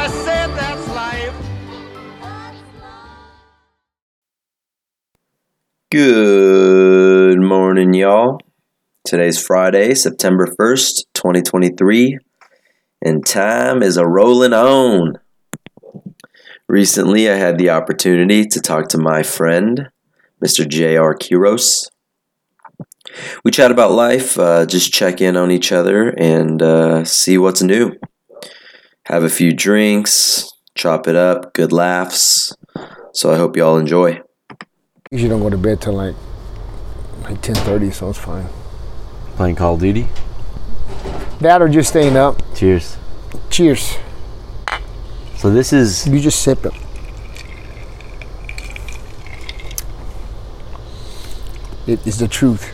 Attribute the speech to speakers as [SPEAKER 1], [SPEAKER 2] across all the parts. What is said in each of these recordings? [SPEAKER 1] I said that's life.
[SPEAKER 2] Good morning, y'all. Today's Friday, September 1st, 2023, and time is a rolling on. Recently, I had the opportunity to talk to my friend, Mr. J.R. Kuros. We chat about life, uh, just check in on each other, and uh, see what's new. Have a few drinks, chop it up, good laughs. So I hope y'all enjoy.
[SPEAKER 3] Usually don't go to bed till like like ten thirty, so it's fine.
[SPEAKER 4] Playing Call of Duty.
[SPEAKER 3] That or just staying up.
[SPEAKER 4] Cheers.
[SPEAKER 3] Cheers.
[SPEAKER 4] So this is
[SPEAKER 3] You just sip it. It is the truth.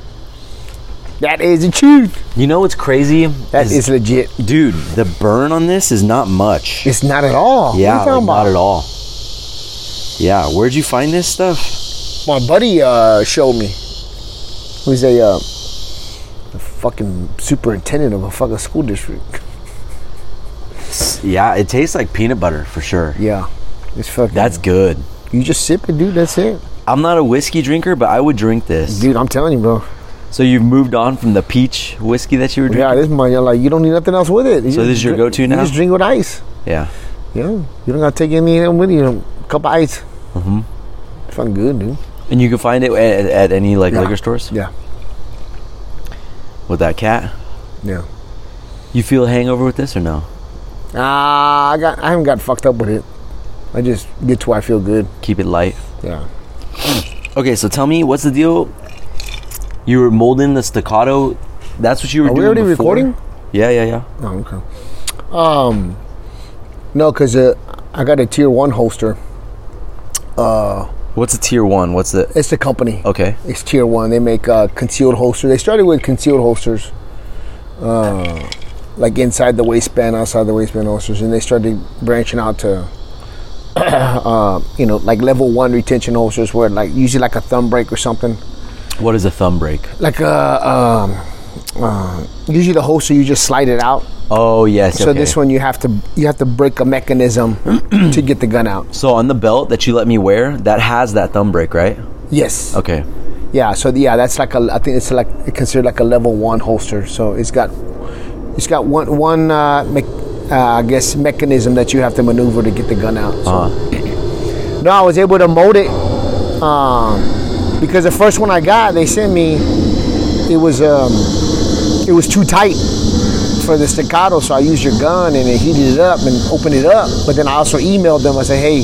[SPEAKER 3] That is the truth.
[SPEAKER 4] you know what's crazy?
[SPEAKER 3] That
[SPEAKER 4] Is-
[SPEAKER 3] is, legit.
[SPEAKER 4] dude, the burn on this is not much.
[SPEAKER 3] It's not at all.
[SPEAKER 4] yeah,
[SPEAKER 3] what are you talking
[SPEAKER 4] like, not
[SPEAKER 3] about?
[SPEAKER 4] at all. Yeah, where'd you find this stuff?
[SPEAKER 3] My buddy uh, showed me. Who's a uh, the fucking superintendent of a fucking school district.
[SPEAKER 4] Yeah, it tastes like peanut butter for sure.
[SPEAKER 3] Yeah, it's fucking.
[SPEAKER 4] That's good.
[SPEAKER 3] you just sip it, dude. That's it,
[SPEAKER 4] I'm not a whiskey drinker, but I would drink this.
[SPEAKER 3] dude. I'm telling you, bro.
[SPEAKER 4] So you've moved on from the peach whiskey that you were
[SPEAKER 3] Yeah,
[SPEAKER 4] drinking?
[SPEAKER 3] this money, like you don't need nothing else with it. You
[SPEAKER 4] So this
[SPEAKER 3] just
[SPEAKER 4] is your
[SPEAKER 3] drink-
[SPEAKER 4] go-to
[SPEAKER 3] You
[SPEAKER 4] now?
[SPEAKER 3] just drink with ice.
[SPEAKER 4] Yeah.
[SPEAKER 3] Yeah, you don't gotta take any of them with you. A cup of ice. Mm-hmm. Fucking good, dude.
[SPEAKER 4] And you can find it at, at any like
[SPEAKER 3] Yeah.
[SPEAKER 4] liquor stores
[SPEAKER 3] Yeah,
[SPEAKER 4] with that cat.
[SPEAKER 3] yeah.
[SPEAKER 4] You feel a hangover with this or no?
[SPEAKER 3] Ah, I got. I haven't got fucked up with it. I just get to where I feel good.
[SPEAKER 4] Keep it light.
[SPEAKER 3] Yeah.
[SPEAKER 4] Okay, so tell me what's the deal? You were molding the staccato. That's what you were
[SPEAKER 3] Are
[SPEAKER 4] doing.
[SPEAKER 3] we already
[SPEAKER 4] before?
[SPEAKER 3] recording?
[SPEAKER 4] Yeah, yeah, yeah.
[SPEAKER 3] Oh, okay. Um, no, cause uh, I got a tier one holster.
[SPEAKER 4] What's a tier one? What's the
[SPEAKER 3] It's the company.
[SPEAKER 4] okay?
[SPEAKER 3] It's tier one. They make uh, concealed holsters. They started with concealed holsters, uh, like inside the waistband, outside the waistband holsters, and they started branching out to, uh, you know, like level one retention holsters, where like usually like a thumb break or something,
[SPEAKER 4] What is a thumb break?
[SPEAKER 3] like uh, um, uh, usually the holster you just slide it out.
[SPEAKER 4] Oh yes.
[SPEAKER 3] So
[SPEAKER 4] okay.
[SPEAKER 3] this one you have to you have to break a mechanism to get the gun out.
[SPEAKER 4] So on the belt that you let me wear, that has that thumb break, right?
[SPEAKER 3] Yes.
[SPEAKER 4] Okay.
[SPEAKER 3] Yeah, so the- yeah, that's like a. I think it's like considered like a level one holster. So it's got, it's got one one uh, mech uh, I guess mechanism that you have to maneuver to get the gun out. So. No, I was able to mold it, um, because the first one I got, they sent me, it was um, it was too tight for the staccato. So I used your gun and it heated it up and opened it up. But then I also emailed them. I said, hey,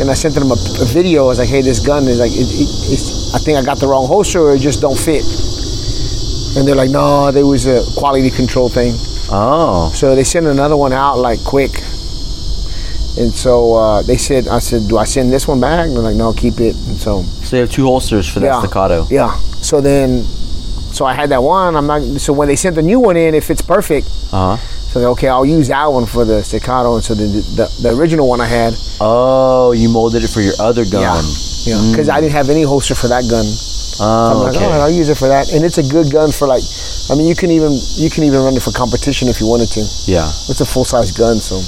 [SPEAKER 3] and I sent them a, a video. I was like, hey, this gun is like, it, it, it's, I think I got the wrong holster or it just don't fit. And they're like, no, there was a quality control thing.
[SPEAKER 4] Oh,
[SPEAKER 3] So they sent another one out like quick. And so uh, they said, I said, do I send this one back? And they're like, no, keep it. And so
[SPEAKER 4] so you have two holsters for that staccato.
[SPEAKER 3] yeah. So then, so I had that one. I'm not. So when they sent the new one in, it fits perfect.
[SPEAKER 4] Uh huh.
[SPEAKER 3] So okay, I'll use that one for the staccato. And so the the, the original one I had,
[SPEAKER 4] Oh, you molded it for your other gun.
[SPEAKER 3] yeah, because I didn't have any holster for that gun. I'm
[SPEAKER 4] Oh,
[SPEAKER 3] like, all right,
[SPEAKER 4] okay.
[SPEAKER 3] I'll use it for that. And it's a good gun for like, I mean, you can even you can even run it for competition if you wanted to.
[SPEAKER 4] Yeah.
[SPEAKER 3] It's a full size gun, so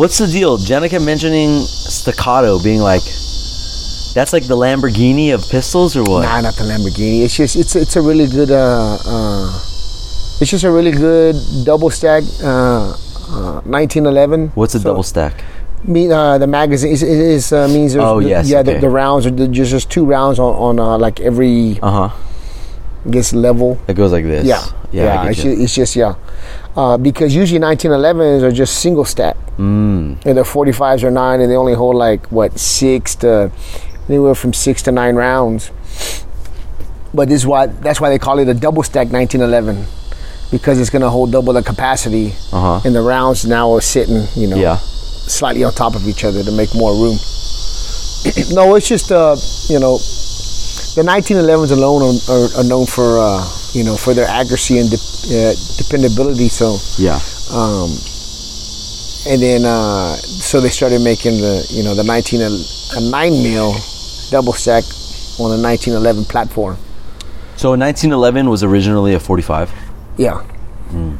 [SPEAKER 4] What's the deal? Jenna kept mentioning staccato being like, that's like the Lamborghini of pistols or what?
[SPEAKER 3] nah, not the Lamborghini. It's just it's it's a really good uh uh, it's just a really good double stack uh. Uh, 1911.
[SPEAKER 4] What's a
[SPEAKER 3] So-
[SPEAKER 4] double stack?
[SPEAKER 3] mean uh, the magazine is, is, is uh, means there's
[SPEAKER 4] Oh,
[SPEAKER 3] the,
[SPEAKER 4] yes,
[SPEAKER 3] yeah
[SPEAKER 4] okay.
[SPEAKER 3] the, the rounds are the, just just two rounds on, on uh, like every
[SPEAKER 4] Uh huh.
[SPEAKER 3] I guess level
[SPEAKER 4] It goes like this.
[SPEAKER 3] yeah
[SPEAKER 4] Yeah. I get
[SPEAKER 3] it's,
[SPEAKER 4] you.
[SPEAKER 3] ju- it's just yeah uh, because usually 1911s are just single stack mm. and the 45s are nine and they only hold like what six to anywhere from six to nine rounds but this is why that's why they call it a double stack 1911 because it's going to hold double the capacity
[SPEAKER 4] Uh-huh.
[SPEAKER 3] and the rounds now are sitting you know
[SPEAKER 4] yeah.
[SPEAKER 3] slightly on top of each other to make more room. no, it's just uh, you know, the 1911s alone are, are, are known for uh, you know for their accuracy and de- uh, dependability. So
[SPEAKER 4] Yeah.
[SPEAKER 3] um, and then uh, so they started making the you know the 19 a nine mil double stack on the 1911 platform.
[SPEAKER 4] So 1911 was originally a 45.
[SPEAKER 3] Yeah,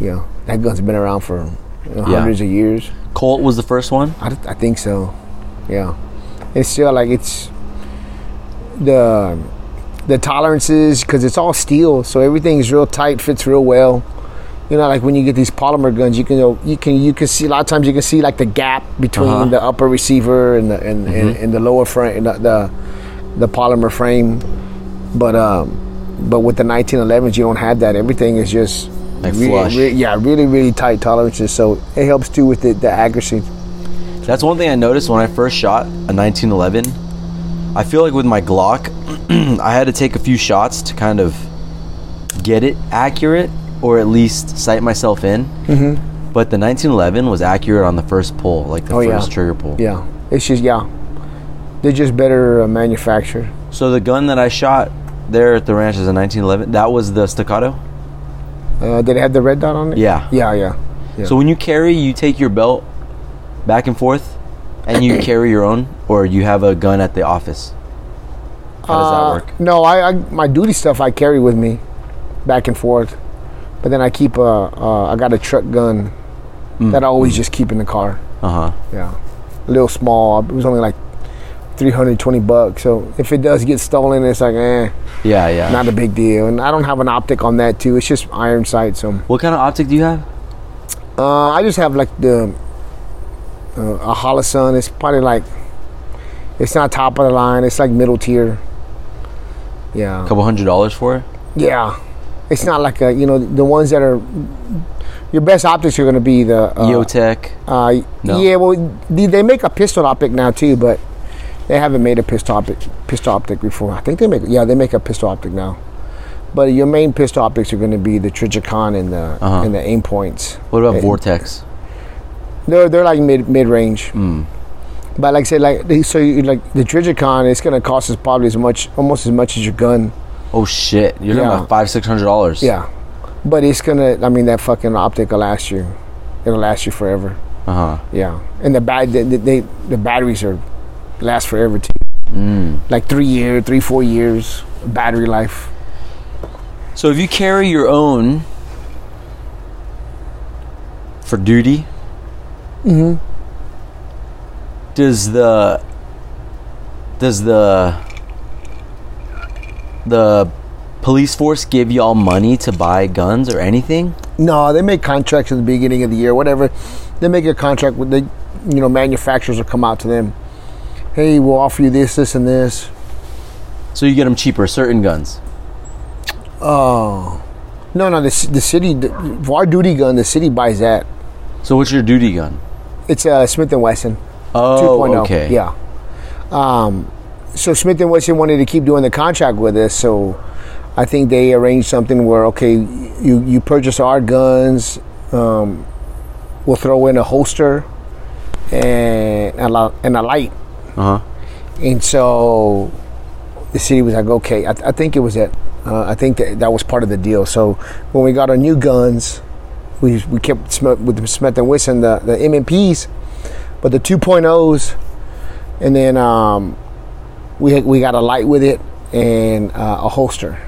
[SPEAKER 3] yeah, that gun's been around for you know,
[SPEAKER 4] Yeah.
[SPEAKER 3] hundreds of years.
[SPEAKER 4] Colt was the first one.
[SPEAKER 3] I, th- I think so. Yeah, it's still like it's the the tolerances because it's all steel, so everything's real tight, fits real well. You know, like when you get these polymer guns, you can go, you can you can see a lot of times you can see like the gap between
[SPEAKER 4] Uh-huh. Mm-hmm.
[SPEAKER 3] the upper receiver and the and, and, and the lower frame and the, the the polymer frame, but um. But with the 1911s, you don't have that. Everything is just
[SPEAKER 4] Like
[SPEAKER 3] really-
[SPEAKER 4] flush.
[SPEAKER 3] really- yeah, really, really tight tolerances. So it helps too with the, the accuracy.
[SPEAKER 4] That's one thing I noticed when I first shot a 1911. I feel like with my Glock, I had to take a few shots to kind of get it accurate or at least sight myself in. Mm-hmm. But the 1911 was accurate on the first pull, like the
[SPEAKER 3] Oh, yeah.
[SPEAKER 4] first trigger pull.
[SPEAKER 3] Yeah, it's just yeah, they're just better uh, manufactured.
[SPEAKER 4] So the gun that I shot there at the ranch is a 1911. That was the staccato.
[SPEAKER 3] Uh, did it have the red dot on it?
[SPEAKER 4] Yeah.
[SPEAKER 3] yeah, yeah. yeah.
[SPEAKER 4] So when you carry, you take your belt back and forth, and you carry your own, or you have a gun at the office. How does
[SPEAKER 3] Uh,
[SPEAKER 4] that work?
[SPEAKER 3] No, I, I my duty stuff I carry with me, back and forth, but then I keep a uh, I got a truck gun
[SPEAKER 4] Mm.
[SPEAKER 3] that I always just keep in the car.
[SPEAKER 4] Uh huh.
[SPEAKER 3] Yeah, a little small. It was only like. 320 bucks. So if it does get stolen, it's like, eh,
[SPEAKER 4] Yeah, yeah.
[SPEAKER 3] not a big deal. And I don't have an optic on that, too. It's just iron sight. So
[SPEAKER 4] what kind of optic do you have?
[SPEAKER 3] Uh, I just have like the uh, a Holosun. It's probably like it's not top of the line. It's like middle tier. Yeah,
[SPEAKER 4] A couple hundred dollars for it.
[SPEAKER 3] yeah. It's not like a you know the ones that are your best optics are going to be the uh,
[SPEAKER 4] Eotech.
[SPEAKER 3] Uh,
[SPEAKER 4] No.
[SPEAKER 3] Yeah, well, they, they make a pistol optic now too, but they haven't made a pistol optic pistol optic before. I think they make yeah they make a pistol optic now. But your main pistol optics are going to be the Trijicon and the
[SPEAKER 4] Uh-huh.
[SPEAKER 3] and the aim points.
[SPEAKER 4] What about
[SPEAKER 3] And-
[SPEAKER 4] Vortex?
[SPEAKER 3] they're they're like mid mid range. But like I said, like they- so you like the Trijicon, it's gonna cost us probably as much, almost as much as your gun.
[SPEAKER 4] Oh shit! You're talking
[SPEAKER 3] Yeah.
[SPEAKER 4] about five, six hundred dollars.
[SPEAKER 3] Yeah, but it's gonna. I mean, that fucking optic will last you. It'll last you forever.
[SPEAKER 4] Uh huh.
[SPEAKER 3] Yeah, and the bad the, the, they the batteries are last forever too. Like three year, three four years battery life.
[SPEAKER 4] So if you carry your own for duty,
[SPEAKER 3] Mm-hmm.
[SPEAKER 4] does the does the the police force give y'all money to buy guns or anything?
[SPEAKER 3] No, they make contracts at the beginning of the year, whatever. They make a contract with the, you know, manufacturers will come out to them. Hey, we'll offer you this, this, and this.
[SPEAKER 4] So you get them cheaper, certain guns.
[SPEAKER 3] Oh, no, no. The c- the city, the, for our duty gun, the city buys that.
[SPEAKER 4] So what's your duty gun?
[SPEAKER 3] It's uh, Smith and Wesson.
[SPEAKER 4] Oh,
[SPEAKER 3] 2.0.
[SPEAKER 4] okay.
[SPEAKER 3] Yeah. Um, so Smith and Wesson wanted to keep doing the contract with us, so I think they arranged something where okay, you you purchase our guns, um, we'll throw in a holster and a lo- and a light,
[SPEAKER 4] Uh huh.
[SPEAKER 3] and so the city was like, okay, I, I think it was that. Uh, I think that that was part of the deal. So when we got our new guns, we we kept Smith, with the Smith and Wesson the the MMPs, but the 2.0s, and then um, we had, we got a light with it and uh, a holster,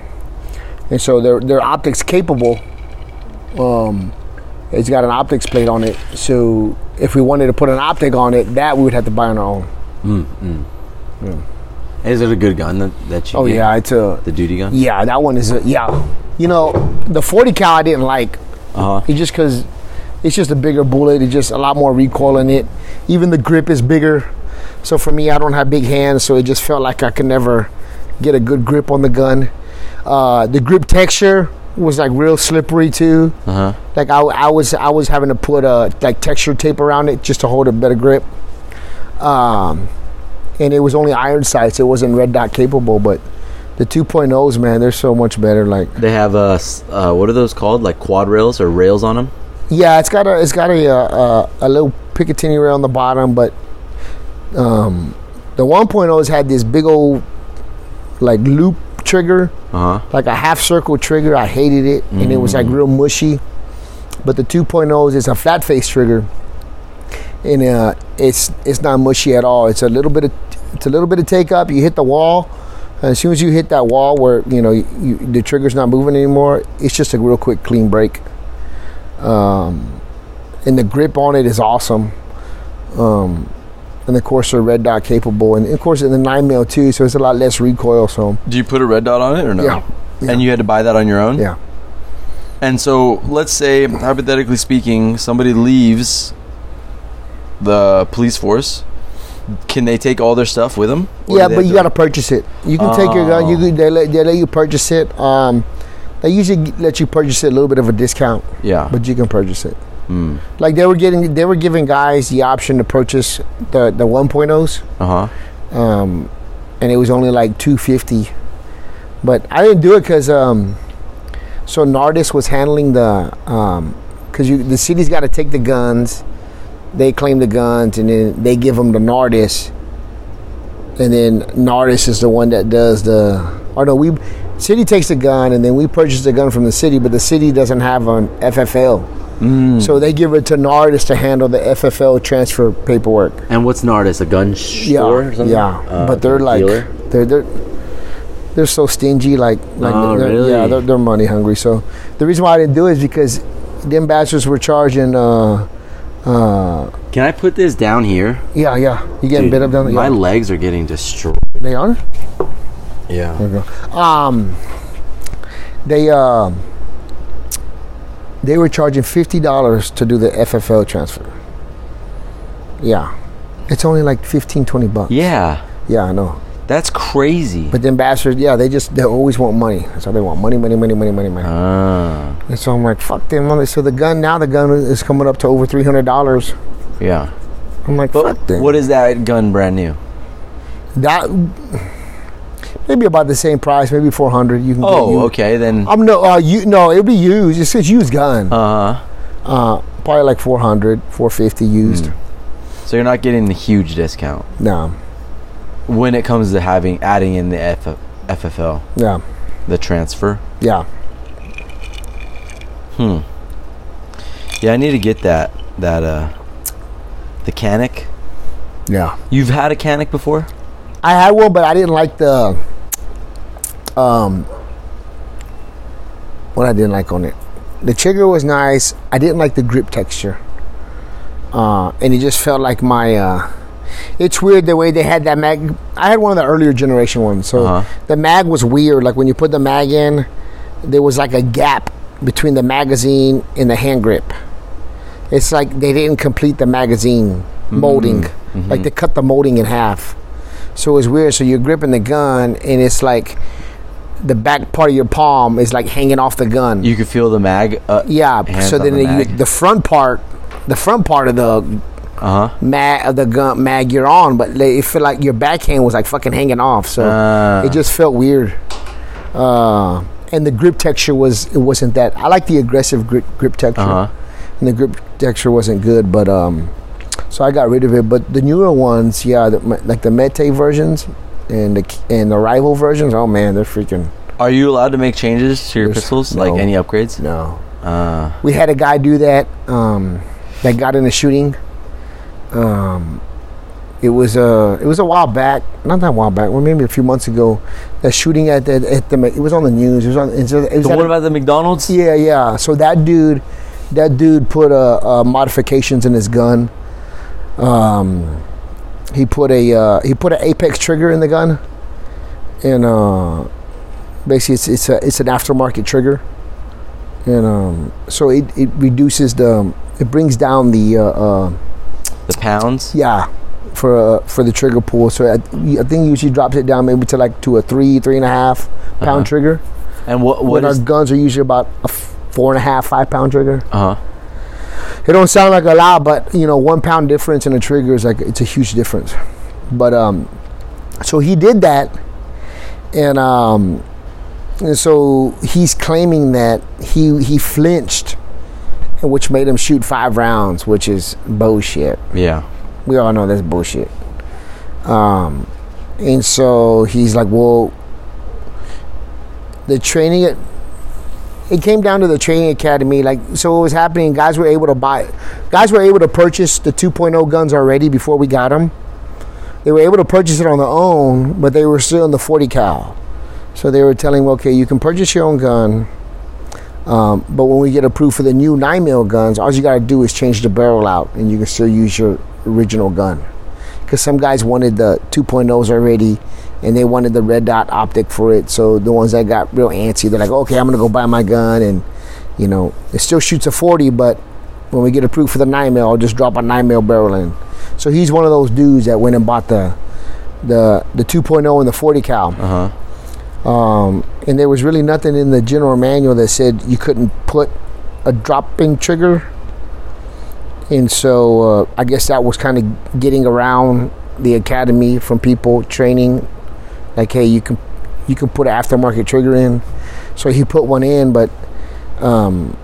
[SPEAKER 3] and so they're they're optics capable. Um, it's got an optics plate on it, so if we wanted to put an optic on it, that we would have to buy on our own.
[SPEAKER 4] Is it a good gun that, that you?
[SPEAKER 3] Oh
[SPEAKER 4] get?
[SPEAKER 3] yeah, it's a
[SPEAKER 4] The duty gun.
[SPEAKER 3] Yeah, that one is a yeah. You know, the 40 cal I didn't like.
[SPEAKER 4] Uh huh.
[SPEAKER 3] It's just because it's just a bigger bullet. It's just a lot more recoil in it. Even the grip is bigger. So for me, I don't have big hands, so it just felt like I could never get a good grip on the gun. Uh, the grip texture was like real slippery too.
[SPEAKER 4] Uh huh.
[SPEAKER 3] Like I, I was I was having to put a like texture tape around it just to hold a better grip. Um, and it was only iron sights. It wasn't red dot capable, but the 2.0s, man, they're so much better. Like
[SPEAKER 4] They have uh, s- uh what are those called? Like quad rails or rails on them?
[SPEAKER 3] yeah, it's got a it's got a uh, a, a little Picatinny rail on the bottom, but oh um, the 1.0s had this big old like loop trigger,
[SPEAKER 5] Uh huh.
[SPEAKER 3] like a half circle trigger. I hated it, and it was like real mushy. But the 2.0 is a flat face trigger, and uh, it's it's not mushy at all. It's a little bit of it's a little bit of take up. You hit the wall. and as soon as you hit that wall where you know you, you, the trigger's not moving anymore, it's just a real quick clean break. Um, and the grip on it is awesome. Um, and of course, they're red dot capable, and of course, in the nine mil too, so it's a lot less recoil. So
[SPEAKER 5] Do you put a red dot on it or no? Mm-hmm.
[SPEAKER 3] Yeah, yeah.
[SPEAKER 5] And you had to buy that on your own.
[SPEAKER 3] yeah.
[SPEAKER 5] And so let's say, hypothetically speaking, somebody leaves the police force. Can they take all their stuff with them? Or
[SPEAKER 3] yeah,
[SPEAKER 5] do they
[SPEAKER 3] but
[SPEAKER 5] have
[SPEAKER 3] you
[SPEAKER 5] to-
[SPEAKER 3] got to purchase it. You can take your gun. You
[SPEAKER 5] Oh.
[SPEAKER 3] can, they let they let you purchase it. Um, they usually g- let you purchase it a little bit of a discount,
[SPEAKER 5] Yeah.
[SPEAKER 3] but you can purchase it.
[SPEAKER 5] Hmm.
[SPEAKER 3] Like they were getting, they were giving guys the option to purchase the the 1.0s,
[SPEAKER 5] Uh huh.
[SPEAKER 3] um, and it was only like 250. But I didn't do it because um, so Nardis was handling the because you the city's got to take the guns, they claim the guns, and then they give them to Nardis, and then Nardis is the one that does the or no we city takes the gun and then we purchase the gun from the city, but the city doesn't have an FFL. So they give it to Nardis to handle the FFL transfer paperwork.
[SPEAKER 4] And what's Nardis? A gun sh-
[SPEAKER 3] Yeah,
[SPEAKER 4] store? Or something?
[SPEAKER 3] yeah.
[SPEAKER 4] Uh,
[SPEAKER 3] but they're like
[SPEAKER 4] dealer?
[SPEAKER 3] they're they're they're so stingy. Like, like
[SPEAKER 4] Oh,
[SPEAKER 3] they're,
[SPEAKER 4] really?
[SPEAKER 3] yeah, they're, they're money hungry. So the reason why I didn't do it is because them bastards were charging. Uh, uh,
[SPEAKER 4] Can I put this down here?
[SPEAKER 3] yeah, yeah. You getting
[SPEAKER 4] Dude,
[SPEAKER 3] bit up down there?
[SPEAKER 4] my
[SPEAKER 3] Oh, Yeah.
[SPEAKER 4] legs are getting destroyed.
[SPEAKER 3] They are.
[SPEAKER 4] Yeah.
[SPEAKER 3] Um, they um. They were charging fifty dollars to do the FFL transfer. Yeah, it's only like 15, 20 bucks.
[SPEAKER 5] Yeah.
[SPEAKER 3] yeah, I know.
[SPEAKER 5] That's crazy.
[SPEAKER 3] But then bastards, yeah, they just they always want money. That's all they want money, money, money, money, money, money.
[SPEAKER 5] Ah.
[SPEAKER 3] And so I'm like, fuck them. money. So the gun now, the gun is coming up to over three hundred dollars.
[SPEAKER 5] Yeah.
[SPEAKER 3] I'm like, fuck them.
[SPEAKER 5] What is that gun brand new?
[SPEAKER 3] that? Maybe about the same price, maybe four hundred. You can. get
[SPEAKER 5] Oh,
[SPEAKER 3] used.
[SPEAKER 5] okay. Then.
[SPEAKER 3] I'm no, uh, you no, it'll be used. It's says used gun. Uh,
[SPEAKER 5] Uh huh.
[SPEAKER 3] probably like 400, 450 used.
[SPEAKER 5] Hmm. So you're not getting the huge discount
[SPEAKER 3] No,
[SPEAKER 5] when it comes to having adding in the F- FFL,
[SPEAKER 3] yeah,
[SPEAKER 5] the transfer.
[SPEAKER 3] yeah.
[SPEAKER 5] Yeah, I need to get that that uh the canic.
[SPEAKER 3] Yeah.
[SPEAKER 5] You've had a canic before?
[SPEAKER 3] I had one, but I didn't like the um what I didn't like on it. The trigger was nice. I didn't like the grip texture, uh, and it just felt like my. Uh, it's weird the way they had that mag. I had one of the earlier generation ones, so
[SPEAKER 5] Uh-huh.
[SPEAKER 3] the mag was weird. Like when you put the mag in, there was like a gap between the magazine and the hand grip. It's like they didn't complete the magazine molding. Like they cut the molding in half. So it was weird. So you're gripping the gun, and it's like the back part of your palm is like hanging off the gun.
[SPEAKER 5] You could feel the mag. Uh,
[SPEAKER 3] yeah.
[SPEAKER 5] hands
[SPEAKER 3] So
[SPEAKER 5] on
[SPEAKER 3] then
[SPEAKER 5] the
[SPEAKER 3] the, you,
[SPEAKER 5] mag.
[SPEAKER 3] the front part, the front part of the
[SPEAKER 5] Uh huh.
[SPEAKER 3] mag of the gun mag you're on, but like, it felt like your backhand was like fucking hanging off. So
[SPEAKER 5] Ah.
[SPEAKER 3] it just felt weird. Uh, and the grip texture was it wasn't that. I like the aggressive grip, grip texture,
[SPEAKER 5] Uh-huh.
[SPEAKER 3] and the grip texture wasn't good, but um, so I got rid of it. But the newer ones, yeah, the, like the Mete versions and the and the rival versions. Oh man, they're freaking
[SPEAKER 5] Are you allowed to make changes to your
[SPEAKER 3] There's-
[SPEAKER 5] pistols?
[SPEAKER 3] no.
[SPEAKER 5] Like any upgrades?
[SPEAKER 3] no.
[SPEAKER 5] Uh,
[SPEAKER 3] we had a guy do that um, that got in a shooting. Um, it was a it was a while back, not that while back, well maybe a few months ago. That shooting at the at the it was on the news. It was on. It was, it was
[SPEAKER 5] the
[SPEAKER 3] at
[SPEAKER 5] one
[SPEAKER 3] a-
[SPEAKER 5] about the McDonald's?
[SPEAKER 3] yeah, yeah. So that dude, that dude put uh, uh, modifications in his gun. Um, he put a uh, he put an apex trigger in the gun, and uh, basically it's it's a it's an aftermarket trigger, and um, so it, it reduces the um, it brings down the uh, uh,
[SPEAKER 5] The pounds?
[SPEAKER 3] yeah for uh, for the trigger pull. So I, I think usually drops it down maybe to like to a three three and a half pound
[SPEAKER 5] Uh-huh.
[SPEAKER 3] trigger.
[SPEAKER 5] And what
[SPEAKER 3] When
[SPEAKER 5] what
[SPEAKER 3] our
[SPEAKER 5] is?
[SPEAKER 3] guns are usually about a f- four and a half five pound trigger.
[SPEAKER 5] Uh huh.
[SPEAKER 3] It don't sound like a lot, but you know, one pound difference in a trigger is like it's a huge difference. But um, so he did that, and um, and so he's claiming that he he flinched, and which made him shoot five rounds, which is bullshit.
[SPEAKER 5] Yeah.
[SPEAKER 3] We all know that's bullshit. Um, and so he's like, well, the training it it came down to the training academy like so what was happening guys were able to buy guys were able to purchase the 2.0 guns already before we got them they were able to purchase it on their own but they were still in the 40 cal so they were telling them, okay you can purchase your own gun um, but when we get approved for the new 9 mil guns all you got to do is change the barrel out and you can still use your original gun because some guys wanted the 2.0s already and they wanted the red dot optic for it. So the ones that got real antsy, they're like, okay, I'm gonna go buy my gun, and you know, it still shoots a 40, but when we get approved for the nine mil, I'll just drop a nine mil barrel in. So he's one of those dudes that went and bought the the the 2.0 and the 40 cal. Uh huh. Um, and there was really nothing in the general manual that said you couldn't put a drop in trigger. And so uh, I guess that was kind of getting around the academy from people training like hey you can you can put an aftermarket trigger in so he put one in but um,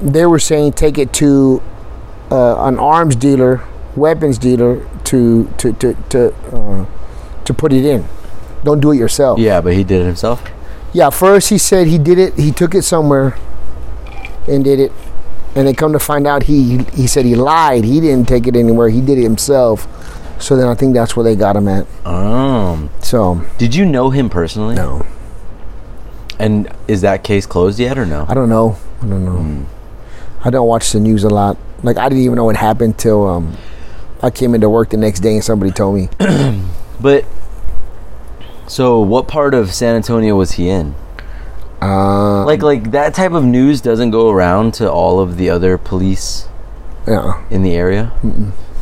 [SPEAKER 3] they were saying take it to uh, an arms dealer weapons dealer to to to to, uh, to put it in don't do it yourself
[SPEAKER 4] Yeah, but he did it himself.
[SPEAKER 3] yeah first he said he did it he took it somewhere and did it and they come to find out he he said he lied he didn't take it anywhere he did it himself so then i think that's where they got him at
[SPEAKER 4] Um,
[SPEAKER 3] so
[SPEAKER 4] did you know him personally?
[SPEAKER 3] no
[SPEAKER 4] And is that case closed yet or no?
[SPEAKER 3] I don't know. I don't know.
[SPEAKER 4] Hmm.
[SPEAKER 3] I don't watch the news a lot. Like I didn't even know what happened till um, I came into work the next day and somebody told me.
[SPEAKER 4] But so, what part of San Antonio was he in?
[SPEAKER 3] Uh,
[SPEAKER 4] Like, like that type of news doesn't go around to all of the other police
[SPEAKER 3] yeah.
[SPEAKER 4] in the area.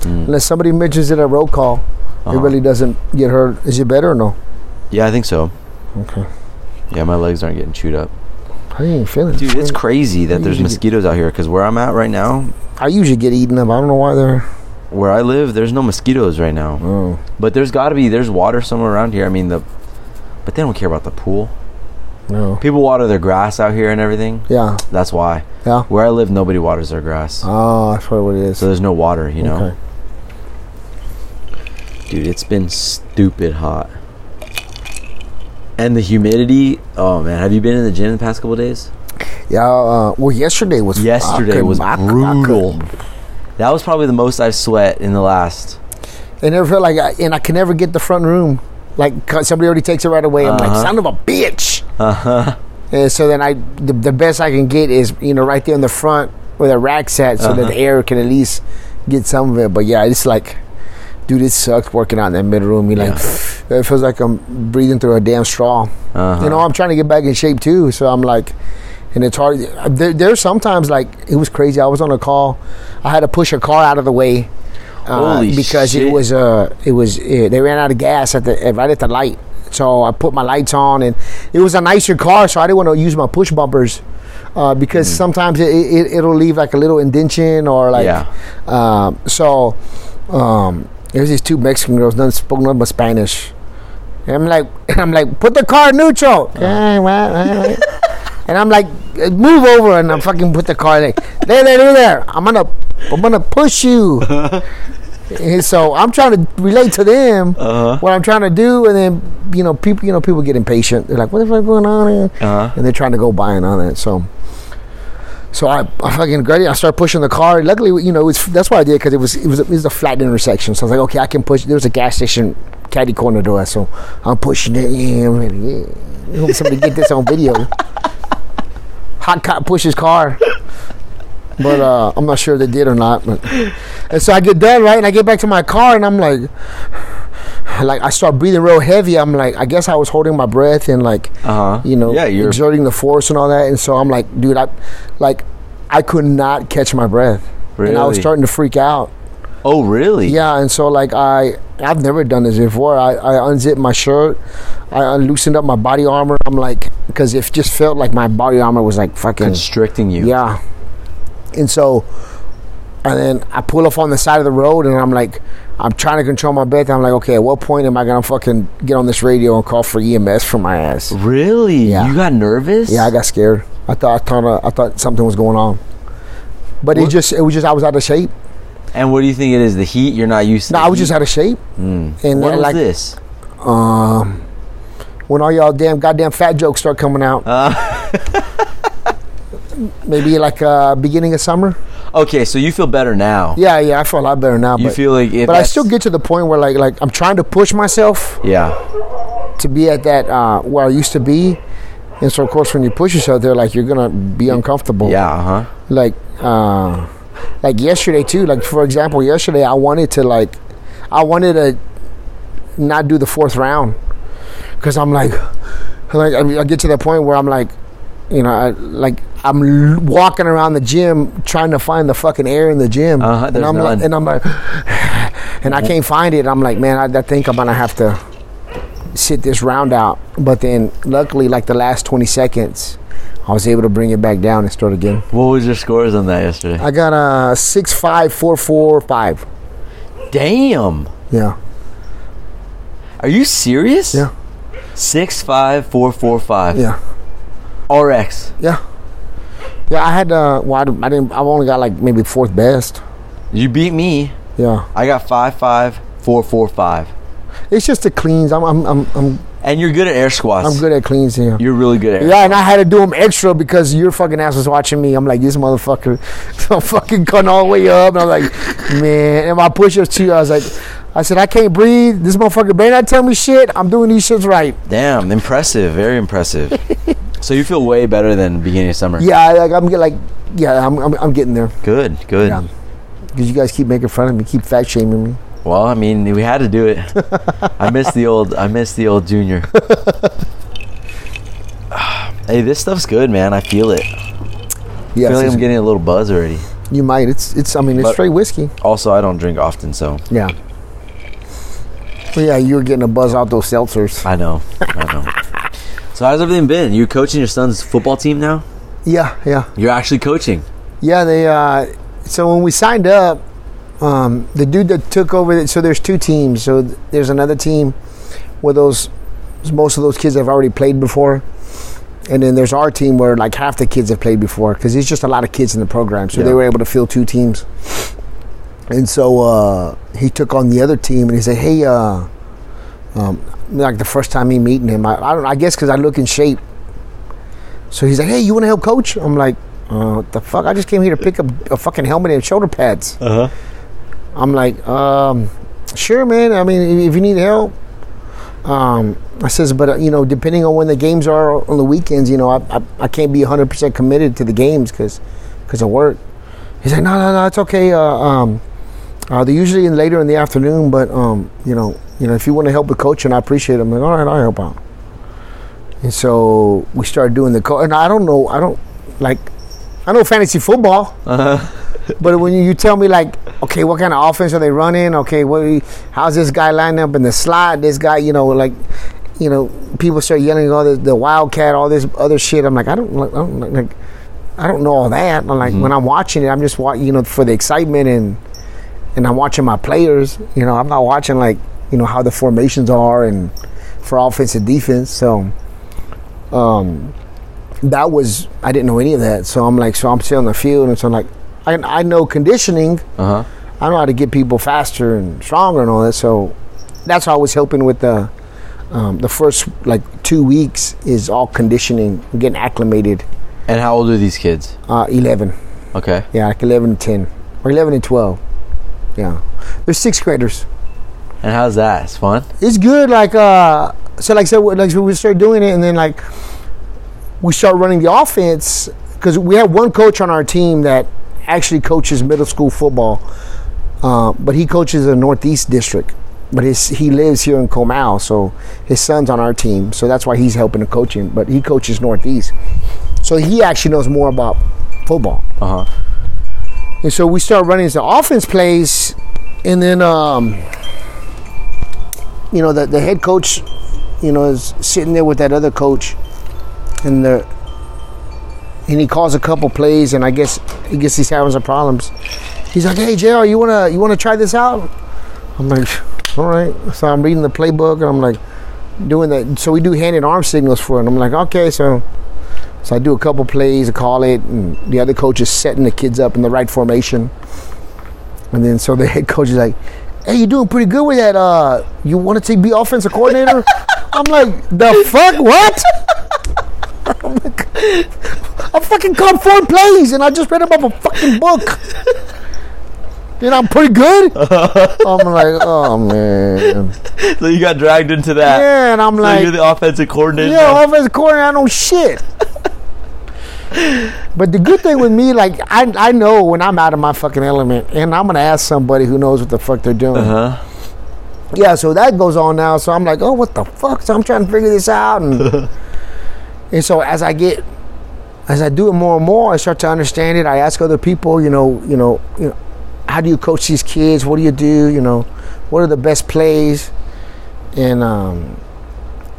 [SPEAKER 3] Unless somebody mentions it at roll call,
[SPEAKER 4] Uh-huh.
[SPEAKER 3] it really doesn't get heard. Is it better or no?
[SPEAKER 4] Yeah, I think so.
[SPEAKER 3] Okay.
[SPEAKER 4] Yeah, my legs aren't getting chewed up. Mm.
[SPEAKER 3] I didn't even feel it.
[SPEAKER 4] Dude, it's crazy that there's mosquitoes out here because where I'm at right now,
[SPEAKER 3] I usually get eaten up. I don't know why they're.
[SPEAKER 4] where I live, there's no mosquitoes right now.
[SPEAKER 3] Oh.
[SPEAKER 4] But there's got to be there's water somewhere around here. I mean the, but they don't care about the pool.
[SPEAKER 3] No.
[SPEAKER 4] People water their grass out here and everything.
[SPEAKER 3] Yeah.
[SPEAKER 4] That's why.
[SPEAKER 3] Yeah.
[SPEAKER 4] Where I live, nobody waters their grass,
[SPEAKER 3] Oh, that's probably what it is.
[SPEAKER 4] so there's no water. You know.
[SPEAKER 3] Okay.
[SPEAKER 4] Dude, it's been stupid hot. And the humidity. Oh man, have you been in the gym the past couple days?
[SPEAKER 3] Yeah. Uh, well, yesterday was. I
[SPEAKER 4] Yesterday
[SPEAKER 3] couldn't-
[SPEAKER 4] was
[SPEAKER 3] I cou- I
[SPEAKER 4] brutal.
[SPEAKER 3] couldn't-
[SPEAKER 4] That was probably the most I've sweat in the last.
[SPEAKER 3] It never felt like, I, and I can never get the front room. Like 'cause somebody already takes it right away. I'm like, son of a bitch. Uh huh. And so then I, the, the best I can get is you know right there in the front where the rack's at, so that the air can at least get some of it. But yeah, it's like, dude, it sucks working out in that middle room. You are like, it feels like I'm breathing through a damn straw. You know, I'm trying to get back in shape too, so I'm like. And it's hard. There, there's sometimes like it was crazy. I was on a call. I had to push a car out of the way uh,
[SPEAKER 4] Holy
[SPEAKER 3] because it
[SPEAKER 4] shit.
[SPEAKER 3] was uh it was uh they ran out of gas at the at- right at the light so i put my lights on and it was a nicer car so i didn't want to use my push bumpers uh, because sometimes it, it it'll leave like a little indention or like
[SPEAKER 4] Yeah.
[SPEAKER 3] um so um there's these two mexican girls none spoke nothing but spanish and i'm like and i'm like put the car in neutral Eh, well, eh, eh. and i'm like move over and i'm fucking put the car like there there there there i'm gonna i'm gonna push you and so I'm trying to relate to them what I'm trying to do, and then you know people, you know people get impatient. They're like, "What the fuck going on?" Here?
[SPEAKER 4] Uh-huh.
[SPEAKER 3] And they're trying to go buying on it. So, so I, I fucking graduated. I started pushing the car. Luckily, you know, it's that's what I did because it was it was it was a flat intersection. So I was like, okay, I can push. There was a gas station caddy corner door, so I'm pushing it. Yeah, I'm ready. Yeah. I hope somebody get this on video. Hot cop pushes car. But uh, I'm not sure if they did or not. But and so I get done right, and I get back to my car, and I'm like, like I start breathing real heavy. I'm like, I guess I was holding my breath and like,
[SPEAKER 4] Uh-huh.
[SPEAKER 3] you know,
[SPEAKER 4] Yeah, you're-
[SPEAKER 3] exerting the force and all that. And so I'm like, dude, I, like, I could not catch my breath, and I was
[SPEAKER 4] Really?
[SPEAKER 3] starting to freak out.
[SPEAKER 4] Oh really?
[SPEAKER 3] Yeah, and so like I, I've never done this before. I, I unzipped my shirt, I unloosened up my body armor. I'm like, because it just felt like my body armor was like fucking
[SPEAKER 4] Constricting you.
[SPEAKER 3] yeah. And so, and then I pull up on the side of the road and I'm like, I'm trying to control my breath. I'm like, okay, at what point am I going to fucking get on this radio and call for EMS for my ass?
[SPEAKER 4] Really?
[SPEAKER 3] Yeah.
[SPEAKER 4] You got nervous?
[SPEAKER 3] Yeah, I got scared. I thought I thought, uh, I thought something was going on. But it just, it was just, I was out of shape.
[SPEAKER 4] And what do you think it is? The heat? You're not used to.
[SPEAKER 3] No,
[SPEAKER 4] the
[SPEAKER 5] Hmm.
[SPEAKER 3] I was
[SPEAKER 4] heat?
[SPEAKER 3] just out of shape. And then,
[SPEAKER 4] When was
[SPEAKER 3] like,
[SPEAKER 4] this?
[SPEAKER 3] when all y'all damn goddamn fat jokes start coming out.
[SPEAKER 5] Uh.
[SPEAKER 3] Maybe like uh, beginning of summer.
[SPEAKER 5] Okay, so you feel better now.
[SPEAKER 3] Yeah, yeah, I feel a lot better now.
[SPEAKER 5] You
[SPEAKER 3] but,
[SPEAKER 5] feel like if
[SPEAKER 3] but I
[SPEAKER 5] that's-
[SPEAKER 3] still get to the point where like like I'm trying to push myself
[SPEAKER 5] Yeah.
[SPEAKER 3] to be at that uh, where I used to be, and so of course when you push yourself there, like you're gonna be uncomfortable.
[SPEAKER 5] Yeah.
[SPEAKER 4] uh-huh.
[SPEAKER 5] Uh huh.
[SPEAKER 3] Like uh, like yesterday too. Like for example, yesterday I wanted to like I wanted to not do the fourth round because I'm like like I, mean, I get to that point where I'm like you know I, like I'm l- walking around the gym trying to find the fucking air in the gym
[SPEAKER 5] Uh-huh,
[SPEAKER 3] and
[SPEAKER 5] there's
[SPEAKER 3] I'm
[SPEAKER 5] none.
[SPEAKER 3] like and I'm like and I can't find it I'm like man I, I think I'm gonna have to sit this round out but then luckily like the last 20 seconds I was able to bring it back down and start again
[SPEAKER 5] What was your scores on that yesterday?
[SPEAKER 3] I got a six five four four five
[SPEAKER 5] Damn.
[SPEAKER 3] yeah
[SPEAKER 5] Are you serious?
[SPEAKER 3] Yeah.
[SPEAKER 5] Six five four four five.
[SPEAKER 3] yeah
[SPEAKER 5] RX.
[SPEAKER 3] Yeah. Yeah, I had uh well I didn't- I didn't I've only got like maybe fourth best.
[SPEAKER 5] You beat me.
[SPEAKER 3] Yeah.
[SPEAKER 5] I got five five four four five.
[SPEAKER 3] It's just the cleans. I'm I'm I'm I'm,
[SPEAKER 5] And you're good at air squats.
[SPEAKER 3] I'm good at cleans yeah.
[SPEAKER 5] You're really good at. Air.
[SPEAKER 3] yeah, and I had to do them extra because your fucking ass was watching me. I'm like, this motherfucker. So I'm fucking going all the way up. And I'm like, man. And my push ups too. I was like, I said, I can't breathe. This motherfucker better not tell me shit. I'm doing these shits right.
[SPEAKER 5] Damn. Impressive. Very impressive. so you feel way better than beginning of summer.
[SPEAKER 3] Yeah, I, like, I'm get- like, yeah, I'm, I'm, I'm getting there.
[SPEAKER 5] Good. Good.
[SPEAKER 3] Yeah. Because you guys keep making fun of me, keep fat shaming me.
[SPEAKER 5] Well, I mean, we had to do it. I miss the old. I miss the old junior. hey, this stuff's good, man. I feel it. I
[SPEAKER 3] Yeah,
[SPEAKER 5] feel like I'm getting a little buzz already.
[SPEAKER 3] you might. It's, it's. I mean, it's
[SPEAKER 5] But-
[SPEAKER 3] straight whiskey.
[SPEAKER 5] Also, I don't drink often, so
[SPEAKER 3] Yeah. Well, yeah, you were getting a buzz out those seltzers.
[SPEAKER 5] I know. I know. So how's everything been? You're coaching your son's football team now.
[SPEAKER 3] Yeah, yeah,
[SPEAKER 5] You're actually coaching.
[SPEAKER 3] yeah. They uh, so when we signed up, um, the dude that took over. So there's two teams. So th- there's another team where those most of those kids have already played before, and then there's our team where like half the kids have played before because there's just a lot of kids in the program. So they
[SPEAKER 5] Yeah.
[SPEAKER 3] were able to fill two teams, and so uh, he took on the other team and he said, "Hey, uh, um, like the first time me meeting him, I, I don't. I guess because I look in shape." So he's like, "Hey, you want to help coach?" I'm like, uh, "What the fuck? I just came here to pick up a fucking helmet and shoulder pads."
[SPEAKER 5] Uh huh.
[SPEAKER 3] I'm like, um, "Sure, man. I mean, if, if you need help." Um, I says, "But uh, you know, depending on when the games are on the weekends, you know, I I, I can't be 100 percent committed to the games because because of work." He's like, "No, no, no, it's okay. Uh, um, uh, they're usually in later in the afternoon, but um, you know, you know, if you want to help with coaching, I appreciate it." I'm like, "All right, I'll help out." And so we started doing the co And I don't know, I don't like, I know fantasy football. but when you, you tell me like, okay, what kind of offense are they running? Okay, what? How's this guy lined up in the slot? This guy, you know, like, you know, people start yelling all the, the wildcat, all this other shit. I'm like, I don't, I don't like, I don't know all that. I'm like, when I'm watching it, I'm just watching, you know, for the excitement and and I'm watching my players. You know, I'm not watching like you know how the formations are and for offense and defense. So that was I didn't know any of that. So I'm like, so I'm still on the field, and so I'm like, I, I know conditioning.
[SPEAKER 5] Uh huh.
[SPEAKER 3] I know how to get people faster and stronger and all that. So that's how I was helping with the um, the first like two weeks is all conditioning, getting acclimated.
[SPEAKER 5] And how old are these kids?
[SPEAKER 3] Uh, Eleven,
[SPEAKER 5] Okay.
[SPEAKER 3] yeah, like eleven and ten or eleven and twelve. Yeah, they're sixth graders.
[SPEAKER 5] And how's that? It's fun.
[SPEAKER 3] it's good. Like uh, so, like so, like so we start doing it, and then like we start running the offense because we have one coach on our team that actually coaches middle school football, uh, but he coaches the Northeast district. But his he lives here in Comal, so his son's on our team, so that's why he's helping to coach him. But he coaches Northeast, so he actually knows more about football.
[SPEAKER 5] Uh huh.
[SPEAKER 3] And so we start running the offense plays, and then um, you know the the head coach, you know, is sitting there with that other coach, and the and he calls a couple plays, and I guess he guess he's having some problems. He's like, "Hey Jr., you wanna you wanna try this out?" I'm like, "All right." So I'm reading the playbook, and I'm like doing that. So we do hand and arm signals for it. And I'm like, "Okay, so." So I do a couple plays, I call it, and the other coach is setting the kids up in the right formation. And then so the head coach is like, "Hey, you're doing pretty good with that. Uh, you want to take be offensive coordinator?" I'm like, the fuck? What? I'm like, I fucking caught four plays and I just read about a fucking book. And I'm pretty good. I'm like, oh man.
[SPEAKER 4] So you got dragged into that.
[SPEAKER 3] Yeah, and I'm
[SPEAKER 4] Uh, So
[SPEAKER 3] like,
[SPEAKER 4] you're the offensive coordinator.
[SPEAKER 3] Yo,
[SPEAKER 4] now.
[SPEAKER 3] offensive coordinator, I know shit. but the good thing with me, like, I, I know when I'm out of my fucking element, and I'm gonna ask somebody who knows what the fuck they're doing.
[SPEAKER 4] Uh-huh.
[SPEAKER 3] Yeah, so that goes on now. So I'm like, oh, what the fuck? So I'm trying to figure this out, and and so as I get, as I do it more and more, I start to understand it. I ask other people, you know, you know, you know, how do you coach these kids? What do you do? You know, what are the best plays? And um,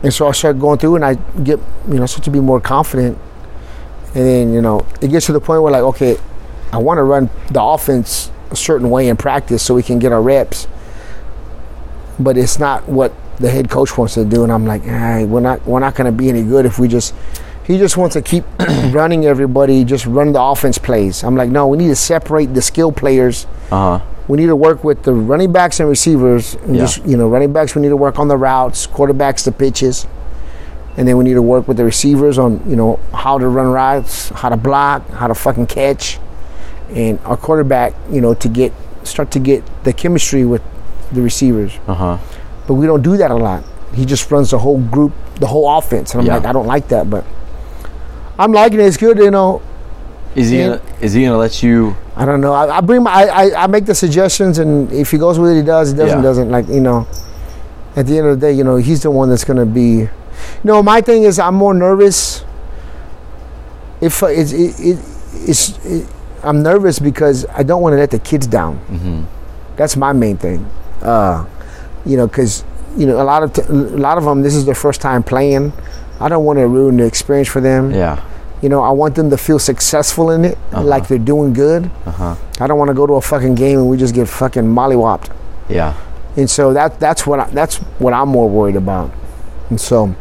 [SPEAKER 3] and so I start going through and I get, you know, start to be more confident. And then, you know, it gets to the point where, like, okay, I want to run the offense a certain way in practice so we can get our reps. But it's not what the head coach wants to do. And I'm like, all right, we're not, we're not going to be any good if we just, he just wants to keep running everybody, just run the offense plays. I'm like, no, we need to separate the skill players
[SPEAKER 4] Uh huh.
[SPEAKER 3] we need to work with the running backs and receivers. And
[SPEAKER 4] Yeah.
[SPEAKER 3] just, you know, running backs, we need to work on the routes, quarterbacks, the pitches. And then we need to work with the receivers on, you know, how to run routes, how to block, how to fucking catch. And our quarterback, you know, to get, start to get the chemistry with the receivers.
[SPEAKER 4] Uh huh.
[SPEAKER 3] But we don't do that a lot. He just runs the whole group, the whole offense. And I'm
[SPEAKER 4] Yeah.
[SPEAKER 3] like, I don't like that, but I'm liking it. It's good, you know.
[SPEAKER 4] Is he?
[SPEAKER 3] Yeah.
[SPEAKER 4] Gonna, is he gonna let you?
[SPEAKER 3] I don't know. I, I bring my, I, I, I make the suggestions, and if he goes with it, he does. He doesn't,
[SPEAKER 4] Yeah.
[SPEAKER 3] doesn't. Like you know, at the end of the day, you know, he's the one that's gonna be. No, my thing is, I'm more nervous. If uh, it's it, it, it's it, I'm nervous because I don't want to let the kids down. That's my main thing. Uh, you know, because you know a lot of t- a lot of them. This is their first time playing. I don't want to ruin the experience for them.
[SPEAKER 4] Yeah.
[SPEAKER 3] You know, I want them to feel successful in it, like they're doing good.
[SPEAKER 4] Uh huh.
[SPEAKER 3] I don't want to go to a fucking game and we just get fucking mollywopped.
[SPEAKER 4] Yeah.
[SPEAKER 3] And so that that's what I, that's what I'm more worried about. And so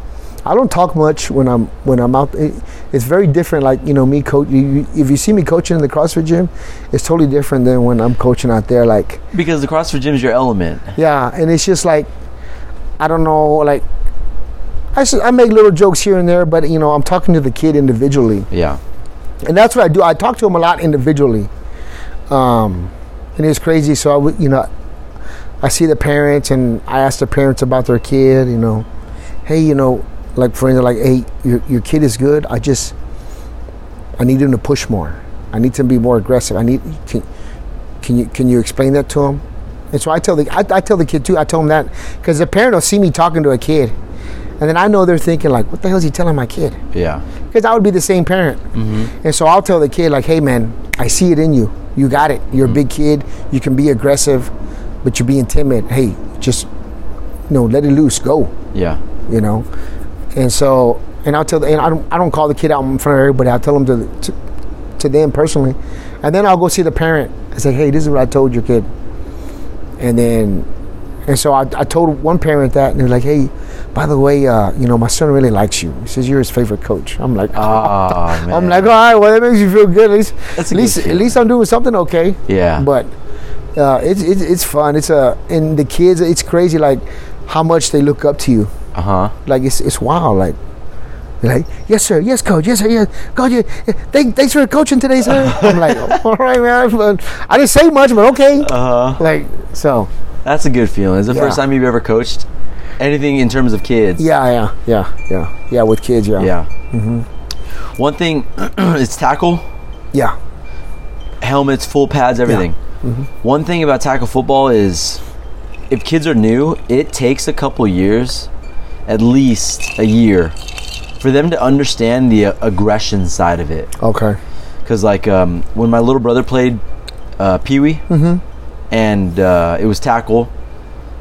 [SPEAKER 3] I don't talk much when I'm when I'm out. It, it's very different. Like you know me coach. You, you, if you see me coaching in the CrossFit gym, it's totally different than when I'm coaching out there. Like
[SPEAKER 4] Because the CrossFit gym is your element.
[SPEAKER 3] yeah, and it's just like I don't know. Like I s- I make little jokes here and there, but you know I'm talking to the kid individually
[SPEAKER 4] Yeah.
[SPEAKER 3] and that's what I do. I talk to him a lot individually, um, and it's crazy. So I, would- you know, I see the parents and I ask the parents about their kid. You know, hey, you know, like friends are like, hey, your your kid is good. I just, I need him to push more. I need to be more aggressive. I need can, can you can you explain that to him? And so I tell the I, I tell the kid too. I tell him that because the parent will see me talking to a kid, and then I know they're thinking like, what the hell is he telling my kid?
[SPEAKER 4] Yeah.
[SPEAKER 3] because I would be the same parent. And so I'll tell the kid like, "Hey, man, I see it in you. You got it. You're a big kid. You can be aggressive, but you're being timid. Hey, just you know, let it loose. Go.
[SPEAKER 4] Yeah.
[SPEAKER 3] You know." And so, and I'll tell the, and I don't I don't call the kid out in front of everybody. I'll tell them to, to to them personally, and then I'll go see the parent. I say, "Hey, this is what I told your kid," and then. And so I, I told one parent that, and they're like, "Hey, by the way, uh, you know, my son really likes you. He says you're his favorite coach." I'm like,
[SPEAKER 4] Ah man.
[SPEAKER 3] I'm like, all right, well, that makes you feel good. At least,
[SPEAKER 4] That's a
[SPEAKER 3] at
[SPEAKER 4] good
[SPEAKER 3] least, at
[SPEAKER 4] feeling.
[SPEAKER 3] least I'm doing something okay.
[SPEAKER 4] Yeah.
[SPEAKER 3] But uh, it's, it's it's fun. It's a and the kids. It's crazy, like how much they look up to you.
[SPEAKER 4] Uh huh.
[SPEAKER 3] Like it's it's wild. Like, like yes sir, yes coach, yes sir, yes coach. Yeah, yeah. Thank, thanks for coaching today, sir. I'm like, all right, man. uh, I didn't say much, but okay.
[SPEAKER 4] Uh huh.
[SPEAKER 3] Like so,
[SPEAKER 4] That's a good feeling. It's the
[SPEAKER 3] Yeah.
[SPEAKER 4] first time you've ever coached anything in terms of kids.
[SPEAKER 3] yeah, Mm-hmm. yeah, yeah, yeah, yeah. With kids, yeah,
[SPEAKER 4] Yeah. One thing is tackle,
[SPEAKER 3] yeah.
[SPEAKER 4] helmets, full pads, everything.
[SPEAKER 3] Mm-hmm.
[SPEAKER 4] One thing about tackle football is if kids are new, it takes a couple years, at least a year, for them to understand the uh, aggression side of it.
[SPEAKER 3] Okay.
[SPEAKER 4] Because, like, um, when my little brother played uh, Pee Wee
[SPEAKER 3] Mm-hmm.
[SPEAKER 4] and uh, it was tackle.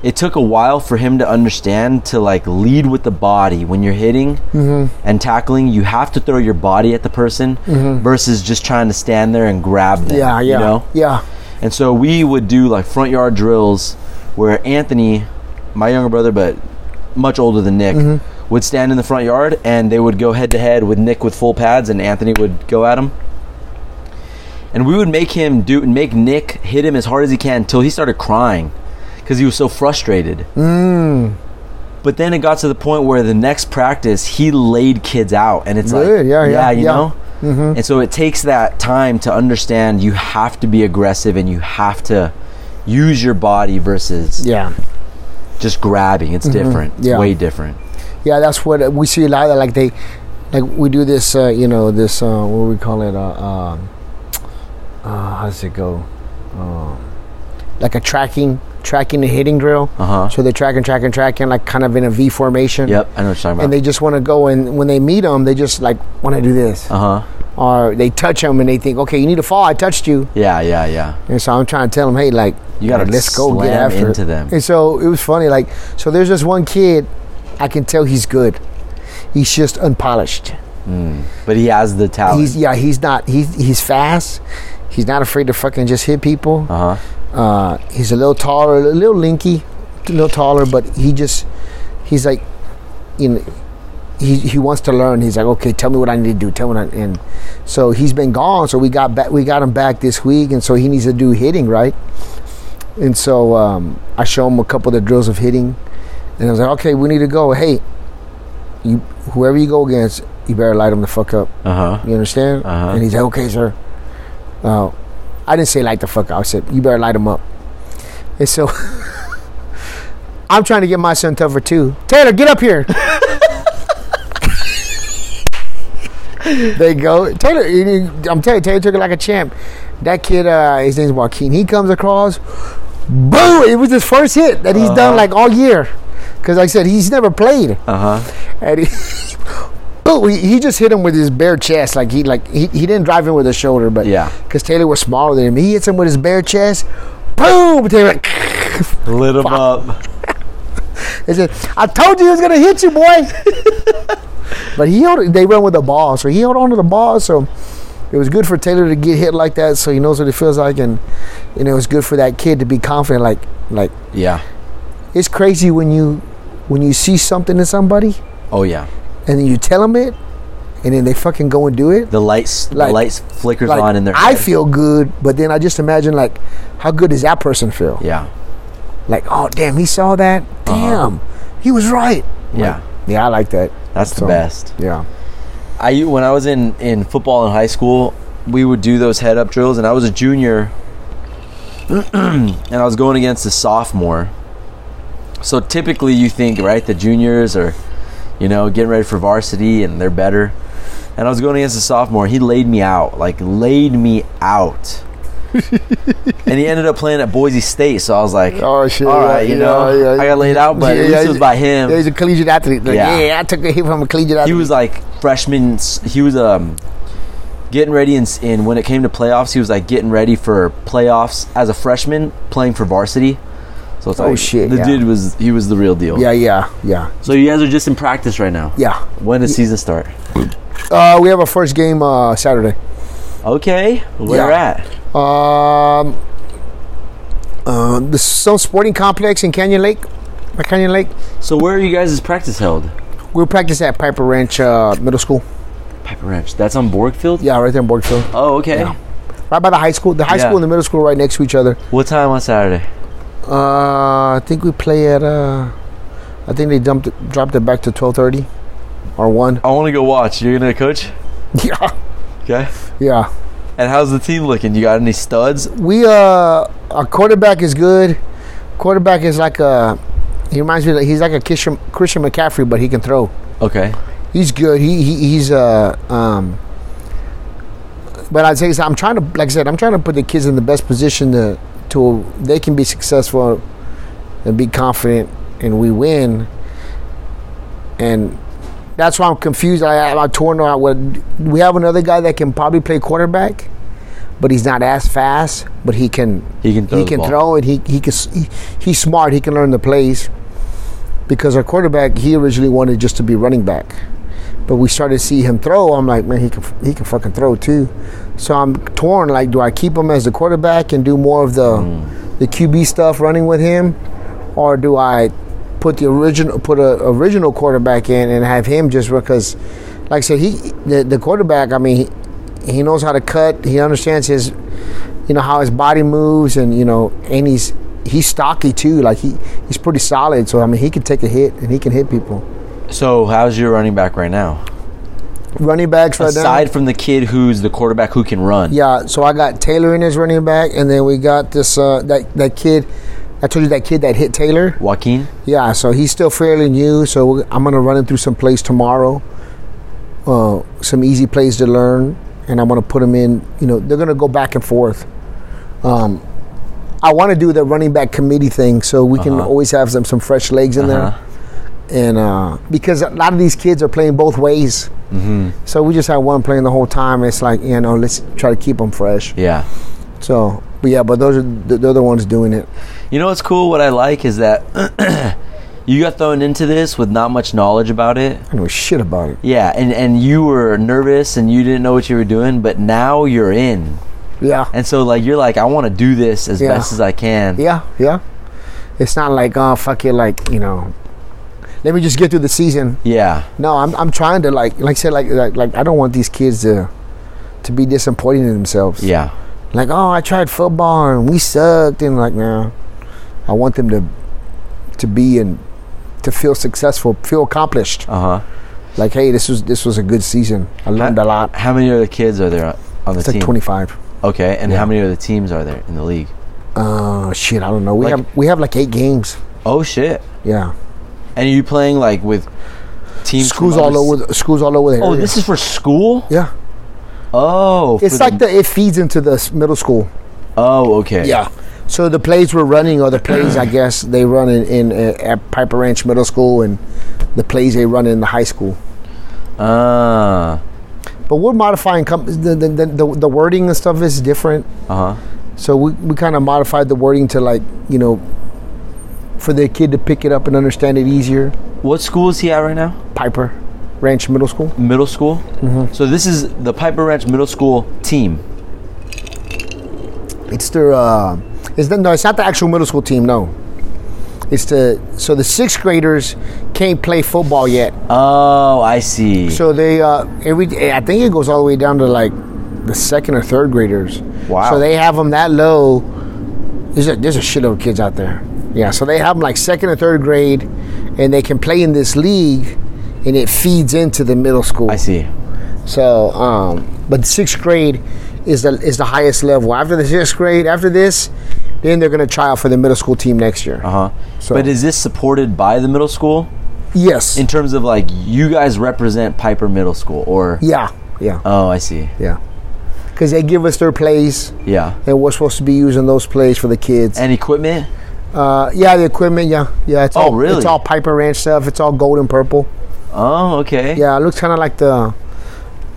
[SPEAKER 4] It took a while for him to understand to like lead with the body when you're hitting
[SPEAKER 3] Mm-hmm.
[SPEAKER 4] and tackling. You have to throw your body at the person versus just trying to stand there and grab them.
[SPEAKER 3] Mm-hmm. Yeah, yeah,
[SPEAKER 4] You know?
[SPEAKER 3] yeah.
[SPEAKER 4] And so we would do like front yard drills where Anthony, my younger brother, but much older than Nick,
[SPEAKER 3] Mm-hmm.
[SPEAKER 4] would stand in the front yard and they would go head to head with Nick with full pads and Anthony would go at him. And we would make him do make Nick hit
[SPEAKER 3] Mm.
[SPEAKER 4] him as hard as he can until he started crying because he was so frustrated. But then it got to the point where the next practice he laid kids out, and it's like,
[SPEAKER 3] Really? Yeah, yeah,
[SPEAKER 4] you
[SPEAKER 3] yeah.
[SPEAKER 4] know.
[SPEAKER 3] Mm-hmm.
[SPEAKER 4] And so it takes that time to understand you have to be aggressive and you have to use your body versus
[SPEAKER 3] Yeah. Mm-hmm.
[SPEAKER 4] just grabbing. It's different. It's
[SPEAKER 3] yeah.
[SPEAKER 4] way different.
[SPEAKER 3] Yeah, that's what uh, we see a lot of like they like we do this uh, you know this uh, what do we call it uh, uh, uh, how does it go um, like a tracking tracking and hitting drill
[SPEAKER 4] Uh-huh.
[SPEAKER 3] so they track and track and track and like kind of in a V formation
[SPEAKER 4] Yep, I know what you're talking
[SPEAKER 3] and
[SPEAKER 4] about.
[SPEAKER 3] they just want to go and when they meet them they just like want to do this
[SPEAKER 4] Uh huh.
[SPEAKER 3] or they touch them and they think okay you need to fall I touched you
[SPEAKER 4] Yeah, yeah, yeah.
[SPEAKER 3] and so I'm trying to tell them hey like
[SPEAKER 4] You gotta
[SPEAKER 3] let's go get
[SPEAKER 4] slam
[SPEAKER 3] after it.
[SPEAKER 4] into them.
[SPEAKER 3] and so it was funny like so there's this one kid I can tell he's good he's just unpolished.
[SPEAKER 4] But Oh, he has the talent.
[SPEAKER 3] He's yeah, he's not. He's he's fast. He's not afraid to fucking just hit people.
[SPEAKER 4] uh huh.
[SPEAKER 3] Uh, he's a little taller, a little linky, a little taller, but he just he's like, you know, he he wants to learn. He's like, okay, tell me what I need to do. Tell me what I, and so he's been gone. So we got back. We got him back this week, and so he needs to do hitting right. And so um, I show him a couple of the drills of hitting, and I was like, okay, we need to go. Hey, you whoever you go against, you better light him the fuck up.
[SPEAKER 4] Uh huh.
[SPEAKER 3] You understand?
[SPEAKER 4] Uh-huh.
[SPEAKER 3] And he's like, okay, sir. Uh, I didn't say light the fuck up. I said, you better light him up. And so I'm trying to get my son tougher too. Taylor, get up here. they go. Taylor, he- he- I'm telling you, Taylor took it like a champ. That kid, uh, his name's Joaquin, he comes across. Boom! It was his first hit that he's done like all year. Because like I said, he's never played
[SPEAKER 4] Uh huh.
[SPEAKER 3] and he, boom, he, he just hit him with his bare chest. Like he like he, he didn't drive him with his shoulder, but
[SPEAKER 4] Yeah.
[SPEAKER 3] because Taylor was smaller than him, he hits him with his bare chest. Boom! Taylor, like,
[SPEAKER 4] Lit him up.
[SPEAKER 3] he said, "I told you he was gonna hit you, boy." but he held. They run with the ball, so he held on to the ball. So it was good for Taylor to get hit like that, so he knows what it feels like, and and it was good for that kid to be confident. Like like
[SPEAKER 4] Yeah.
[SPEAKER 3] it's crazy when you when you see something in somebody
[SPEAKER 4] Oh yeah.
[SPEAKER 3] and then you tell them it, and then they fucking go and do it.
[SPEAKER 4] The lights.
[SPEAKER 3] Like-
[SPEAKER 4] the lights flickers
[SPEAKER 3] like,
[SPEAKER 4] on in their.
[SPEAKER 3] I
[SPEAKER 4] head.
[SPEAKER 3] feel good, but then I just imagine like how good does that person feel?
[SPEAKER 4] Yeah. Uh-huh.
[SPEAKER 3] Like, oh damn, he saw that. Damn, he was right.
[SPEAKER 4] Yeah.
[SPEAKER 3] Yeah, I like that.
[SPEAKER 4] That's the
[SPEAKER 3] So,
[SPEAKER 4] best.
[SPEAKER 3] Yeah.
[SPEAKER 4] I when I was in in football in high school, we would do those head up drills, and I was a junior, and I was going against a sophomore. So typically, you think right, the juniors are, you know, getting ready for varsity, and they're better. And I was going against a sophomore. He laid me out, like laid me out. and he ended up playing at Boise State, so I was like,
[SPEAKER 3] Oh shit!
[SPEAKER 4] all right,
[SPEAKER 3] yeah,
[SPEAKER 4] you know,
[SPEAKER 3] yeah, yeah.
[SPEAKER 4] I got laid out, but
[SPEAKER 3] Yeah,
[SPEAKER 4] at least
[SPEAKER 3] yeah,
[SPEAKER 4] it was by him.
[SPEAKER 3] Yeah, he's a collegiate athlete. Like,
[SPEAKER 4] Yeah.
[SPEAKER 3] yeah. I took a hit from a collegiate athlete.
[SPEAKER 4] he was like freshman. s- He was um getting ready, and, s- and when it came to playoffs, he was like getting ready for playoffs as a freshman playing for varsity. So it's
[SPEAKER 3] Oh,
[SPEAKER 4] like
[SPEAKER 3] shit,
[SPEAKER 4] the
[SPEAKER 3] yeah.
[SPEAKER 4] dude was he was the real deal.
[SPEAKER 3] yeah, yeah, yeah,
[SPEAKER 6] So you guys are just in practice right now.
[SPEAKER 3] yeah.
[SPEAKER 4] When does season start?
[SPEAKER 3] Uh, we have our first game uh, Saturday.
[SPEAKER 4] Okay, where
[SPEAKER 3] Yeah.
[SPEAKER 4] at?
[SPEAKER 3] Um, uh, the some sporting complex in Canyon Lake, by Canyon Lake.
[SPEAKER 6] So where are you guys' practice held?
[SPEAKER 3] We were practicing at Piper Ranch uh, Middle School.
[SPEAKER 6] Piper Ranch. That's on Borgfield.
[SPEAKER 3] Yeah, right there in Borgfield.
[SPEAKER 6] Oh, okay.
[SPEAKER 3] Right by the high school. The high
[SPEAKER 4] Yeah.
[SPEAKER 3] school and the middle school right next to each other.
[SPEAKER 4] What time on Saturday?
[SPEAKER 3] Uh, I think we play at, uh, I think they dumped it, dropped it back to 1230 or 1.
[SPEAKER 4] I want to go watch. You're gonna coach?
[SPEAKER 3] Yeah.
[SPEAKER 4] Okay.
[SPEAKER 3] Yeah.
[SPEAKER 4] And how's the team looking? You got any studs?
[SPEAKER 3] We, uh, our quarterback is good. Quarterback is like a, he reminds me, like, he's like a Christian, Christian McCaffrey, but he can throw.
[SPEAKER 4] Okay.
[SPEAKER 3] He's good. He, he he's uh um. But I'd say so I'm trying to, like I said, I'm trying to put the kids in the best position to to they can be successful and be confident, and we win. And that's why I'm confused. I, I, I'm torn on what we have another guy that can probably play quarterback, but he's not as fast. But he can
[SPEAKER 4] He can throw
[SPEAKER 3] he
[SPEAKER 4] the
[SPEAKER 3] can
[SPEAKER 4] ball.
[SPEAKER 3] throw it. He he can s- he, he's smart. He can learn the plays because our quarterback he originally wanted just to be running back, but we started to see him throw. I'm like, man, he can he can fucking throw too. So I'm torn. Like, do I keep him as the quarterback and do more of the
[SPEAKER 4] Mm.
[SPEAKER 3] the QB stuff, running with him, or do I put the original put a original quarterback in and have him just because, like I said, he the, the quarterback. I mean, he, he knows how to cut. He understands his you know how his body moves and you know and he's he's stocky too. Like he he's pretty solid. So I mean, he can take a hit and he can hit people.
[SPEAKER 4] So how's your running back right now?
[SPEAKER 3] Running backs right now.
[SPEAKER 4] Aside from the kid who's the quarterback who can run.
[SPEAKER 3] uh, Yeah, so I got Taylor in as running back, and then we got this uh, that that kid. I told you that kid that hit Taylor.
[SPEAKER 4] Joaquin.
[SPEAKER 3] Yeah, so he's still fairly new. So we- I'm gonna run him through some plays tomorrow. Uh, some easy plays to learn, and I'm gonna put him in. You know, they're gonna go back and forth. Um, I want to do the running back committee thing, so we can always have some some fresh legs in there. And uh, because a lot of these kids are playing both ways, so we just had one playing the whole time. It's like you know, let's try to keep them fresh.
[SPEAKER 4] Yeah.
[SPEAKER 3] So, but yeah, but those are the, the other ones doing it.
[SPEAKER 4] You know what's cool? What I like is that you got thrown into this with not much knowledge about it.
[SPEAKER 3] I know shit about it.
[SPEAKER 4] Yeah, and, and you were nervous and you didn't know what you were doing, but now you're in.
[SPEAKER 3] Yeah.
[SPEAKER 4] And so like you're like, I want to do this as
[SPEAKER 3] Yeah.
[SPEAKER 4] best as I can.
[SPEAKER 3] Yeah, yeah. It's not like oh fuck it, like you know. Let me just get through the season.
[SPEAKER 4] Yeah.
[SPEAKER 3] No, I'm I'm trying to like like I said like like, like I don't want these kids to to be disappointed in themselves.
[SPEAKER 4] Yeah.
[SPEAKER 3] Like oh I tried football and we sucked and like no, I want them to to be and to feel successful, feel accomplished.
[SPEAKER 4] Uh huh.
[SPEAKER 3] Like hey, this was this was a good season. I learned a lot.
[SPEAKER 4] How many other kids are there on- on the
[SPEAKER 3] It's
[SPEAKER 4] team?
[SPEAKER 3] like 25.
[SPEAKER 4] Okay, and how many other teams are there in the league?
[SPEAKER 3] Oh shit, I don't know. We
[SPEAKER 4] Like-
[SPEAKER 3] have we have like eight games.
[SPEAKER 4] Oh shit!
[SPEAKER 3] Yeah,
[SPEAKER 4] And you playing like with teams? from
[SPEAKER 3] schools all
[SPEAKER 4] other s-
[SPEAKER 3] over. The, schools all over the
[SPEAKER 4] Oh,
[SPEAKER 3] area.
[SPEAKER 4] this is for school.
[SPEAKER 3] yeah.
[SPEAKER 4] Oh,
[SPEAKER 3] It's
[SPEAKER 4] for
[SPEAKER 3] like the it feeds into the s- middle school.
[SPEAKER 4] oh, okay.
[SPEAKER 3] So the plays we're running are the plays I guess they run in, in uh, at Piper Ranch Middle School and the plays they run in the high school.
[SPEAKER 4] Ah.
[SPEAKER 3] But we're modifying com- the, the, the the the wording and stuff is different.
[SPEAKER 4] Uh huh.
[SPEAKER 3] So we we kind of modified the wording to like you know for the kid to pick it up and understand it easier.
[SPEAKER 4] What school is he at right now?
[SPEAKER 3] Piper Ranch Middle School.
[SPEAKER 4] Middle school. Mm-hmm. So this is the Piper Ranch Middle School team.
[SPEAKER 3] It's their. Uh, it's the, no, it's not the actual middle school team. No, it's the so the sixth graders can't play football yet.
[SPEAKER 4] Oh, I see.
[SPEAKER 3] So they uh, every I think it goes all the way down to like the second or third graders.
[SPEAKER 4] Wow.
[SPEAKER 3] So they have them that low. There's a, there's a shitload of kids out there. Yeah. So they have them like second or third grade, and they can play in this league, and it feeds into the middle school.
[SPEAKER 4] I see.
[SPEAKER 3] So, um, but sixth grade is the is the highest level. After the sixth grade, after this, then they're going to try out for the middle school team next year.
[SPEAKER 4] Uh huh.
[SPEAKER 3] So-
[SPEAKER 4] But is this supported by the middle school
[SPEAKER 3] Yes.
[SPEAKER 4] in terms of like you guys represent Piper Middle School or?
[SPEAKER 3] yeah. Yeah.
[SPEAKER 4] Oh, I see.
[SPEAKER 3] yeah. Because they give us their plays,
[SPEAKER 4] Yeah.
[SPEAKER 3] and we're supposed to be using those plays for the kids.
[SPEAKER 4] And equipment.
[SPEAKER 3] uh, yeah, the equipment. Yeah, yeah. It's
[SPEAKER 4] Oh,
[SPEAKER 3] all
[SPEAKER 4] really?
[SPEAKER 3] It's all Piper Ranch stuff. It's all gold and purple.
[SPEAKER 4] Oh, okay.
[SPEAKER 3] Yeah, it looks kind of like the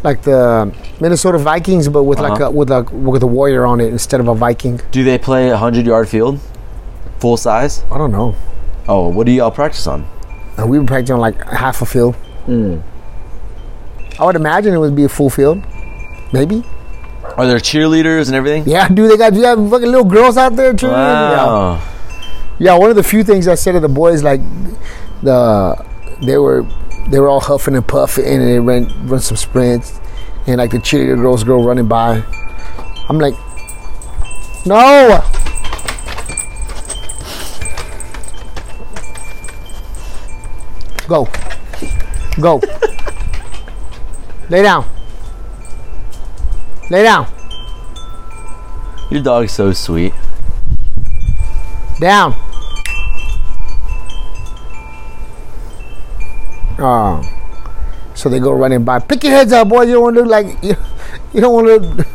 [SPEAKER 3] like the Minnesota Vikings, but with
[SPEAKER 4] Uh-huh.
[SPEAKER 3] like a, with a with a warrior on it instead of a Viking.
[SPEAKER 4] Do they play a hundred yard field, full size?
[SPEAKER 3] I don't know.
[SPEAKER 4] Oh, what do y'all practice on?
[SPEAKER 3] And we were practicing on like half a field. I would imagine it would be a full field. Maybe.
[SPEAKER 4] Are there cheerleaders and everything?
[SPEAKER 3] Yeah, dude, they got you have fucking little girls out there too.
[SPEAKER 4] Wow.
[SPEAKER 3] Yeah. yeah, one of the few things I said to the boys like the they were they were all huffing and puffing and they ran run some sprints and like the cheerleader girls go running by. I'm like No Go. Go. Lay down. Lay down.
[SPEAKER 4] Your dog's so sweet.
[SPEAKER 3] Down. Oh. So they go running by. Pick your heads up, boys. You don't want to look like you, you don't want to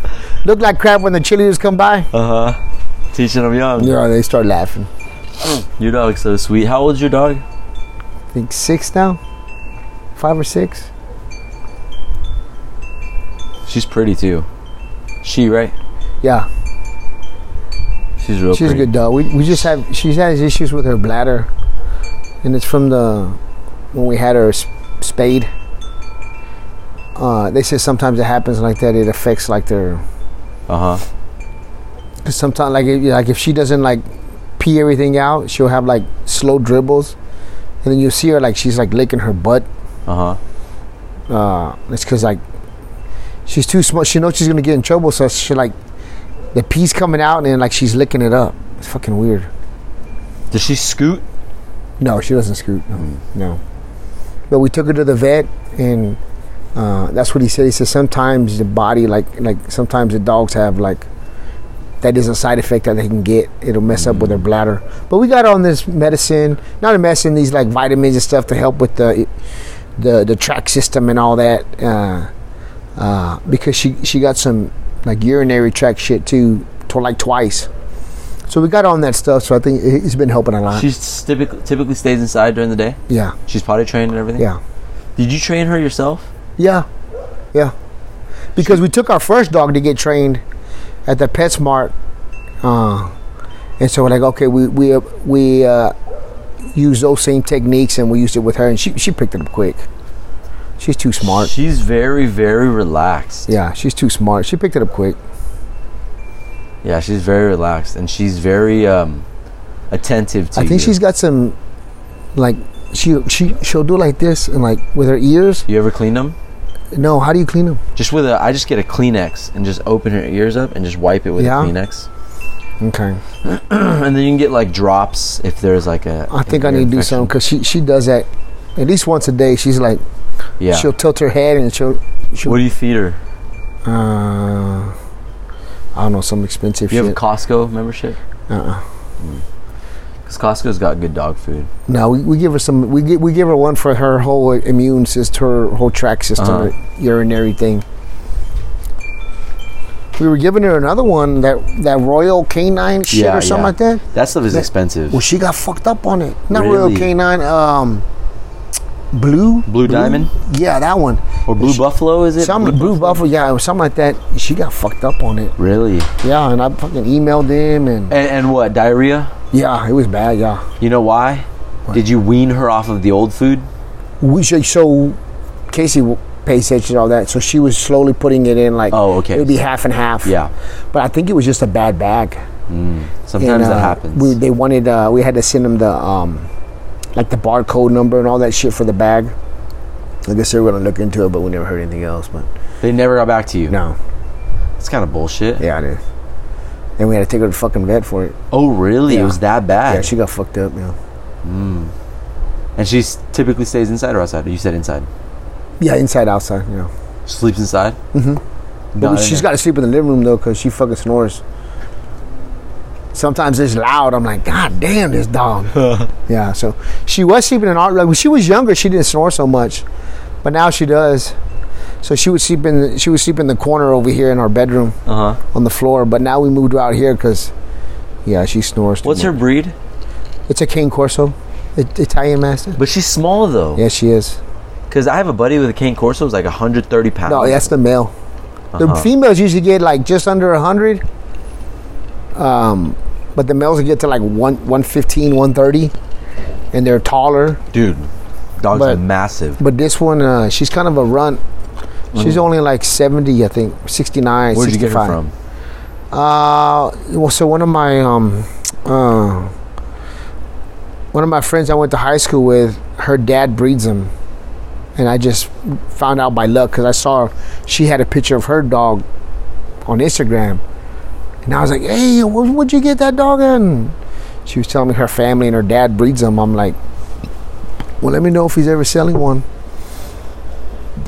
[SPEAKER 3] look like crap when the cheerleaders come by.
[SPEAKER 4] Uh huh. Teaching them young.
[SPEAKER 3] Yeah, they start laughing.
[SPEAKER 4] Your dog's so sweet. How old's your dog?
[SPEAKER 3] I think six now, five or six.
[SPEAKER 4] She's pretty too. She right?
[SPEAKER 3] Yeah,
[SPEAKER 4] She's real.
[SPEAKER 3] she's a
[SPEAKER 4] pretty.
[SPEAKER 3] good dog. We, we just have she's has issues with her bladder, and it's from the when we had her s- spayed. Uh, they say sometimes it happens like that. It affects like their
[SPEAKER 4] Uh huh.
[SPEAKER 3] Cause sometimes, like, if, like if she doesn't like pee everything out, she'll have like slow dribbles, and then you'll see her like she's like licking her butt.
[SPEAKER 4] Uh huh.
[SPEAKER 3] Uh, it's cause like she's too small. She knows she's gonna get in trouble, so she like the pee's coming out and then like she's licking it up. It's fucking weird.
[SPEAKER 5] Does she scoot?
[SPEAKER 3] Uh-huh. No, she doesn't scoot. No. no. But we took her to the vet, and uh, that's what he said. He said sometimes the body, like like sometimes the dogs have like that is a side effect that they can get. It'll mess up with their bladder. But we got on this medicine, not a medicine, these like vitamins and stuff to help with the the the track system and all that. Uh, uh, because she she got some like urinary tract shit too, to like twice. So we got on that stuff. So I think it- it's been helping a lot.
[SPEAKER 4] She's typically typically stays inside during the day.
[SPEAKER 3] yeah,
[SPEAKER 4] She's potty trained and everything.
[SPEAKER 3] yeah.
[SPEAKER 4] Did you train her yourself?
[SPEAKER 3] Yeah, yeah. Because we took our first dog to get trained at the PetSmart, uh, and so we're like, okay, we we we uh, use those same techniques, and we used it with her, and she she picked it up quick. She's too smart.
[SPEAKER 4] She's very very relaxed.
[SPEAKER 3] yeah, she's too smart. She picked it up quick.
[SPEAKER 4] Yeah, she's very relaxed and she's very um attentive to
[SPEAKER 3] I think
[SPEAKER 4] you.
[SPEAKER 3] she's got some, like she she she'll do like this and like with her ears.
[SPEAKER 4] You ever cleaned them?
[SPEAKER 3] No, how do you clean them?
[SPEAKER 4] Just with a I just get a Kleenex and just open her ears up and just wipe it with
[SPEAKER 3] Yeah.
[SPEAKER 4] a Kleenex.
[SPEAKER 3] Okay,
[SPEAKER 4] and then you can get like drops if there's like a
[SPEAKER 3] I think I need to do something because she she does that at least once a day. She's like
[SPEAKER 4] Yeah.
[SPEAKER 3] she'll tilt her head and she'll she'll
[SPEAKER 4] what do you feed her?
[SPEAKER 3] Uh, I don't know, some expensive
[SPEAKER 4] Do you have
[SPEAKER 3] shit. Uh-uh.
[SPEAKER 4] a Costco membership? Because Costco's got good dog food.
[SPEAKER 3] no, we, we give her some. We give we give her one for her whole immune system, her whole tract system,
[SPEAKER 4] Uh-huh.
[SPEAKER 3] her urinary thing. We were giving her another one that that Royal Canine shit
[SPEAKER 4] Yeah,
[SPEAKER 3] or something
[SPEAKER 4] yeah.
[SPEAKER 3] like that.
[SPEAKER 4] That stuff is expensive.
[SPEAKER 3] Well, she got fucked up on it. Not Royal
[SPEAKER 4] Really?
[SPEAKER 3] Canine, um, Blue.
[SPEAKER 4] Blue Diamond?
[SPEAKER 3] Yeah, that one.
[SPEAKER 4] or Blue Buffalo is it?
[SPEAKER 3] Some Blue Buffalo, yeah, or something like that. She got fucked up on it.
[SPEAKER 4] Really?
[SPEAKER 3] Yeah, and I fucking emailed him, and
[SPEAKER 4] And, and what? Diarrhea?
[SPEAKER 3] yeah, it was bad. Yeah.
[SPEAKER 4] You know why? Did you wean her off of the old food?
[SPEAKER 3] we should so Casey w- pays attention to all that, so she was slowly putting it in like
[SPEAKER 4] Oh, okay.
[SPEAKER 3] it would be half and half.
[SPEAKER 4] Yeah.
[SPEAKER 3] but I think it was just a bad bag.
[SPEAKER 4] Sometimes
[SPEAKER 3] And, uh,
[SPEAKER 4] that happens.
[SPEAKER 3] We, they wanted uh, we had to send them the um, like the barcode number and all that shit for the bag. I guess they were gonna look into it, but we never heard anything else. But
[SPEAKER 4] they never got back to you.
[SPEAKER 3] no,
[SPEAKER 4] It's kind of bullshit.
[SPEAKER 3] yeah, it is. And we had to take her to the fucking vet for it.
[SPEAKER 4] Oh, really? It was that bad.
[SPEAKER 3] Yeah, she got fucked up. You know.
[SPEAKER 4] and she s- typically stays inside or outside? You said inside.
[SPEAKER 3] Yeah, inside outside. You know.
[SPEAKER 4] Sleeps inside? Mm-hmm.
[SPEAKER 3] But she's got to sleep in the living room though, cause she fucking snores. Sometimes it's loud. I'm like, God damn, this dog. yeah. So she was sleeping in our. Like when she was younger, she didn't snore so much, but now she does. So she would sleep in. She would sleep in the corner over here in our bedroom
[SPEAKER 4] Uh huh.
[SPEAKER 3] on the floor. But now we moved her out here, cause yeah, she snores. too
[SPEAKER 4] What's her
[SPEAKER 3] much.
[SPEAKER 4] breed?
[SPEAKER 3] It's a Cane Corso, it, Italian Mastiff.
[SPEAKER 4] But she's small though.
[SPEAKER 3] Yeah, she is.
[SPEAKER 4] Because I have a buddy with a cane corso who's like 130 pounds.
[SPEAKER 3] No, that's the male.
[SPEAKER 4] Uh-huh.
[SPEAKER 3] The females usually get like just under 100. Um, but the males will get to like one, 115, 130. And they're taller.
[SPEAKER 4] dude. Dogs
[SPEAKER 3] But-
[SPEAKER 4] are massive.
[SPEAKER 3] But this one, uh, she's kind of a runt. She's only like 70, I think, 69,
[SPEAKER 4] Where did
[SPEAKER 3] 65.
[SPEAKER 4] you get her from?
[SPEAKER 3] Uh, well, so one of my um, uh, one of my friends I went to high school with, her dad breeds them, and I just found out by luck because I saw she had a picture of her dog on Instagram, and I was like, "Hey, where, would you get that dog?" And she was telling me her family and her dad breeds them. I'm like, "Well, let me know if he's ever selling one."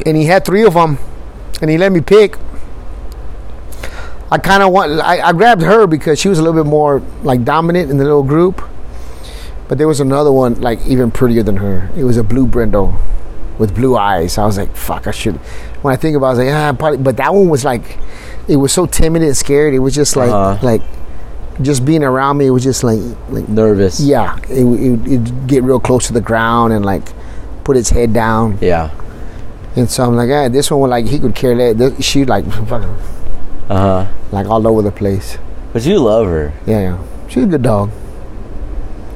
[SPEAKER 3] And he had three of them, and he let me pick. I kind of want. I, I grabbed her because she was a little bit more like dominant in the little group. But there was another one like even prettier than her. It was a blue brindle with blue eyes. I was like, fuck, I should. When I think about, it, I was like, ah, probably. But that one was like, it was so timid and scared. It was just like,
[SPEAKER 4] Uh-huh.
[SPEAKER 3] like, just being around me. It was just like, like
[SPEAKER 4] Nervous.
[SPEAKER 3] yeah. It it it'd get real close to the ground and like put its head down.
[SPEAKER 4] Yeah.
[SPEAKER 3] And so I'm like, ah, this one, like he could care less. She like, fucking,
[SPEAKER 4] Uh huh.
[SPEAKER 3] like all over the place.
[SPEAKER 4] But you love her.
[SPEAKER 3] Yeah, yeah. She's a good dog.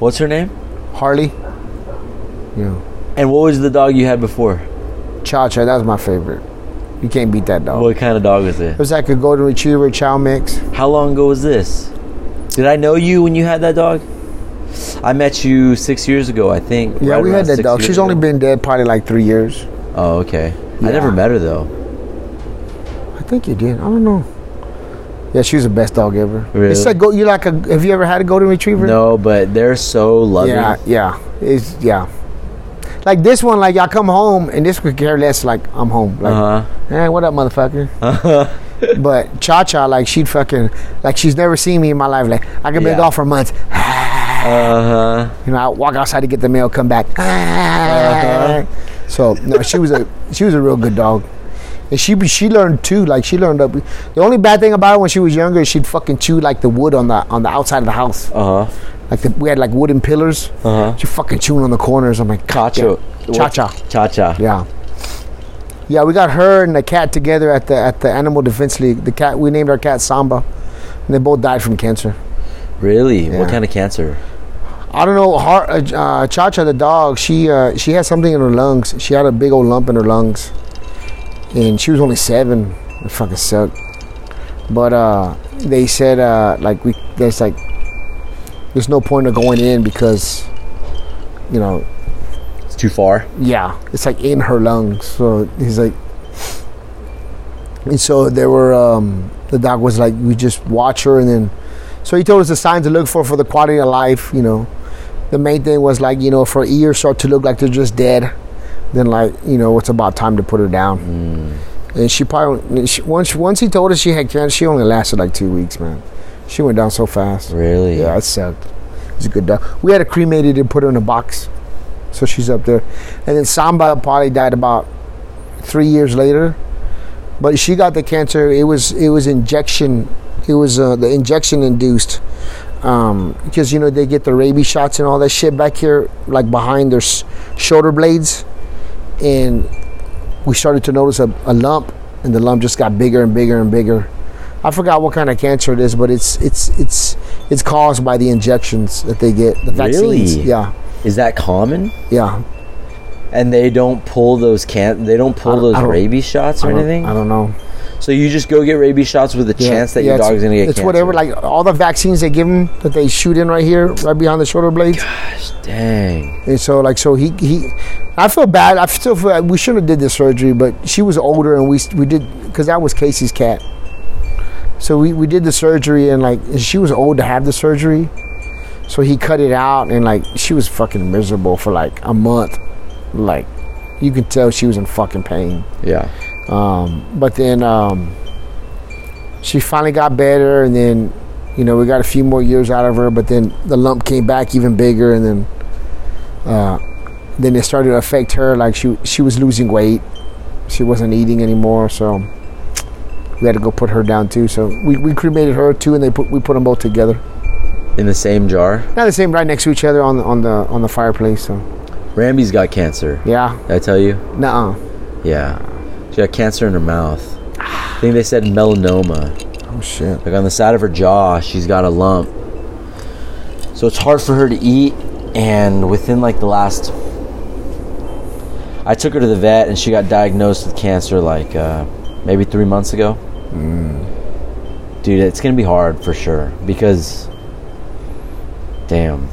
[SPEAKER 4] What's her name?
[SPEAKER 3] Harley. Yeah.
[SPEAKER 4] And what was the dog you had before?
[SPEAKER 3] Chow Chow, that was my favorite. You can't beat that dog.
[SPEAKER 4] What kind of dog was it?
[SPEAKER 3] It was like a golden retriever chow mix.
[SPEAKER 4] How long ago was this? Did I know you when you had that dog? I met you six years ago, I think.
[SPEAKER 3] Yeah,
[SPEAKER 4] right
[SPEAKER 3] we
[SPEAKER 4] around
[SPEAKER 3] had that
[SPEAKER 4] six
[SPEAKER 3] dog.
[SPEAKER 4] years
[SPEAKER 3] She's
[SPEAKER 4] ago.
[SPEAKER 3] only been dead probably like three years.
[SPEAKER 4] Oh, okay. I never
[SPEAKER 3] Yeah.
[SPEAKER 4] met her though.
[SPEAKER 3] I think you did. I don't know. Yeah, she was the best dog ever.
[SPEAKER 4] Really?
[SPEAKER 3] It's like go. You like a? Have you ever had a golden retriever?
[SPEAKER 4] No, but they're so loving.
[SPEAKER 3] Yeah, yeah. It's yeah. Like this one, like I come home and this could care less. Like I'm home. Like,
[SPEAKER 4] Uh-huh.
[SPEAKER 3] hey, what up, motherfucker? but Cha Cha, like she'd fucking, like she's never seen me in my life. Like I could be
[SPEAKER 4] Yeah.
[SPEAKER 3] gone for months.
[SPEAKER 4] Uh huh.
[SPEAKER 3] You know, I walk outside to get the mail, come back.
[SPEAKER 4] Uh-huh.
[SPEAKER 3] So no, she was a she was a real good dog, and she she learned too. Like she learned up. The only bad thing about her when she was younger is she'd fucking chew like the wood on the on the outside of the house.
[SPEAKER 4] Uh huh.
[SPEAKER 3] Like the, we had like wooden pillars.
[SPEAKER 4] Uh-huh.
[SPEAKER 3] She fucking chewing on the corners. I'm like, God
[SPEAKER 4] Chacho.
[SPEAKER 3] damn. cha cha,
[SPEAKER 4] Cha cha.
[SPEAKER 3] yeah, yeah. We got her and the cat together at the at the Animal Defense League. The cat we named our cat Samba, and they both died from cancer.
[SPEAKER 4] Really? What
[SPEAKER 3] Yeah.
[SPEAKER 4] kind of cancer?
[SPEAKER 3] I don't know. Her, uh, Cha Cha the dog, she uh, she had something in her lungs. She had a big old lump in her lungs, and she was only seven. It fucking sucked. But uh, they said uh, like we there's like there's no point of going in because you know
[SPEAKER 4] It's too far.
[SPEAKER 3] yeah, it's like in her lungs. So he's like, and so there were um, the dog was like, we just watch her, and then so he told us the signs to look for for the quality of life. You know, the main thing was like you know for ears start to look like they're just dead, then like you know it's about time to put her down. And she probably she, once once he told us she had cancer, she only lasted like two weeks, man. She went down so fast.
[SPEAKER 4] Really?
[SPEAKER 3] Yeah, it sucked. It's a good dog. We had her cremated and put her in a box, so she's up there. And then Samba probably died about three years later, but she got the cancer. It was it was injection. It was uh, the injection induced um, because you know they get the rabies shots and all that shit back here, like behind their s- shoulder blades, and we started to notice a, a lump, and the lump just got bigger and bigger and bigger. I forgot what kind of cancer it is, but it's it's it's it's caused by the injections that they get, the vaccines.
[SPEAKER 4] Really?
[SPEAKER 3] Yeah,
[SPEAKER 4] Is that common?
[SPEAKER 3] yeah.
[SPEAKER 4] And they don't pull those can they don't
[SPEAKER 3] I
[SPEAKER 4] pull
[SPEAKER 3] don't- I
[SPEAKER 4] those
[SPEAKER 3] don't-
[SPEAKER 4] rabies shots
[SPEAKER 3] I
[SPEAKER 4] or
[SPEAKER 3] don't-
[SPEAKER 4] anything.
[SPEAKER 3] I don't know.
[SPEAKER 4] So you just go get rabies shots with a
[SPEAKER 3] Yeah,
[SPEAKER 4] chance that
[SPEAKER 3] yeah,
[SPEAKER 4] your
[SPEAKER 3] it's-
[SPEAKER 4] dog's gonna get
[SPEAKER 3] It's
[SPEAKER 4] cancer.
[SPEAKER 3] whatever, like all the vaccines they give him that they shoot in right here, right behind the shoulder blades.
[SPEAKER 4] Gosh, dang.
[SPEAKER 3] And so, like, so he he, I feel bad. I still feel like we should have did the surgery, but she was older, and we we did because that was Casey's cat. So we we did the surgery, and like and she was old to have the surgery, so he cut it out, and like she was fucking miserable for like a month, like you could tell she was in fucking pain.
[SPEAKER 4] Yeah.
[SPEAKER 3] Um, but then um, she finally got better, and then you know we got a few more years out of her. But then the lump came back even bigger, and then uh, then it started to affect her. Like she she was losing weight, she wasn't eating anymore, so we had to go put her down too. So we, we cremated her too, and they put we put them both together.
[SPEAKER 4] In the same jar.
[SPEAKER 3] Now the same right next to each other on the on the on the fireplace. So
[SPEAKER 4] Rambi's got cancer.
[SPEAKER 3] yeah,
[SPEAKER 4] Did I tell you?
[SPEAKER 3] nah,
[SPEAKER 4] Yeah. She got cancer in her mouth. I think they said melanoma.
[SPEAKER 3] oh shit,
[SPEAKER 4] Like on the side of her jaw, she's got a lump. So it's hard for her to eat. And within like the last. I took her to the vet and she got diagnosed with cancer like uh, maybe three months ago.
[SPEAKER 3] Mm.
[SPEAKER 4] Dude, it's going to be hard for sure. Because. Damn.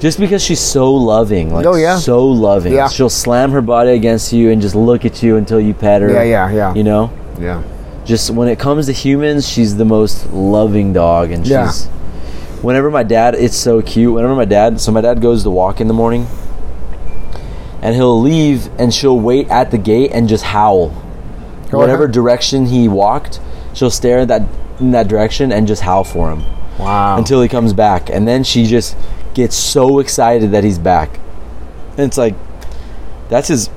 [SPEAKER 4] Just because she's so loving, like
[SPEAKER 3] Oh, yeah.
[SPEAKER 4] so loving,
[SPEAKER 3] Yeah.
[SPEAKER 4] she'll slam her body against you and just look at you until you pet her.
[SPEAKER 3] Yeah, yeah, yeah.
[SPEAKER 4] You know,
[SPEAKER 3] yeah,
[SPEAKER 4] just when it comes to humans, she's the most loving dog, and she's.
[SPEAKER 3] Yeah.
[SPEAKER 4] Whenever my dad, it's so cute. Whenever my dad, so my dad goes to walk in the morning, and he'll leave, and she'll wait at the gate and just howl, whatever direction he walked. She'll stare in that in that direction and just howl for him
[SPEAKER 3] wow,
[SPEAKER 4] until he comes back, and then she just gets so excited that he's back. And it's like, that's his,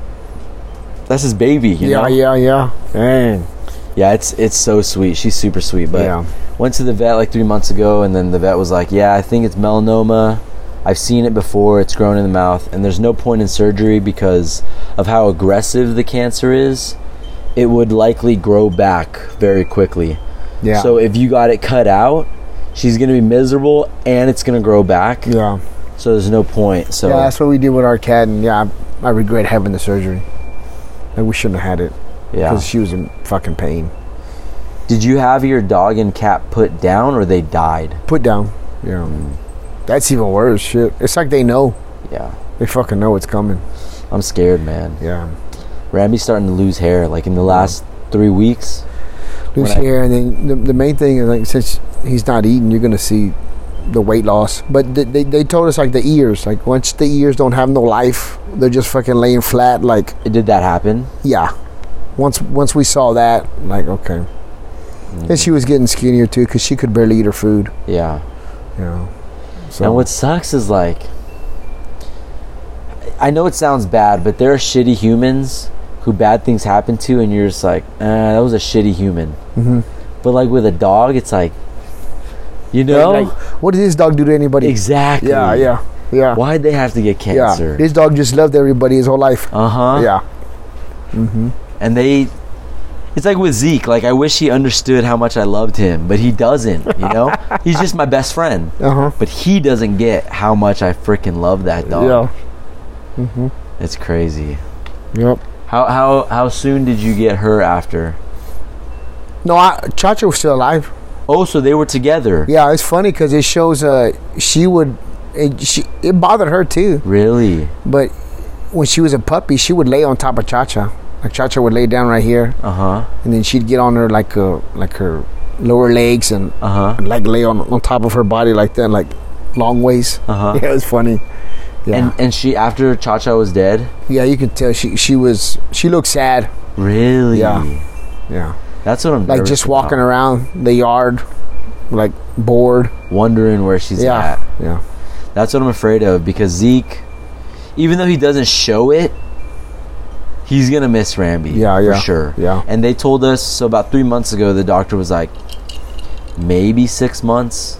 [SPEAKER 4] that's his baby. You
[SPEAKER 3] yeah,
[SPEAKER 4] know?
[SPEAKER 3] yeah, yeah, dang,
[SPEAKER 4] Yeah, it's it's so sweet. She's super sweet. But
[SPEAKER 3] Yeah.
[SPEAKER 4] went to the vet like three months ago, and then the vet was like, "Yeah, I think it's melanoma. I've seen it before. It's grown in the mouth, and there's no point in surgery because of how aggressive the cancer is. It would likely grow back very quickly.
[SPEAKER 3] yeah,
[SPEAKER 4] So if you got it cut out, she's gonna be miserable, and it's gonna grow back.
[SPEAKER 3] yeah.
[SPEAKER 4] So there's no point. So
[SPEAKER 3] Yeah, that's what we did with our cat, and yeah, I, I regret having the surgery. Like we shouldn't have had it
[SPEAKER 4] yeah.
[SPEAKER 3] because she was in fucking pain.
[SPEAKER 4] Did you have your dog and cat put down, or they died?
[SPEAKER 3] Put down. Yeah, that's even worse. Shit, it's like they know.
[SPEAKER 4] Yeah.
[SPEAKER 3] They fucking know it's coming.
[SPEAKER 4] I'm scared, man.
[SPEAKER 3] Yeah.
[SPEAKER 4] Rambi's starting to lose hair. Like in the last three weeks,
[SPEAKER 3] lose
[SPEAKER 4] When I-
[SPEAKER 3] hair, and then the, the main thing is like since he's not eating, you're gonna see the weight loss. But th- they they told us like the ears, like once the ears don't have no life, they're just fucking laying flat. Like
[SPEAKER 4] Did that happen?
[SPEAKER 3] yeah, once once we saw that, like okay,
[SPEAKER 4] Mm-hmm.
[SPEAKER 3] and she was getting skinnier too because she could barely eat her food.
[SPEAKER 4] Yeah.
[SPEAKER 3] You know, so
[SPEAKER 4] And what sucks is like, I know it sounds bad, but there are shitty humans who bad things happen to, and you're just like, eh, that was a shitty human.
[SPEAKER 3] Mhm.
[SPEAKER 4] But like with a dog, it's like, you know,
[SPEAKER 3] like, what did this dog do to anybody?
[SPEAKER 4] exactly.
[SPEAKER 3] Yeah, yeah, yeah.
[SPEAKER 4] Why'd they have to get
[SPEAKER 3] Yeah,
[SPEAKER 4] cancer?
[SPEAKER 3] this dog just loved everybody his whole life.
[SPEAKER 4] Uh huh.
[SPEAKER 3] Yeah,
[SPEAKER 4] And they, it's like with Zeke. Like I wish he understood how much I loved him, but he doesn't. You know, he's just my best friend.
[SPEAKER 3] uh huh.
[SPEAKER 4] But he doesn't get how much I freaking love that dog.
[SPEAKER 3] Yeah,
[SPEAKER 4] It's crazy.
[SPEAKER 3] yep.
[SPEAKER 4] How how how soon did you get her after?
[SPEAKER 3] No, I, Chacha was still alive.
[SPEAKER 4] Oh, so they were together.
[SPEAKER 3] Yeah, it's funny because it shows uh, she would. It, she, it bothered her too,
[SPEAKER 4] Really?
[SPEAKER 3] but when she was a puppy, she would lay on top of Chacha. Like Chacha would lay down right here,
[SPEAKER 4] Uh huh.
[SPEAKER 3] and then she'd get on her like uh, like her lower legs and,
[SPEAKER 4] Uh huh.
[SPEAKER 3] and like lay on on top of her body like that, like long ways.
[SPEAKER 4] Uh-huh.
[SPEAKER 3] Yeah, it was funny. Yeah,
[SPEAKER 4] And and she after Cha Cha was dead.
[SPEAKER 3] yeah, you can tell she she was she looked sad.
[SPEAKER 4] Really?
[SPEAKER 3] Yeah. Yeah,
[SPEAKER 4] That's what I'm
[SPEAKER 3] like just walking
[SPEAKER 4] around,
[SPEAKER 3] around the yard, like bored.
[SPEAKER 4] wondering where she's
[SPEAKER 3] Yeah,
[SPEAKER 4] at.
[SPEAKER 3] yeah.
[SPEAKER 4] That's what I'm afraid of because Zeke, even though he doesn't show it, he's gonna miss Ramby.
[SPEAKER 3] Yeah, yeah,
[SPEAKER 4] for sure.
[SPEAKER 3] yeah.
[SPEAKER 4] And they told us so about three months ago. The doctor was like, maybe six months.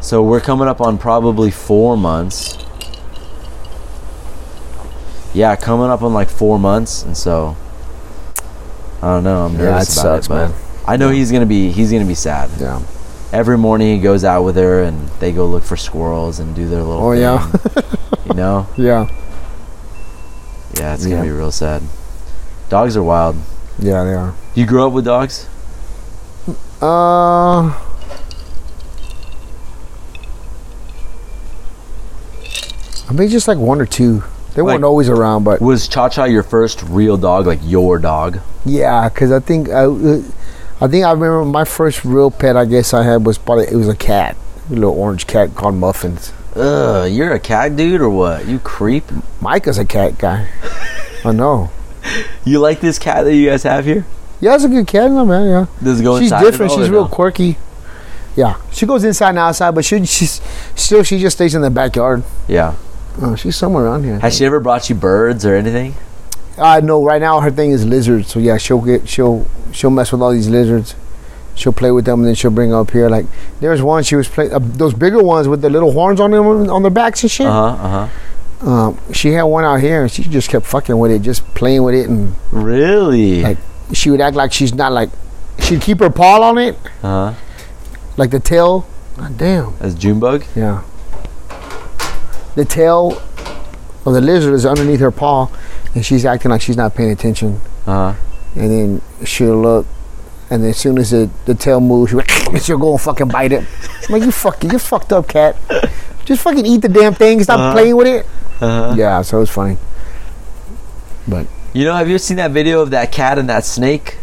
[SPEAKER 4] So we're coming up on probably four months. Yeah, coming up on like four months, and so I don't know. I'm
[SPEAKER 3] Yeah,
[SPEAKER 4] nervous
[SPEAKER 3] it
[SPEAKER 4] about
[SPEAKER 3] sucks,
[SPEAKER 4] it, but
[SPEAKER 3] man.
[SPEAKER 4] I know he's gonna be he's gonna be sad
[SPEAKER 3] Yeah.
[SPEAKER 4] every morning he goes out with her and they go look for squirrels and do their little
[SPEAKER 3] Oh, yeah.
[SPEAKER 4] thing, you know
[SPEAKER 3] Yeah.
[SPEAKER 4] yeah it's gonna
[SPEAKER 3] Yeah.
[SPEAKER 4] be real sad dogs are wild
[SPEAKER 3] Yeah, they are.
[SPEAKER 4] you grew up with dogs
[SPEAKER 3] Uh I mean just like one or two. They
[SPEAKER 4] Like-
[SPEAKER 3] weren't always around, but
[SPEAKER 4] was cha-cha your first real dog like your dog
[SPEAKER 3] yeah, cuz I think I I think I remember my first real pet I guess I had was probably it was a cat. A little orange cat called Muffins.
[SPEAKER 4] Ugh, you're a cat dude or what you creep
[SPEAKER 3] Micah's a cat guy. I know.
[SPEAKER 4] you like this cat that you guys have here
[SPEAKER 3] Yeah, it's a good cat, no, man. Yeah.
[SPEAKER 4] does it go
[SPEAKER 3] she's
[SPEAKER 4] inside at
[SPEAKER 3] different.
[SPEAKER 4] all
[SPEAKER 3] She's
[SPEAKER 4] or
[SPEAKER 3] real
[SPEAKER 4] no?
[SPEAKER 3] quirky. Yeah, she goes inside and outside, but she she's still she just stays in the backyard.
[SPEAKER 4] yeah
[SPEAKER 3] Oh, she's somewhere around here.
[SPEAKER 4] has she ever brought you birds or anything
[SPEAKER 3] Uh, no, right now her thing is lizards. So yeah, she'll get she'll she'll mess with all these lizards. She'll play with them and then she'll bring up here. Like there's one she was playing uh, those bigger ones with the little horns on them on their backs and shit.
[SPEAKER 4] uh-huh uh-huh
[SPEAKER 3] Um, she had one out here and she just kept fucking with it, just playing with it, and
[SPEAKER 4] really
[SPEAKER 3] like she would act like she's not like she'd keep her paw on it,
[SPEAKER 4] uh-huh
[SPEAKER 3] like the tail. God damn.
[SPEAKER 4] as junebug
[SPEAKER 3] Yeah. The tail of the lizard is underneath her paw, and she's acting like she's not paying attention.
[SPEAKER 4] uh-huh
[SPEAKER 3] and then she'll look, and then as soon as the, the tail moves, she'll, she'll go and fucking bite it. I'm like, you fucking, you fucked up, cat. Just fucking eat the damn thing. Stop
[SPEAKER 4] Uh-huh.
[SPEAKER 3] playing with it.
[SPEAKER 4] uh-huh
[SPEAKER 3] Yeah, so it's funny.
[SPEAKER 4] You know, have you seen that video of that cat and that snake?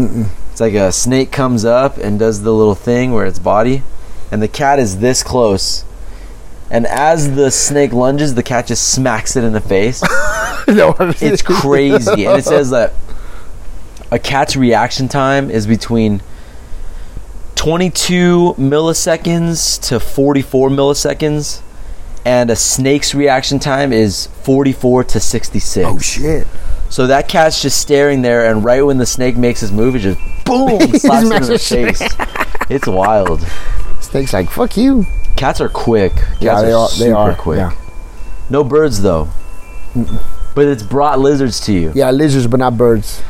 [SPEAKER 3] Mm-mm.
[SPEAKER 4] It's like a snake comes up and does the little thing where its body, and the cat is this close. And as the snake lunges, the cat just smacks it in the face. It's crazy. and it says that a cat's reaction time is between 22 milliseconds to 44 milliseconds, and a snake's reaction time is 44 to 66.
[SPEAKER 3] Oh shit!
[SPEAKER 4] So that cat's just staring there, and right when the snake makes his move, it just boom slaps him in the
[SPEAKER 3] Smashes it.
[SPEAKER 4] face. it's wild.
[SPEAKER 3] Snake's like, fuck you.
[SPEAKER 4] Cats are quick. Cats
[SPEAKER 3] Yeah, they
[SPEAKER 4] are,
[SPEAKER 3] are- they
[SPEAKER 4] super
[SPEAKER 3] are,
[SPEAKER 4] quick.
[SPEAKER 3] yeah.
[SPEAKER 4] No birds though. But it's brought lizards to you.
[SPEAKER 3] Yeah, lizards, but not birds.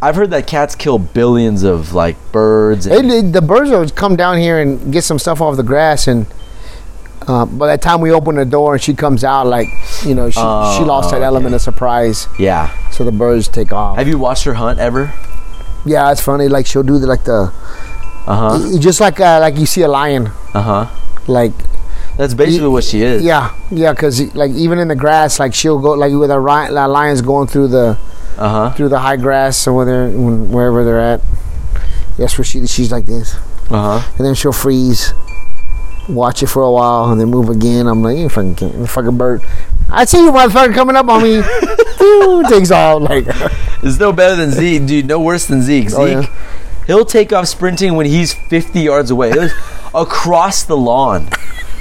[SPEAKER 4] I've heard that cats kill billions of like birds.
[SPEAKER 3] They,
[SPEAKER 4] And,
[SPEAKER 3] they, the birds would come down here and get some stuff off the grass, and uh, by the time we open the door and she comes out, like you know, she, she
[SPEAKER 4] Oh,
[SPEAKER 3] lost that
[SPEAKER 4] okay.
[SPEAKER 3] element of surprise,
[SPEAKER 4] yeah.
[SPEAKER 3] so the birds take off.
[SPEAKER 4] Have you watched her hunt ever?
[SPEAKER 3] yeah, it's funny. Like she'll do the, like the
[SPEAKER 4] Uh huh.
[SPEAKER 3] Y- just like uh, like you see a lion
[SPEAKER 4] Uh huh.
[SPEAKER 3] like
[SPEAKER 4] That's basically what she is.
[SPEAKER 3] yeah yeah because like even in the grass like she'll go like with a ri- li- lion's going through the
[SPEAKER 4] Uh huh.
[SPEAKER 3] through the high grass or whether when, wherever they're at That's where she she's like this,
[SPEAKER 4] Uh huh.
[SPEAKER 3] and then she'll freeze, watch it for a while, and then move again. I'm like, you fucking kidding, fucking bird. I see you, motherfucker, coming up on me. Phew, Takes off like
[SPEAKER 4] It's no better than Zeke, dude. No worse than Zeke. Zeke,
[SPEAKER 3] Oh, yeah.
[SPEAKER 4] he'll take off sprinting when he's 50 yards away, He'll- across the lawn,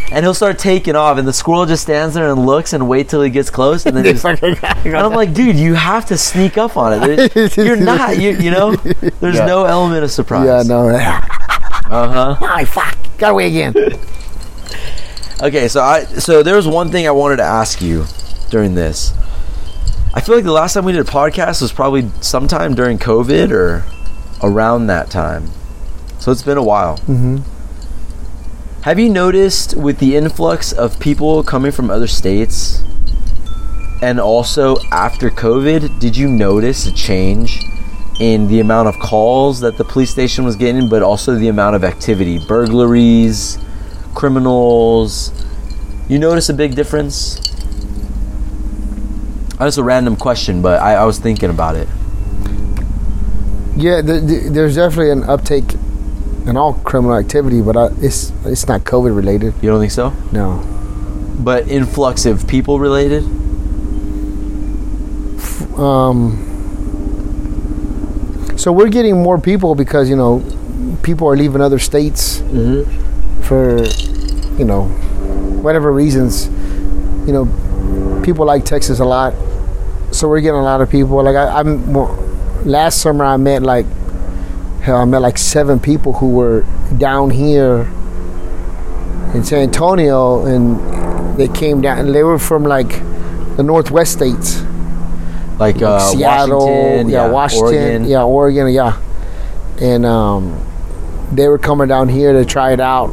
[SPEAKER 4] and he'll start taking off. And the squirrel just stands there and looks and wait till he gets close, and then just. And I'm like, dude, you have to sneak up on it. There- You're not, you, you know. There's no element of surprise.
[SPEAKER 3] yeah, no.
[SPEAKER 4] Uh huh.
[SPEAKER 3] My fuck, got away again.
[SPEAKER 4] Okay, so I so there was one thing I wanted to ask you during this. I feel like the last time we did a podcast was probably sometime during COVID or around that time. So it's been a while. Mm-hmm. Have you noticed with the influx of people coming from other states, and also after COVID, did you notice a change in the amount of calls that the police station was getting, but also the amount of activity, burglaries, criminals? You notice a big difference? Oh, That's a random question, but I, I was thinking about it.
[SPEAKER 3] Yeah, th th there's definitely an uptake in all criminal activity, but I, it's it's not COVID related.
[SPEAKER 4] You don't think so?
[SPEAKER 3] No,
[SPEAKER 4] But influx of people related?
[SPEAKER 3] um, so we're getting more people because you know people are leaving other states for you know whatever reasons you know people like texas a lot so we're getting a lot of people like I, i'm well, last summer i met like hell i met like seven people who were down here in san antonio and they came down and they were from like the northwest states
[SPEAKER 4] Like uh,
[SPEAKER 3] Seattle,
[SPEAKER 4] Washington,
[SPEAKER 3] yeah, Washington,
[SPEAKER 4] Oregon.
[SPEAKER 3] yeah, Oregon, yeah. And um, they were coming down here to try it out.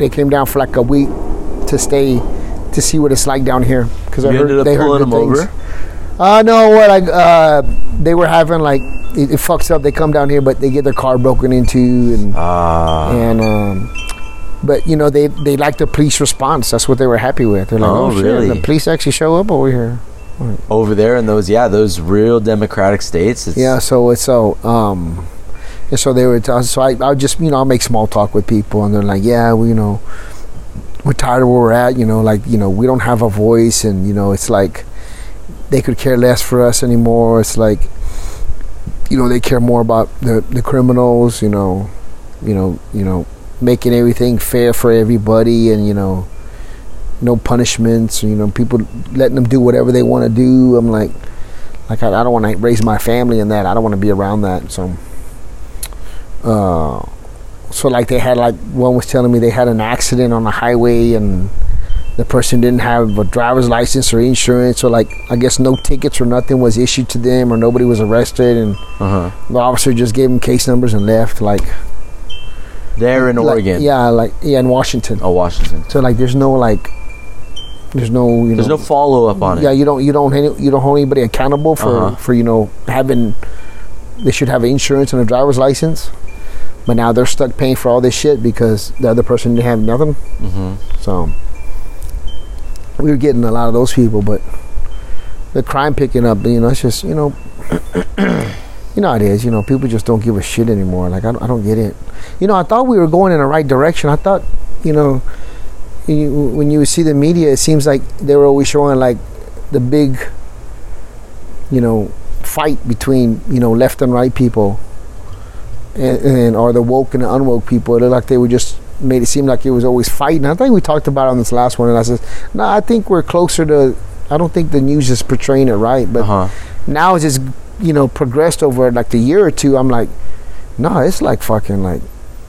[SPEAKER 3] They came down for like a week to stay to see what it's like down here because I
[SPEAKER 4] You
[SPEAKER 3] heard
[SPEAKER 4] ended up
[SPEAKER 3] they heard
[SPEAKER 4] pulling
[SPEAKER 3] good
[SPEAKER 4] them
[SPEAKER 3] things.
[SPEAKER 4] over?
[SPEAKER 3] Uh, no, what like uh, they were having like it, it fucks up. They come down here, but they get their car broken into and
[SPEAKER 4] Ah,
[SPEAKER 3] and um, but you know they they like the police response. That's what they were happy with. They're like,
[SPEAKER 4] Oh,
[SPEAKER 3] oh, shit,
[SPEAKER 4] really?
[SPEAKER 3] the police actually show up over here.
[SPEAKER 4] over there in those, yeah, those real democratic states. It's,
[SPEAKER 3] Yeah, so it's so um, and so they were t- so I I would just you know I'll make small talk with people and they're like yeah we you know we're tired of where we're at you know like you know we don't have a voice and you know it's like they could care less for us anymore it's like you know they care more about the the criminals you know you know you know making everything fair for everybody and you know no punishments you know people letting them do whatever they want to do i'm like like I, I don't want to raise my family in that. I don't want to be around that. So, uh, so like they had like one was telling me they had an accident on the highway and the person didn't have a driver's license or insurance. So like I guess no tickets or nothing was issued to them or nobody was arrested and
[SPEAKER 4] Uh-huh.
[SPEAKER 3] the officer just gave them case numbers and left. Like
[SPEAKER 4] There in
[SPEAKER 3] like-
[SPEAKER 4] Oregon.
[SPEAKER 3] yeah, like yeah, in Washington.
[SPEAKER 4] Oh, Washington.
[SPEAKER 3] So like there's no like there's no you
[SPEAKER 4] There's
[SPEAKER 3] know
[SPEAKER 4] no follow up on it.
[SPEAKER 3] Yeah, you don't you don't any, you don't hold anybody accountable for
[SPEAKER 4] Uh-huh.
[SPEAKER 3] for you know having they should have insurance and a driver's license, but now they're stuck paying for all this shit because the other person didn't have nothing.
[SPEAKER 4] Mm-hmm.
[SPEAKER 3] So we were getting a lot of those people, but the crime picking up. You know, it's just you know. You know how it is. You know, people just don't give a shit anymore. Like I, don't- I don't get it. You know, I thought we were going in the right direction. I thought, you know, you, when you see the media, it seems like they were always showing like the big, you know, fight between you know left and right people, and, and or the woke and the unwoke people. It looked like they were just made it seem like it was always fighting. I think we talked about it on this last one, and I said, no, I think we're closer to. I don't think the news is portraying it right, but
[SPEAKER 4] Uh huh.
[SPEAKER 3] now it's just you know progressed over like the year or two. I'm like, no, it's like fucking like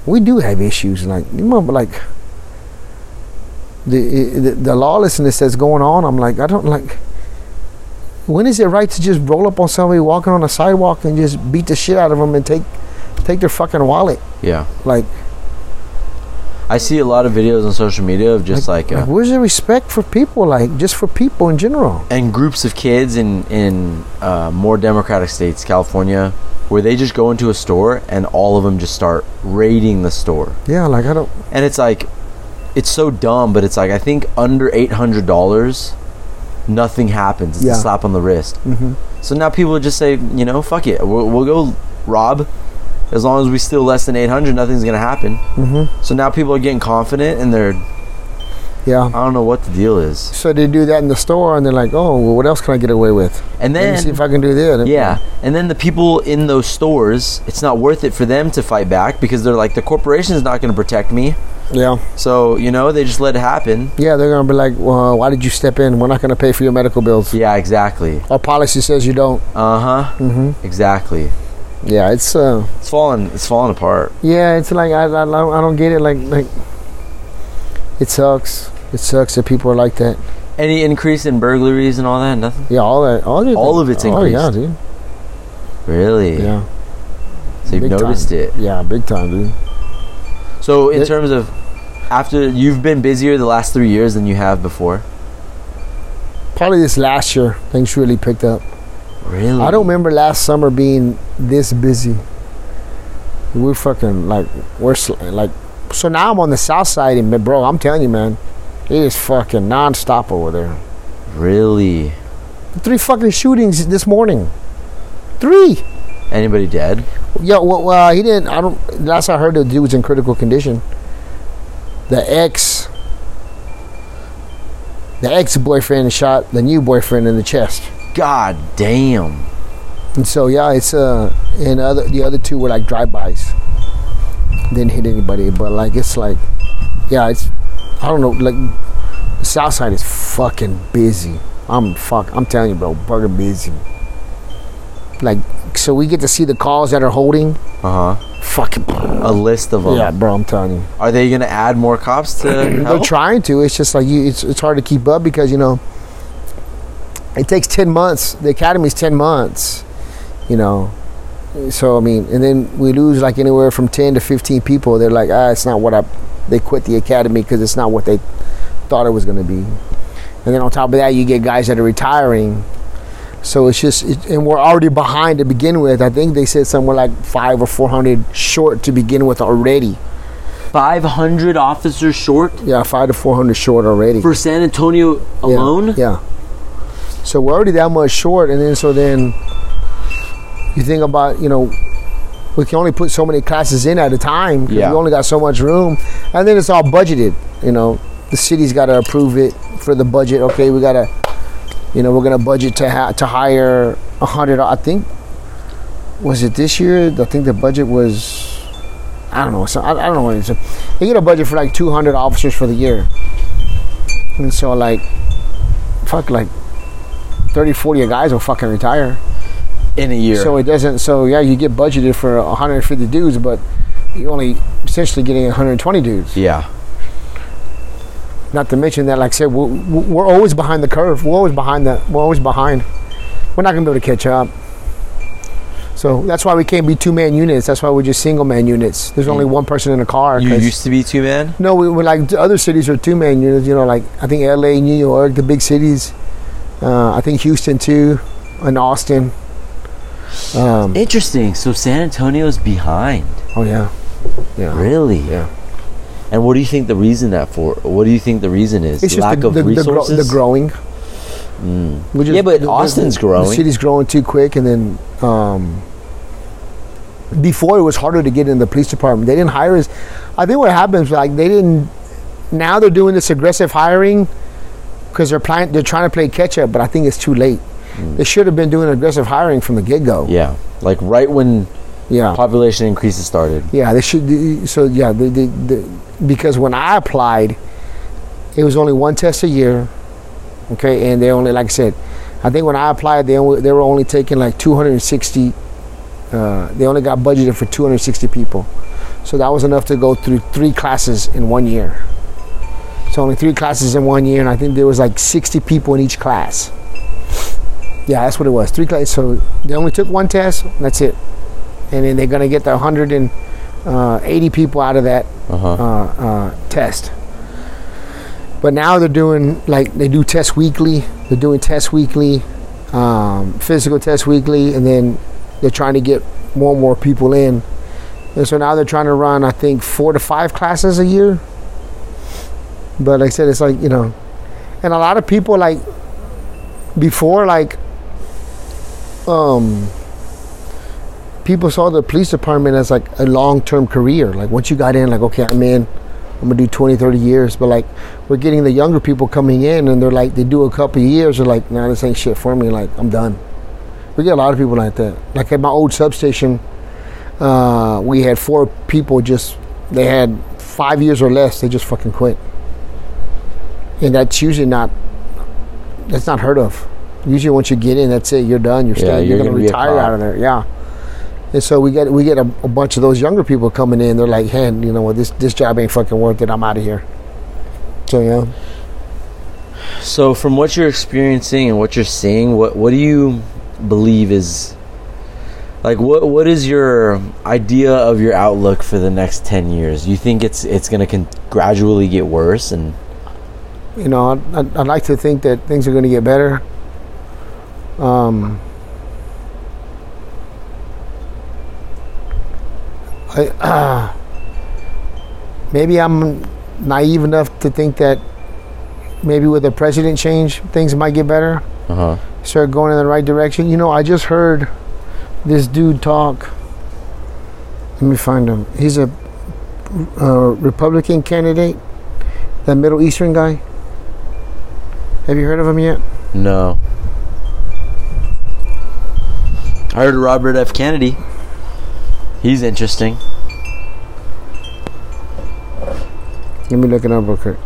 [SPEAKER 3] we do have issues. Like you remember like the the, the lawlessness that's going on. I'm like, I don't like. When is it right to just roll up on somebody walking on the sidewalk and just beat the shit out of them and take take their fucking wallet?
[SPEAKER 4] Yeah.
[SPEAKER 3] Like,
[SPEAKER 4] I see a lot of videos on social media of just like, uh,
[SPEAKER 3] like, where's the respect for people? Like, just for people in general.
[SPEAKER 4] and groups of kids in in uh, more democratic states, California, where they just go into a store and all of them just start raiding the store,
[SPEAKER 3] Yeah, like I don't.
[SPEAKER 4] and it's like, it's so dumb, but it's like I think under eight hundred dollars, nothing happens. It's
[SPEAKER 3] Yeah.
[SPEAKER 4] a slap on the wrist. Mm-hmm. So now people just say, you know, fuck it, we'll, we'll go rob as long as we steal less than 800, nothing's going to happen. Mm-hmm. So now people are getting confident and they're,
[SPEAKER 3] Yeah.
[SPEAKER 4] I don't know what the deal is.
[SPEAKER 3] So they do that in the store, and they're like, "Oh, well, what else can I get away with?"
[SPEAKER 4] And
[SPEAKER 3] Let me see
[SPEAKER 4] then,
[SPEAKER 3] if I can do that.
[SPEAKER 4] yeah, and then the people in those stores, it's not worth it for them to fight back because they're like, the corporation's not going to protect me.
[SPEAKER 3] yeah,
[SPEAKER 4] So, you know, they just let it happen.
[SPEAKER 3] yeah. They're gonna be like, "Well, why did you step in? We're not gonna pay for your medical bills.
[SPEAKER 4] Yeah, exactly.
[SPEAKER 3] Our policy says you don't."
[SPEAKER 4] Uh huh. Mm-hmm. Exactly.
[SPEAKER 3] Yeah, it's uh,
[SPEAKER 4] It's falling. It's falling apart.
[SPEAKER 3] yeah, it's like I, I, don't- I don't get it. Like, like it sucks. It sucks that people are like that.
[SPEAKER 4] Any increase in burglaries and all that? Nothing.
[SPEAKER 3] Yeah, all that, all, that-
[SPEAKER 4] All of it's
[SPEAKER 3] oh, yeah,
[SPEAKER 4] increased.
[SPEAKER 3] dude.
[SPEAKER 4] Really?
[SPEAKER 3] Yeah,
[SPEAKER 4] So you've
[SPEAKER 3] big time.
[SPEAKER 4] noticed it.
[SPEAKER 3] Yeah, big time, dude.
[SPEAKER 4] So in
[SPEAKER 3] It-
[SPEAKER 4] terms of after you've been busier the last three years than you have before.
[SPEAKER 3] Probably this last year, things really picked up.
[SPEAKER 4] Really?
[SPEAKER 3] I don't remember last summer being this busy. We're fucking like we're sl- like so now I'm on the south side and man, bro, I'm telling you, man, it is fucking nonstop over there.
[SPEAKER 4] Really?
[SPEAKER 3] Three fucking shootings this morning. Three.
[SPEAKER 4] Anybody dead?
[SPEAKER 3] Yeah. Well, well he didn't. I don't. Last I heard, the dude was in critical condition. The ex. The ex boyfriend shot the new boyfriend in the chest.
[SPEAKER 4] God damn.
[SPEAKER 3] And so yeah, it's uh and other the other two were like drive bys. Didn't hit anybody, but like it's like yeah, it's I don't know, like Southside is fucking busy. I'm fuck I'm telling you bro, fucking busy. Like so we get to see the calls that are holding.
[SPEAKER 4] Uh huh.
[SPEAKER 3] Fucking
[SPEAKER 4] A list of them.
[SPEAKER 3] Yeah, bro, I'm telling you.
[SPEAKER 4] Are they gonna add more cops to
[SPEAKER 3] They're
[SPEAKER 4] help?
[SPEAKER 3] trying to. It's just like you it's it's hard to keep up because you know it takes ten months. The academy's ten months, you know. So I mean, and then we lose like anywhere from ten to fifteen people. They're like, ah, it's not what I. They quit the academy because it's not what they thought it was going to be. And then on top of that, you get guys that are retiring. So it's just, it, and we're already behind to begin with. I think they said somewhere like five or four hundred short to begin with already.
[SPEAKER 4] Five hundred officers short
[SPEAKER 3] Yeah, five to four hundred short already.
[SPEAKER 4] for San Antonio
[SPEAKER 3] Yeah,
[SPEAKER 4] alone.
[SPEAKER 3] Yeah. So we're already that much short, and then so then you think about you know we can only put so many classes in at a time. 'cause
[SPEAKER 4] Yeah.
[SPEAKER 3] We only got so much room, and then it's all budgeted. You know, the city's got to approve it for the budget. Okay, we gotta, you know, we're gonna budget to ha- to hire a hundred. I think was it this year? I think the budget was. I don't know. So I, I don't know what it is. They get a budget for like 200 officers for the year, and so like, fuck, like 30, 40 guys will fucking retire.
[SPEAKER 4] in a year.
[SPEAKER 3] So it doesn't. So yeah, you get budgeted for 150 dudes, but you're only essentially getting 120 dudes.
[SPEAKER 4] yeah.
[SPEAKER 3] Not to mention that, like I said, we're, we're always behind the curve. We're always behind the. We're always behind. We're not gonna be able to catch up. So that's why we can't be two man units. That's why we're just single man units. There's only one person in a car.
[SPEAKER 4] Mm. You
[SPEAKER 3] 'cause-
[SPEAKER 4] used to be two man.
[SPEAKER 3] no, we were like the other cities are two man units. You know, like I think L.A., New York, the big cities. Uh, I think Houston too, and Austin. Um,
[SPEAKER 4] Interesting. So San Antonio's behind.
[SPEAKER 3] oh yeah, yeah.
[SPEAKER 4] Really?
[SPEAKER 3] Yeah.
[SPEAKER 4] And what do you think the reason that for? What do you think the reason is?
[SPEAKER 3] It's
[SPEAKER 4] Lack
[SPEAKER 3] just the,
[SPEAKER 4] of
[SPEAKER 3] the, the, gro-
[SPEAKER 4] resources. Hmm.
[SPEAKER 3] the growing. We
[SPEAKER 4] Yeah, but Austin's
[SPEAKER 3] the,
[SPEAKER 4] growing.
[SPEAKER 3] The city's growing too quick, and then um, before it was harder to get in the police department. They didn't hire us. I think what happens like they didn't. Now they're doing this aggressive hiring because they're playing. They're trying to play catch up, but I think it's too late. They should have been doing aggressive hiring from the get go.
[SPEAKER 4] Hmm. Yeah, like right when
[SPEAKER 3] yeah.
[SPEAKER 4] population increases started.
[SPEAKER 3] Yeah, they should. So yeah, the, the, the, because when I applied, it was only one test a year. Okay, and they only, like I said, I think when I applied, they only, they were only taking like 260. Uh, they only got budgeted for 260 people, so that was enough to go through three classes in one year. So only three classes in one year, and I think there was like 60 people in each class. Yeah, that's what it was. Three classes. So they only took one test. And that's it. And then they're gonna get the 100 and uh, 80 people out of that uh uh, test. But now they're doing like they do tests weekly. They're doing tests weekly, um, physical tests weekly, and then they're trying to get more and more people in. And so now they're trying to run, I think, four to five classes a year. But like I said, it's like you know, and a lot of people like before like um people saw the police department as like a long-term career. Like once you got in, like okay, I'm in. I'm gonna do 20, 30 years. But like we're getting the younger people coming in, and they're like they do a couple of years. They're like, nah, this ain't shit for me. Like I'm done. We get a lot of people like that. Like at my old substation, uh, we had four people just they had five years or less. They just fucking quit, and that's usually not that's not heard of. Usually, once you get in, that's it. You're done. You're staying. you're,
[SPEAKER 4] you're
[SPEAKER 3] gonna,
[SPEAKER 4] gonna be a
[SPEAKER 3] retire
[SPEAKER 4] cop.
[SPEAKER 3] out of there. Yeah. And so we get we get a, a bunch of those younger people coming in. They're like, "Hey, you know what? This this job ain't fucking worth it. I'm out of here." So yeah.
[SPEAKER 4] So, from what you're experiencing and what you're seeing, what what do you believe is like what what is your idea of your outlook for the next 10 years? You think it's it's going to con- gradually get worse and
[SPEAKER 3] you know, I'd, I'd, I'd like to think that things are going to get better. Um, I, maybe I'm naive enough to think that maybe with the president change, things might get better,
[SPEAKER 4] uh-huh.
[SPEAKER 3] start going in the right direction. You know, I just heard this dude talk. Let me find him. He's a uh, Republican candidate, that Middle Eastern guy. Have you heard of him yet?
[SPEAKER 4] No. I heard Robert F. Kennedy. He's interesting.
[SPEAKER 3] Let me look it up real quick.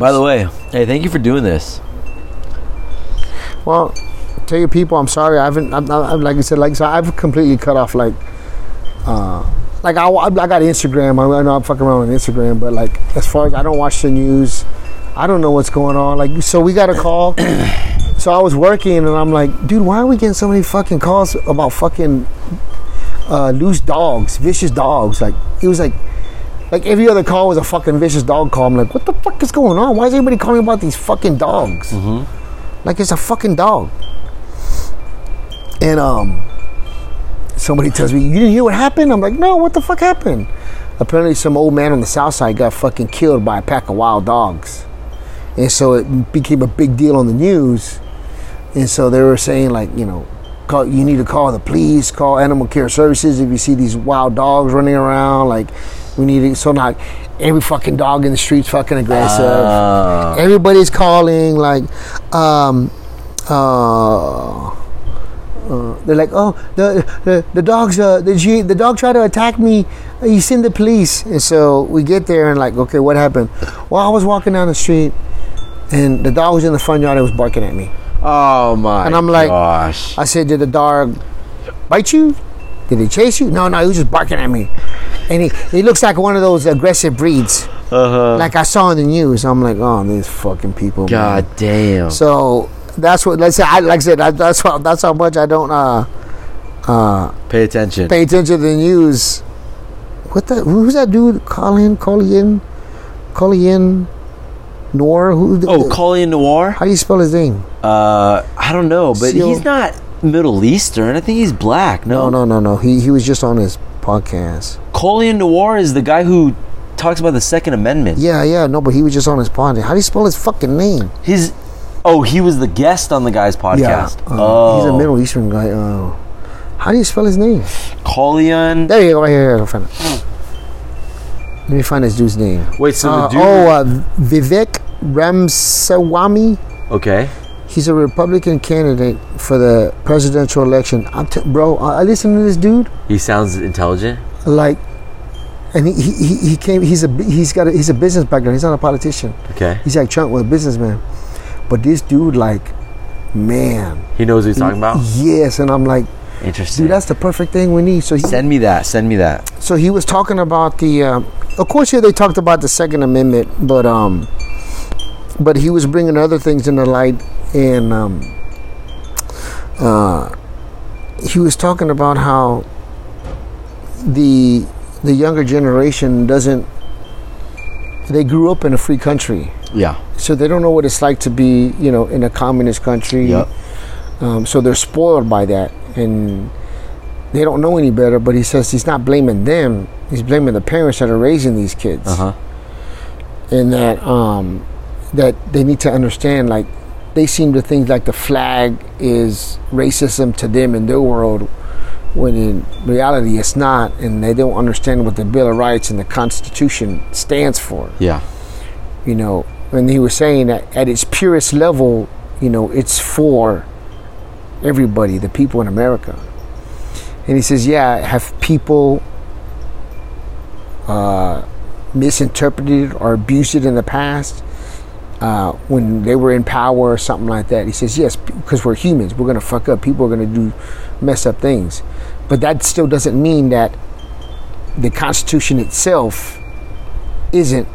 [SPEAKER 4] By the way, hey, thank you for doing this.
[SPEAKER 3] Well, tell your people I'm sorry. I haven't. I'm, i I'm like I said. Like so, I've completely cut off. Like, uh, like I, I got Instagram. I, I know I'm fucking around on Instagram, but like as far as I don't watch the news, I don't know what's going on. Like, so we got a call. so I was working, and I'm like, dude, why are we getting so many fucking calls about fucking uh, loose dogs, vicious dogs? Like, it was like. Like every other call was a fucking vicious dog call. I'm like, what the fuck is going on? Why is everybody calling about these fucking dogs? like it's a fucking dog. And um, somebody tells me, "You didn't hear what happened?" I'm like, "No, what the fuck happened?" Apparently, some old man on the south side got fucking killed by a pack of wild dogs, and so it became a big deal on the news. And so they were saying, like, you know, call, you need to call the police, call animal care services if you see these wild dogs running around. Like, we need to, so not every fucking dog in the street's fucking aggressive. Everybody's calling, like, um, uh, uh, they're like, oh, the the, the dogs, uh, the G, the dog tried to attack me. He's in the police, and so we get there and like, okay, what happened? Well, I was walking down the street, and the dog was in the front yard. It was barking at me.
[SPEAKER 4] Oh my
[SPEAKER 3] And I'm like-
[SPEAKER 4] gosh.
[SPEAKER 3] I said, did the dog bite you? Did he chase you? No, no, he was just barking at me. And he, he looks like one of those aggressive breeds,
[SPEAKER 4] Uh-huh.
[SPEAKER 3] like I saw in the news. I'm like, oh, these fucking people. man."
[SPEAKER 4] God damn.
[SPEAKER 3] So that's what. Let's say, I, like I said, I, that's how that's how much I don't uh,
[SPEAKER 4] Pay attention.
[SPEAKER 3] pay attention to the news. What the? Who's that dude? Colin, Colin, Colin, Noir. Who? the-
[SPEAKER 4] oh, Colin Noir?
[SPEAKER 3] how do you spell his name?
[SPEAKER 4] Uh, I don't know, but
[SPEAKER 3] Seal.
[SPEAKER 4] he's not Middle Eastern. I think he's black.
[SPEAKER 3] No,
[SPEAKER 4] No,
[SPEAKER 3] no, no, no. He he was just on his podcast.
[SPEAKER 4] Colin Noir is the guy who talks about the Second Amendment.
[SPEAKER 3] Yeah, yeah, no, but he was just on his podcast. How do you spell his fucking name?
[SPEAKER 4] His oh, he was the guest on the guy's podcast.
[SPEAKER 3] Uh,
[SPEAKER 4] oh,
[SPEAKER 3] he's a Middle Eastern guy. Oh, how do you spell his name?
[SPEAKER 4] Colin.
[SPEAKER 3] There you go. Right here, here, I'll find it. Let me find this dude's name.
[SPEAKER 4] Wait, so
[SPEAKER 3] Uh, oh, uh, Vivek Ramsawamy.
[SPEAKER 4] okay.
[SPEAKER 3] He's a Republican candidate for the presidential election. I'm t- bro, I I listen to this dude.
[SPEAKER 4] He sounds intelligent.
[SPEAKER 3] Like, and he, he, he- he came. He's a bu- he's got a, he's a business background. He's not a politician.
[SPEAKER 4] Okay,
[SPEAKER 3] He's like Trump was a businessman, but this dude, like, man,
[SPEAKER 4] he knows what he's talking about.
[SPEAKER 3] yes. And I'm like,
[SPEAKER 4] Interesting.
[SPEAKER 3] dude, that's the perfect thing we need. So he,
[SPEAKER 4] Send me that. Send me that.
[SPEAKER 3] so he was talking about the um, of course here they talked about the second amendment but um but he was bringing other things into light and um uh he was talking about how the the younger generation doesn't they grew up in a free country
[SPEAKER 4] Yeah.
[SPEAKER 3] so they don't know what it's like to be you know in a communist country
[SPEAKER 4] Yep.
[SPEAKER 3] um, so they're spoiled by that and they don't know any better but he says he's not blaming them he's blaming the parents that are raising these kids
[SPEAKER 4] Uh huh.
[SPEAKER 3] and that um, that they need to understand like they seem to think like the flag is racism to them in their world, when in reality it's not, and they don't understand what the Bill of Rights and the Constitution stands for.
[SPEAKER 4] Yeah.
[SPEAKER 3] You know, and he was saying that at its purest level, you know, it's for everybody, the people in America. And he says, yeah, have people uh, misinterpreted or abused it in the past uh, when they were in power or something like that. He says, yes, because we're humans. We're going to fuck up. People are going to do mess up things. But that still doesn't mean that the Constitution itself isn't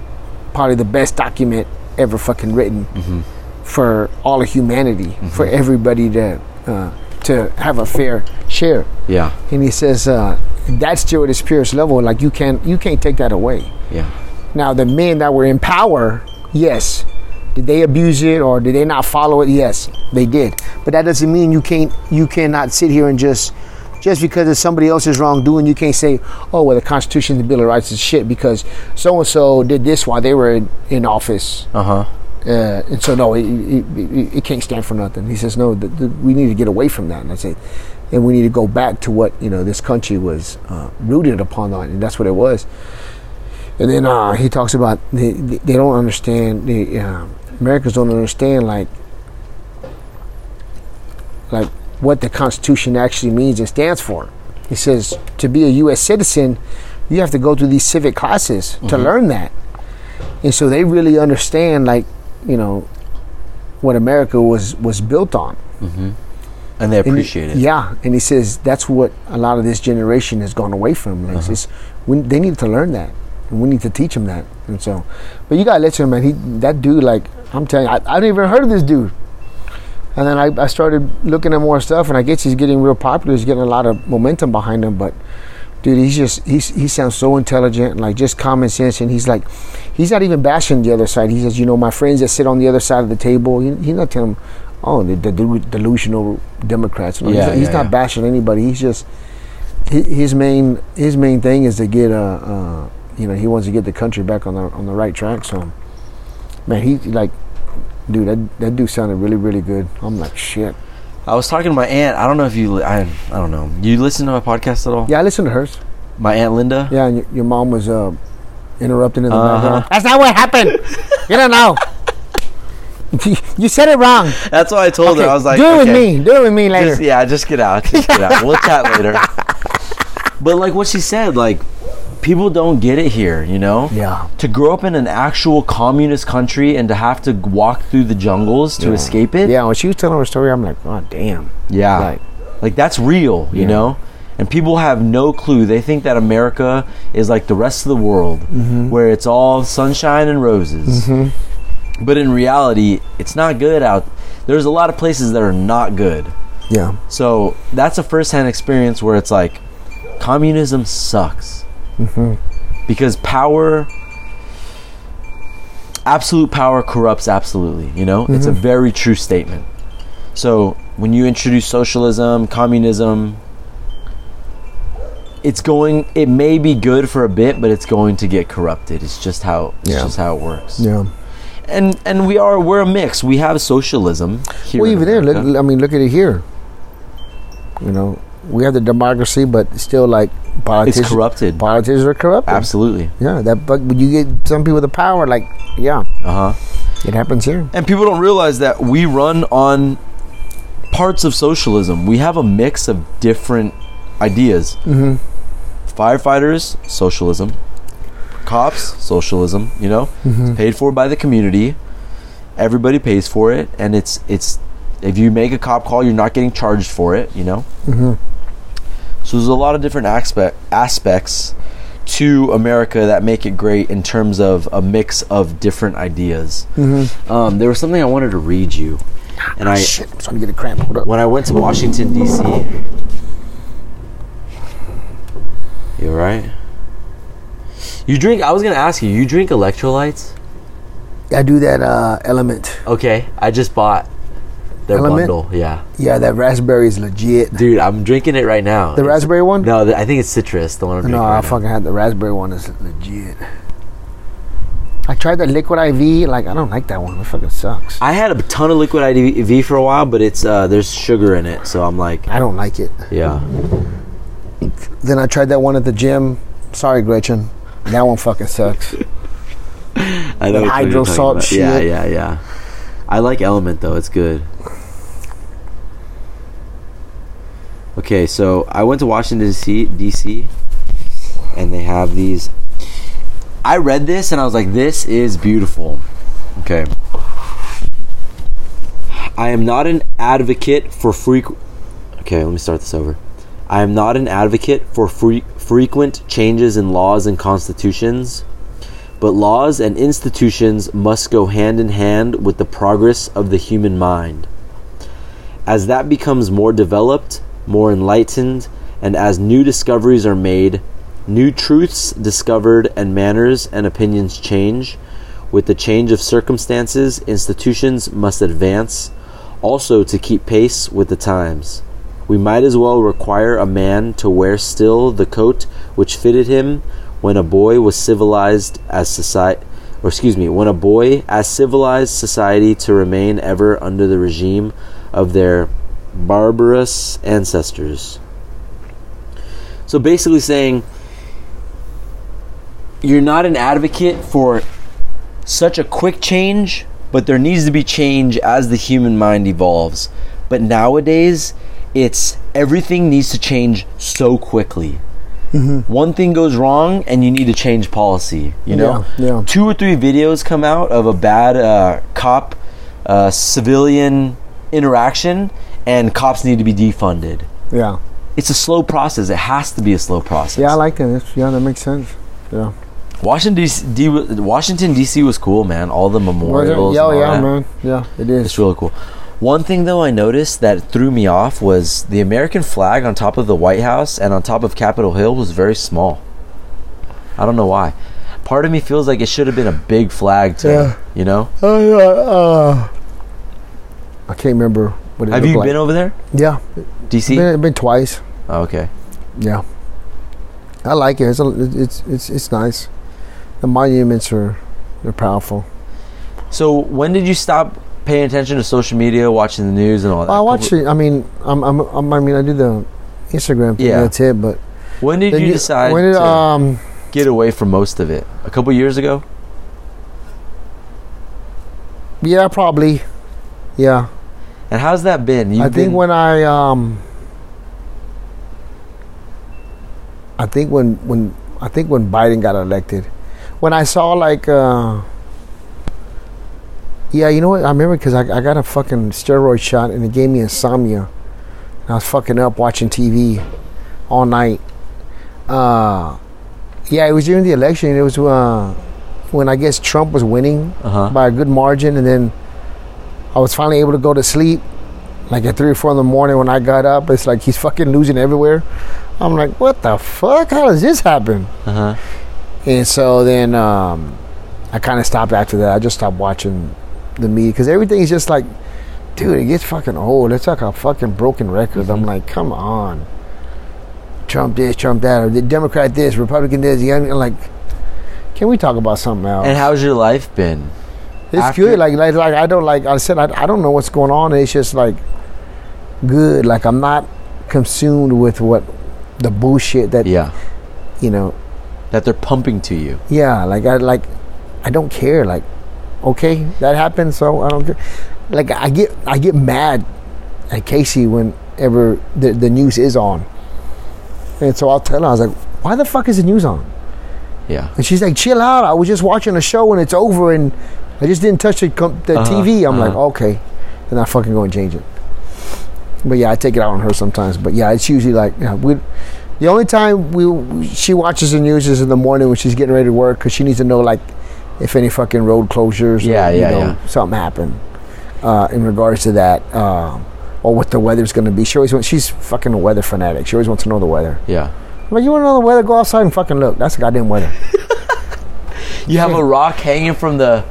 [SPEAKER 3] probably the best document ever fucking written for all of humanity, for everybody to, uh, to have a fair share
[SPEAKER 4] Yeah.
[SPEAKER 3] and he says uh, that's still at its purest level. Like you can't you can't take that away.
[SPEAKER 4] Yeah.
[SPEAKER 3] Now the men that were in power, yes, did they abuse it or did they not follow it? Yes, they did. But that doesn't mean you can't you cannot sit here and just just because it's somebody else's wrongdoing, you can't say, oh well, the Constitution, the Bill of Rights is shit because so and so did this while they were in, in office.
[SPEAKER 4] Uh huh.
[SPEAKER 3] Uh, and so, no, it, it, it, it can't stand for nothing. He says, no, th- th- we need to get away from that. And I said, and we need to go back to what, you know, this country was uh, rooted upon, and that's what it was. And then uh, he talks about they, they they don't understand, the uh, Americans don't understand, like, like what the Constitution actually means and stands for. He says, to be a U.S. citizen, you have to go through these civic classes to learn that and so they really understand like you know what america was was built on
[SPEAKER 4] And they
[SPEAKER 3] And he-
[SPEAKER 4] appreciate it.
[SPEAKER 3] yeah and he says that's what a lot of this generation has gone away from
[SPEAKER 4] Uh-huh.
[SPEAKER 3] like, it's- we, they need to learn that and we need to teach them that and so but you gotta let him man he that dude like i'm telling you i, I never even heard of this dude and then I, I started looking at more stuff and i guess he's getting real popular he's getting a lot of momentum behind him but dude he's just he's, he sounds so intelligent like just common sense and he's like he's not even bashing the other side he says you know my friends that sit on the other side of the table he, he's not telling them oh the, the delu- delusional democrats no,
[SPEAKER 4] Yeah,
[SPEAKER 3] he's, he's
[SPEAKER 4] yeah,
[SPEAKER 3] not
[SPEAKER 4] yeah.
[SPEAKER 3] bashing anybody he's just hi- his main his main thing is to get uh, uh you know he wants to get the country back on the on the right track so man he like dude that, that dude sounded really really good i'm like shit
[SPEAKER 4] I was talking to my aunt. I don't know if you. li- I I don't know. You listen to my podcast at all?
[SPEAKER 3] yeah i listened to hers
[SPEAKER 4] My aunt Linda.
[SPEAKER 3] Yeah, and your, your mom was uh, interrupting in the
[SPEAKER 4] Uh-huh.
[SPEAKER 3] background. That's not what happened. you don't know. you said it wrong.
[SPEAKER 4] That's why I told her. I was like,
[SPEAKER 3] do it
[SPEAKER 4] okay,
[SPEAKER 3] with me. Do it with me later.
[SPEAKER 4] Just, yeah, just get out. Just get out. We'll chat later. But like what she said, like people don't get it here. You know.
[SPEAKER 3] yeah.
[SPEAKER 4] To grow up in an actual communist country and to have to walk through the jungles to escape it.
[SPEAKER 3] Yeah, when she was telling her story, I'm like, oh, damn.
[SPEAKER 4] Yeah.
[SPEAKER 3] Like-
[SPEAKER 4] Like, that's real, you
[SPEAKER 3] Yeah.
[SPEAKER 4] know? And people have no clue. They think that America is like the rest of the world,
[SPEAKER 3] Mm-hmm.
[SPEAKER 4] where it's all sunshine and roses.
[SPEAKER 3] Mm-hmm.
[SPEAKER 4] But in reality, it's not good out. There's a lot of places that are not good.
[SPEAKER 3] Yeah.
[SPEAKER 4] So that's a first-hand experience where it's like, communism sucks
[SPEAKER 3] Mm-hmm.
[SPEAKER 4] because power, absolute power corrupts absolutely. You know, it's
[SPEAKER 3] Mm-hmm.
[SPEAKER 4] a very true statement. So when you introduce socialism, communism, it's going. It may be good for a bit, but it's going to get corrupted. It's just how. It's
[SPEAKER 3] Yeah.
[SPEAKER 4] just how it works.
[SPEAKER 3] Yeah.
[SPEAKER 4] And and we are we're a mix. We have socialism here.
[SPEAKER 3] well,
[SPEAKER 4] in
[SPEAKER 3] even there,
[SPEAKER 4] America.
[SPEAKER 3] look, I mean, look at it here. You know, we have the democracy, but still, like, politics.
[SPEAKER 4] it's corrupted.
[SPEAKER 3] Politics are corrupt.
[SPEAKER 4] Absolutely.
[SPEAKER 3] Yeah, that but when you get some people with the power, like, yeah,
[SPEAKER 4] Uh huh.
[SPEAKER 3] it happens here.
[SPEAKER 4] And people don't realize that we run on parts of socialism. We have a mix of different ideas. Mm-hmm. Firefighters, socialism. Cops, socialism. You know, it's paid for by the community. Everybody pays for it, and it's it's if you make a cop call, you're not getting charged for it. You know. Mm-hmm. So there's a lot of different aspect aspects to America that make it great in terms of a mix of different ideas. Um, there was something I wanted to read you, and I
[SPEAKER 3] Shit, I'm starting to get a cramp. Hold up.
[SPEAKER 4] when I went to Washington D.C. You all right? You drink? I was gonna ask you. You drink electrolytes?
[SPEAKER 3] I do that uh, element.
[SPEAKER 4] Okay, I just bought their
[SPEAKER 3] Element?
[SPEAKER 4] bundle. Yeah,
[SPEAKER 3] Yeah, that raspberry is legit.
[SPEAKER 4] dude, I'm drinking it right now.
[SPEAKER 3] The raspberry one?
[SPEAKER 4] No, th- I think it's citrus. The one I'm
[SPEAKER 3] No,
[SPEAKER 4] drinking.
[SPEAKER 3] I
[SPEAKER 4] right now.
[SPEAKER 3] fucking had the raspberry one. It's legit. I I tried that liquid IV. Like I don't like that one. It fucking sucks.
[SPEAKER 4] I had a ton of liquid IV for a while, but it's uh, there's sugar in it, so I'm like,
[SPEAKER 3] I don't like it.
[SPEAKER 4] yeah.
[SPEAKER 3] Then I tried that one at the gym. Sorry, Gretchen. That one fucking sucks.
[SPEAKER 4] I know
[SPEAKER 3] That
[SPEAKER 4] which one you're
[SPEAKER 3] hydro
[SPEAKER 4] talking
[SPEAKER 3] salt
[SPEAKER 4] about. Yeah,
[SPEAKER 3] shit.
[SPEAKER 4] yeah, yeah. I like Element though; it's good. Okay, so I went to Washington DC, DC, and they have these. I read this and I was like, "This is beautiful." Okay. I am not an advocate for frequent. Okay, let me start this over. I am not an advocate for fre- frequent changes in laws and constitutions but laws and institutions must go hand in hand with the progress of the human mind. As that becomes more developed, more enlightened, and as new discoveries are made, new truths discovered, and manners and opinions change, with the change of circumstances, institutions must advance, also to keep pace with the times. We might as well require a man to wear still the coat which fitted him when a boy was civilized as society or excuse me, when a boy as civilized society to remain ever under the regime of their barbarous ancestors. So basically saying you're not an advocate for such a quick change, but there needs to be change as the human mind evolves. But nowadays, it's everything needs to change so quickly.
[SPEAKER 3] Mm-hmm.
[SPEAKER 4] One thing goes wrong, and you need to change policy. You know,
[SPEAKER 3] Yeah, yeah.
[SPEAKER 4] two or three videos come out of a bad uh, cop uh, civilian interaction, and cops need to be defunded.
[SPEAKER 3] Yeah.
[SPEAKER 4] It's a slow process. It has to be a slow process.
[SPEAKER 3] Yeah, I like that. That's- Yeah, that makes sense. Yeah.
[SPEAKER 4] Washington DC, D, Washington DC was cool, man. All the memorials.
[SPEAKER 3] yeah,
[SPEAKER 4] and all
[SPEAKER 3] yeah,
[SPEAKER 4] that.
[SPEAKER 3] man. Yeah, it is.
[SPEAKER 4] It's really cool. One thing though I noticed that threw me off was the American flag on top of the White House and on top of Capitol Hill was very small. I don't know why. Part of me feels like it should have been a big flag too.
[SPEAKER 3] Yeah.
[SPEAKER 4] You know?
[SPEAKER 3] Oh, yeah, uh, I can't remember what it
[SPEAKER 4] Have
[SPEAKER 3] looked
[SPEAKER 4] you
[SPEAKER 3] like.
[SPEAKER 4] been over there?
[SPEAKER 3] Yeah,
[SPEAKER 4] DC?
[SPEAKER 3] been, been twice.
[SPEAKER 4] Oh, okay.
[SPEAKER 3] Yeah, I like it. It's a, it's it's it's nice. The monuments are they're powerful.
[SPEAKER 4] So when did you stop paying attention to social media, watching the news and all that?
[SPEAKER 3] I watch it. I mean, I'm, I'm I'm I mean, I do the Instagram thing.
[SPEAKER 4] Yeah.
[SPEAKER 3] That's it. But
[SPEAKER 4] When did
[SPEAKER 3] then
[SPEAKER 4] you decide
[SPEAKER 3] When did
[SPEAKER 4] to
[SPEAKER 3] um
[SPEAKER 4] get away from most of it? A couple years ago?
[SPEAKER 3] yeah probably yeah
[SPEAKER 4] And how's that been? You've
[SPEAKER 3] I think
[SPEAKER 4] been-
[SPEAKER 3] when I um I think when when I think when Biden got elected, when I saw like uh yeah, you know what? I remember because I, I got a fucking steroid shot and it gave me insomnia. And I was fucking up watching TV all night. Uh, yeah, it was during the election. It was uh, when I guess Trump was winning
[SPEAKER 4] Uh-huh.
[SPEAKER 3] by a good margin, and then I was finally able to go to sleep like at three or four in the morning when I got up, it's like he's fucking losing everywhere. I'm like, what the fuck? How does this happen?
[SPEAKER 4] Uh-huh.
[SPEAKER 3] And so then um, I kind of stopped after that. I just stopped watching the media because everything's just like, dude, it gets fucking old. It's like a fucking broken record. I'm like, come on. Trump this, Trump that, or the Democrat this, Republican this. You know, what I mean? like, can we talk about something else?
[SPEAKER 4] And how's your life been?
[SPEAKER 3] It's
[SPEAKER 4] After-
[SPEAKER 3] good. Like, like, like I don't like. I said I, I don't know what's going on. It's just like good. Like I'm not consumed with what the bullshit that
[SPEAKER 4] Yeah.
[SPEAKER 3] you know.
[SPEAKER 4] That they're pumping to you.
[SPEAKER 3] Yeah, like I like I don't care. Like okay, that happened, so I don't care. Like I get I get mad at Casey whenever the the news is on, and so I'll tell her I was like, why the fuck is the news on?
[SPEAKER 4] Yeah.
[SPEAKER 3] And she's like, "Chill out. I was just watching a show and it's over, and I just didn't touch the, com- the TV." I'm like,
[SPEAKER 4] uh-huh.
[SPEAKER 3] "Okay," then I fucking go and change it. But yeah, I take it out on her sometimes. But yeah, it's usually like yeah, we. The only time we she watches the news is in the morning when she's getting ready to work because she needs to know like if any fucking road closures.
[SPEAKER 4] Yeah,
[SPEAKER 3] or, you
[SPEAKER 4] yeah,
[SPEAKER 3] know,
[SPEAKER 4] yeah.
[SPEAKER 3] Something happened uh, in regards to that. Um, or what the weather's going to be. She always wants, she's fucking a weather fanatic. She always wants to know the weather.
[SPEAKER 4] Yeah.
[SPEAKER 3] I'm like, you want to know the weather? Go outside and fucking look. That's the goddamn weather.
[SPEAKER 4] You have a rock hanging from the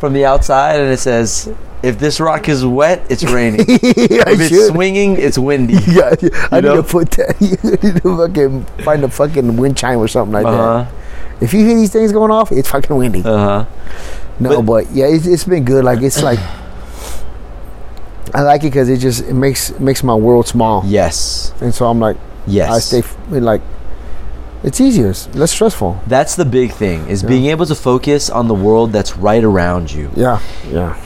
[SPEAKER 4] from the outside and it says if this rock is wet, it's raining. if
[SPEAKER 3] yeah, I
[SPEAKER 4] it's
[SPEAKER 3] should.
[SPEAKER 4] swinging, it's windy.
[SPEAKER 3] Yeah, I need
[SPEAKER 4] know?
[SPEAKER 3] to put that. You need to fucking find a fucking wind chime or something like
[SPEAKER 4] Uh-huh.
[SPEAKER 3] that. If you hear these things going off, it's fucking windy.
[SPEAKER 4] Uh huh.
[SPEAKER 3] No, but, yeah, it's, it's been good. Like it's like I like it because it just it makes makes my world small,
[SPEAKER 4] Yes.
[SPEAKER 3] and so I'm like
[SPEAKER 4] Yes.
[SPEAKER 3] I stay f- like it's easier, it's less stressful.
[SPEAKER 4] That's the big thing is being able to focus on the world that's right around you.
[SPEAKER 3] Yeah, yeah,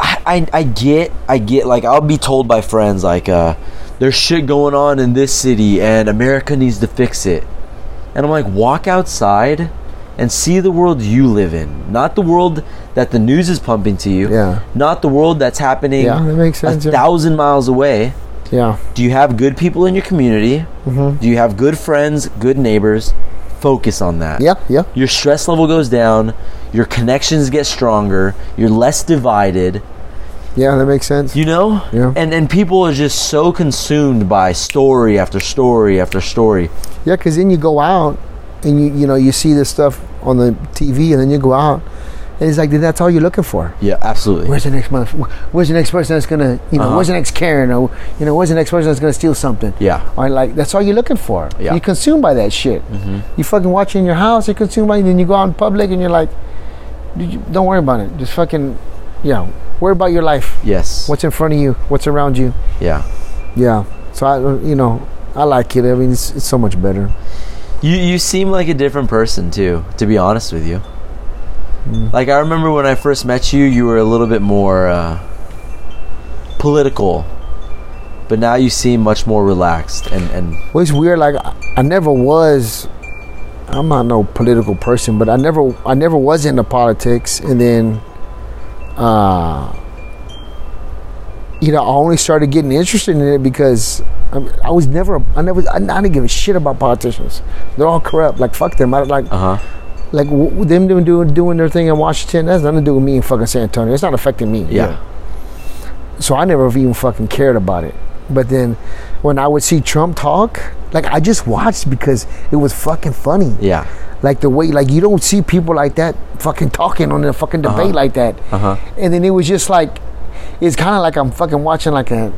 [SPEAKER 4] I, I I get I get like I'll be told by friends like uh there's shit going on in this city and America needs to fix it. And I'm like walk outside and see the world you live in, not the world that the news is pumping to you.
[SPEAKER 3] Yeah.
[SPEAKER 4] Not the world that's happening
[SPEAKER 3] Yeah, that makes sense,
[SPEAKER 4] a
[SPEAKER 3] yeah.
[SPEAKER 4] thousand miles away.
[SPEAKER 3] yeah.
[SPEAKER 4] Do you have good people in your community?
[SPEAKER 3] Mm-hmm.
[SPEAKER 4] Do you have good friends, good neighbors? Focus on that.
[SPEAKER 3] Yeah, yeah.
[SPEAKER 4] Your stress level goes down. Your connections get stronger. You're less divided.
[SPEAKER 3] Yeah, that makes sense.
[SPEAKER 4] You know?
[SPEAKER 3] Yeah.
[SPEAKER 4] And and people are just so consumed by story after story after story.
[SPEAKER 3] Yeah, because then you go out and you you know you see this stuff on the TV, and then you go out, and it's like then that's all you're looking for.
[SPEAKER 4] Yeah, absolutely.
[SPEAKER 3] Where's the next month? Where's the next person that's gonna you know? Where's the next Karen? Or you know, where's the next person that's gonna steal something?
[SPEAKER 4] Uh-huh. Yeah.
[SPEAKER 3] Or like that's all you're looking for.
[SPEAKER 4] Yeah. Mm-hmm.
[SPEAKER 3] You're consumed by that shit. You fucking watch it in your house. You're consumed by it. Then you go out in public and you're like, "Dude, you- don't worry about it. Just fucking, yeah. Worry about your life.
[SPEAKER 4] yes.
[SPEAKER 3] What's in front of you? What's around you?
[SPEAKER 4] yeah.
[SPEAKER 3] Yeah. So I, you know, I like it. I mean, it's, it's so much better.
[SPEAKER 4] You you seem like a different person too, to be honest with you. Like I remember when I first met you, you were a little bit more uh, political. But now you seem much more relaxed and, and
[SPEAKER 3] Well, it's weird. Like I, I never was. I'm not no political person, but I never, I never was into politics, and then, uh, you know, I only started getting interested in it because I, I was never, I never, I, I didn't give a shit about politicians. They're all corrupt. Like fuck them. I don't like,
[SPEAKER 4] uh huh.
[SPEAKER 3] like w- them doing, doing doing their thing in Washington. That's nothing to do with me in fucking San Antonio. It's not affecting me.
[SPEAKER 4] Yeah.
[SPEAKER 3] So I never even fucking cared about it. But then when I would see Trump talk, like I just watched because it was fucking funny.
[SPEAKER 4] Yeah.
[SPEAKER 3] Like the way, like you don't see people like that fucking talking on a fucking debate like that.
[SPEAKER 4] Uh-huh.
[SPEAKER 3] And then it was just like, it's kind of like I'm fucking watching like a,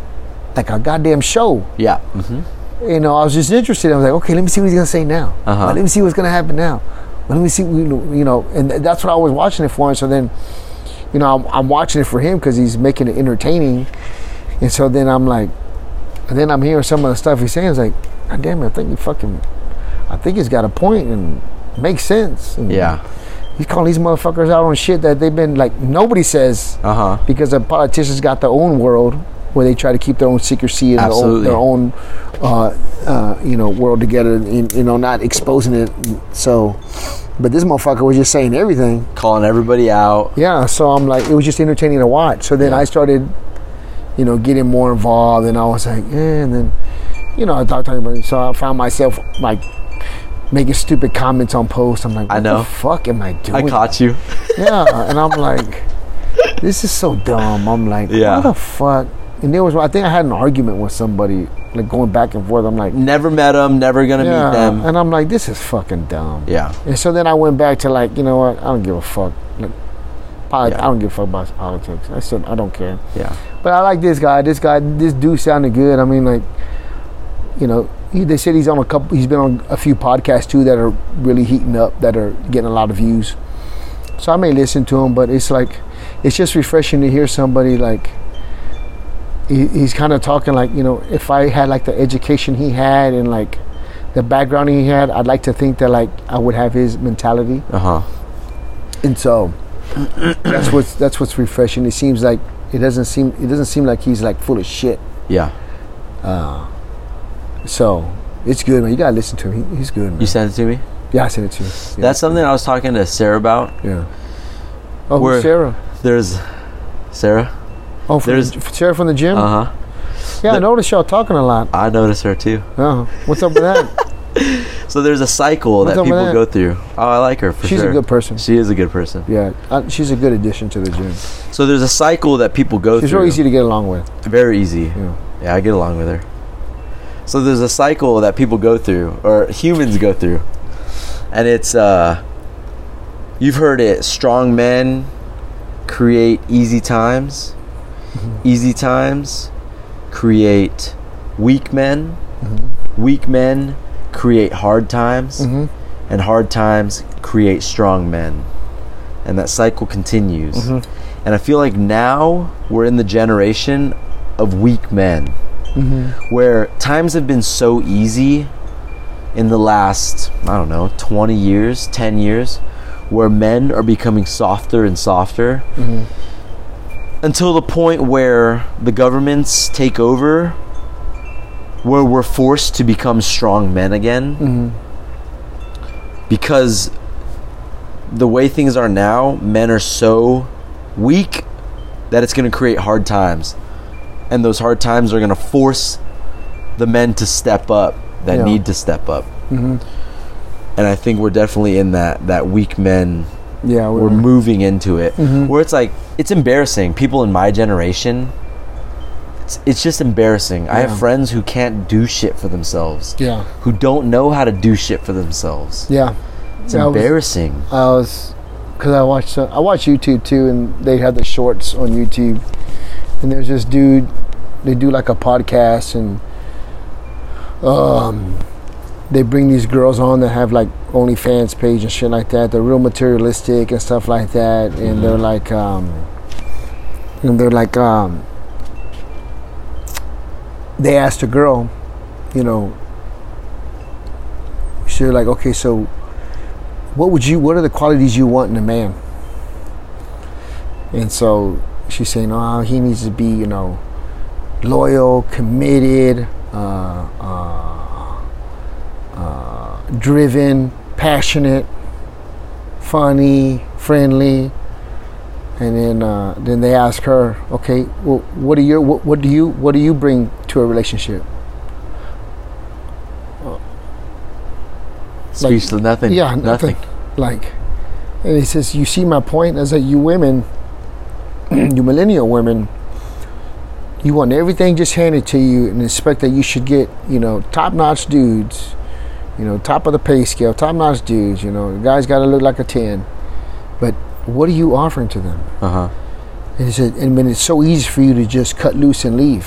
[SPEAKER 3] like a goddamn show.
[SPEAKER 4] Yeah. hmm
[SPEAKER 3] You know, I was just interested. I was like, okay, let me see what he's gonna say now.
[SPEAKER 4] Uh-huh.
[SPEAKER 3] Let me see what's gonna happen now. Let me see, you know, you know, and th- that's what I was watching it for. And so then, you know, I'm, I'm watching it for him because he's making it entertaining. And so then I'm like, and then I'm hearing some of the stuff he's saying. I was like, God damn it, I think he fucking, I think he's got a point and makes sense. And
[SPEAKER 4] Yeah.
[SPEAKER 3] He's calling these motherfuckers out on shit that they've been like, nobody says
[SPEAKER 4] Uh huh.
[SPEAKER 3] because the politicians got their own world where they try to keep their own secrecy and their own,
[SPEAKER 4] Absolutely.
[SPEAKER 3] their own uh, uh, you know world together and you know not exposing it so but this motherfucker was just saying everything
[SPEAKER 4] Calling everybody out.
[SPEAKER 3] yeah so i'm like it was just entertaining to watch so then i started you know getting more involved and i was like eh, and then you know i thought talking about it so i found myself like making stupid comments on posts i'm like
[SPEAKER 4] I
[SPEAKER 3] what
[SPEAKER 4] know.
[SPEAKER 3] the fuck am i doing
[SPEAKER 4] I caught you.
[SPEAKER 3] yeah, and I'm like, this is so dumb. I'm like,
[SPEAKER 4] Yeah.
[SPEAKER 3] what the fuck? And there was, I think I had an argument with somebody, like going back and forth. I'm like,
[SPEAKER 4] Never met them. Never gonna Mm, meet them.
[SPEAKER 3] yeah, and I'm like, this is fucking dumb.
[SPEAKER 4] yeah.
[SPEAKER 3] And so then I went back to like, you know what? I don't give a fuck. Like, polit-
[SPEAKER 4] Yeah.
[SPEAKER 3] I don't give a fuck about politics. I said I don't care.
[SPEAKER 4] Yeah.
[SPEAKER 3] But I like this guy. This guy, this dude sounded good. I mean, like, you know, he, they said he's on a couple. He's been on a few podcasts too that are really heating up, that are getting a lot of views. So I may listen to him, but it's like, it's just refreshing to hear somebody like. He, he's kind of talking like you know, if I had like the education he had and like the background he had, I'd like to think that like I would have his mentality
[SPEAKER 4] Uh huh.
[SPEAKER 3] and so that's what's that's what's refreshing. It seems like it doesn't seem it doesn't seem like he's like full of shit.
[SPEAKER 4] Yeah.
[SPEAKER 3] So it's good, man. You gotta listen to him. He, he's good, man.
[SPEAKER 4] You sent it to me.
[SPEAKER 3] yeah, I sent it to you. Yeah.
[SPEAKER 4] That's something I was talking to Sarah about.
[SPEAKER 3] yeah. Oh,
[SPEAKER 4] Where-
[SPEAKER 3] who's Sarah.
[SPEAKER 4] There's Sarah.
[SPEAKER 3] Oh, from
[SPEAKER 4] there's-
[SPEAKER 3] the, Sarah from the gym.
[SPEAKER 4] Uh huh.
[SPEAKER 3] yeah, I noticed y'all talking a lot.
[SPEAKER 4] I noticed her too.
[SPEAKER 3] Uh, what's up with that?
[SPEAKER 4] So there's a cycle
[SPEAKER 3] What's
[SPEAKER 4] that
[SPEAKER 3] up with
[SPEAKER 4] people
[SPEAKER 3] that?
[SPEAKER 4] go through. Oh, I like her for
[SPEAKER 3] She's a
[SPEAKER 4] sure.
[SPEAKER 3] good person.
[SPEAKER 4] She is a good person.
[SPEAKER 3] yeah, uh, she's a good addition to the gym.
[SPEAKER 4] So there's a cycle that people go
[SPEAKER 3] She's
[SPEAKER 4] through.
[SPEAKER 3] real easy to get along with.
[SPEAKER 4] Very easy.
[SPEAKER 3] Yeah.
[SPEAKER 4] Yeah. I get along with her. So there's a cycle that people go through, or humans go through, and it's uh, you've heard it: strong men create easy times, easy times create weak men, weak men create hard times, and hard times create strong men. And that cycle continues. And I feel like now we're in the generation of weak men where times have been so easy in the last, I don't know, 20 years, 10 years, where men are becoming softer and softer until the point where the governments take over, where we're forced to become strong men again. Because the way things are now, men are so weak that it's going to create hard times. And those hard times are going to force the men to step up that
[SPEAKER 3] Yeah.
[SPEAKER 4] need to step up. And I think we're definitely in that, that weak men
[SPEAKER 3] Yeah, Mm-hmm.
[SPEAKER 4] we're moving into it where it's like it's embarrassing people in my generation it's, it's just embarrassing i
[SPEAKER 3] Yeah.
[SPEAKER 4] have friends who can't do shit for themselves
[SPEAKER 3] yeah,
[SPEAKER 4] who don't know how to do shit for themselves
[SPEAKER 3] yeah.
[SPEAKER 4] it's
[SPEAKER 3] Yeah, I was-
[SPEAKER 4] embarrassing
[SPEAKER 3] I was because I watched uh, I watch YouTube too, and they have the shorts on YouTube, and there's this dude. They do like a podcast, and um, they bring these girls on that have like OnlyFans page and shit like that. They're real materialistic and stuff like that, and they're like, um, and they're like, um, they asked a girl, you know, she's like, okay, so what would you what are the qualities you want in a man and so she's saying oh he needs to be you know loyal committed uh, uh, uh, driven passionate funny friendly and then uh, then they ask her okay well, what do your what, what do you what do you bring to a relationship
[SPEAKER 4] speech to nothing
[SPEAKER 3] Yeah, nothing. Like, and he says, you see my point? Is that you women, you millennial women, you want everything just handed to you and expect that you should get, you know, top notch dudes, you know, top of the pay scale, top notch dudes, you know, the guy's got to look like a 10. But what are you offering to them?
[SPEAKER 4] uh-huh
[SPEAKER 3] And he said, and when it's so easy for you to just cut loose and leave,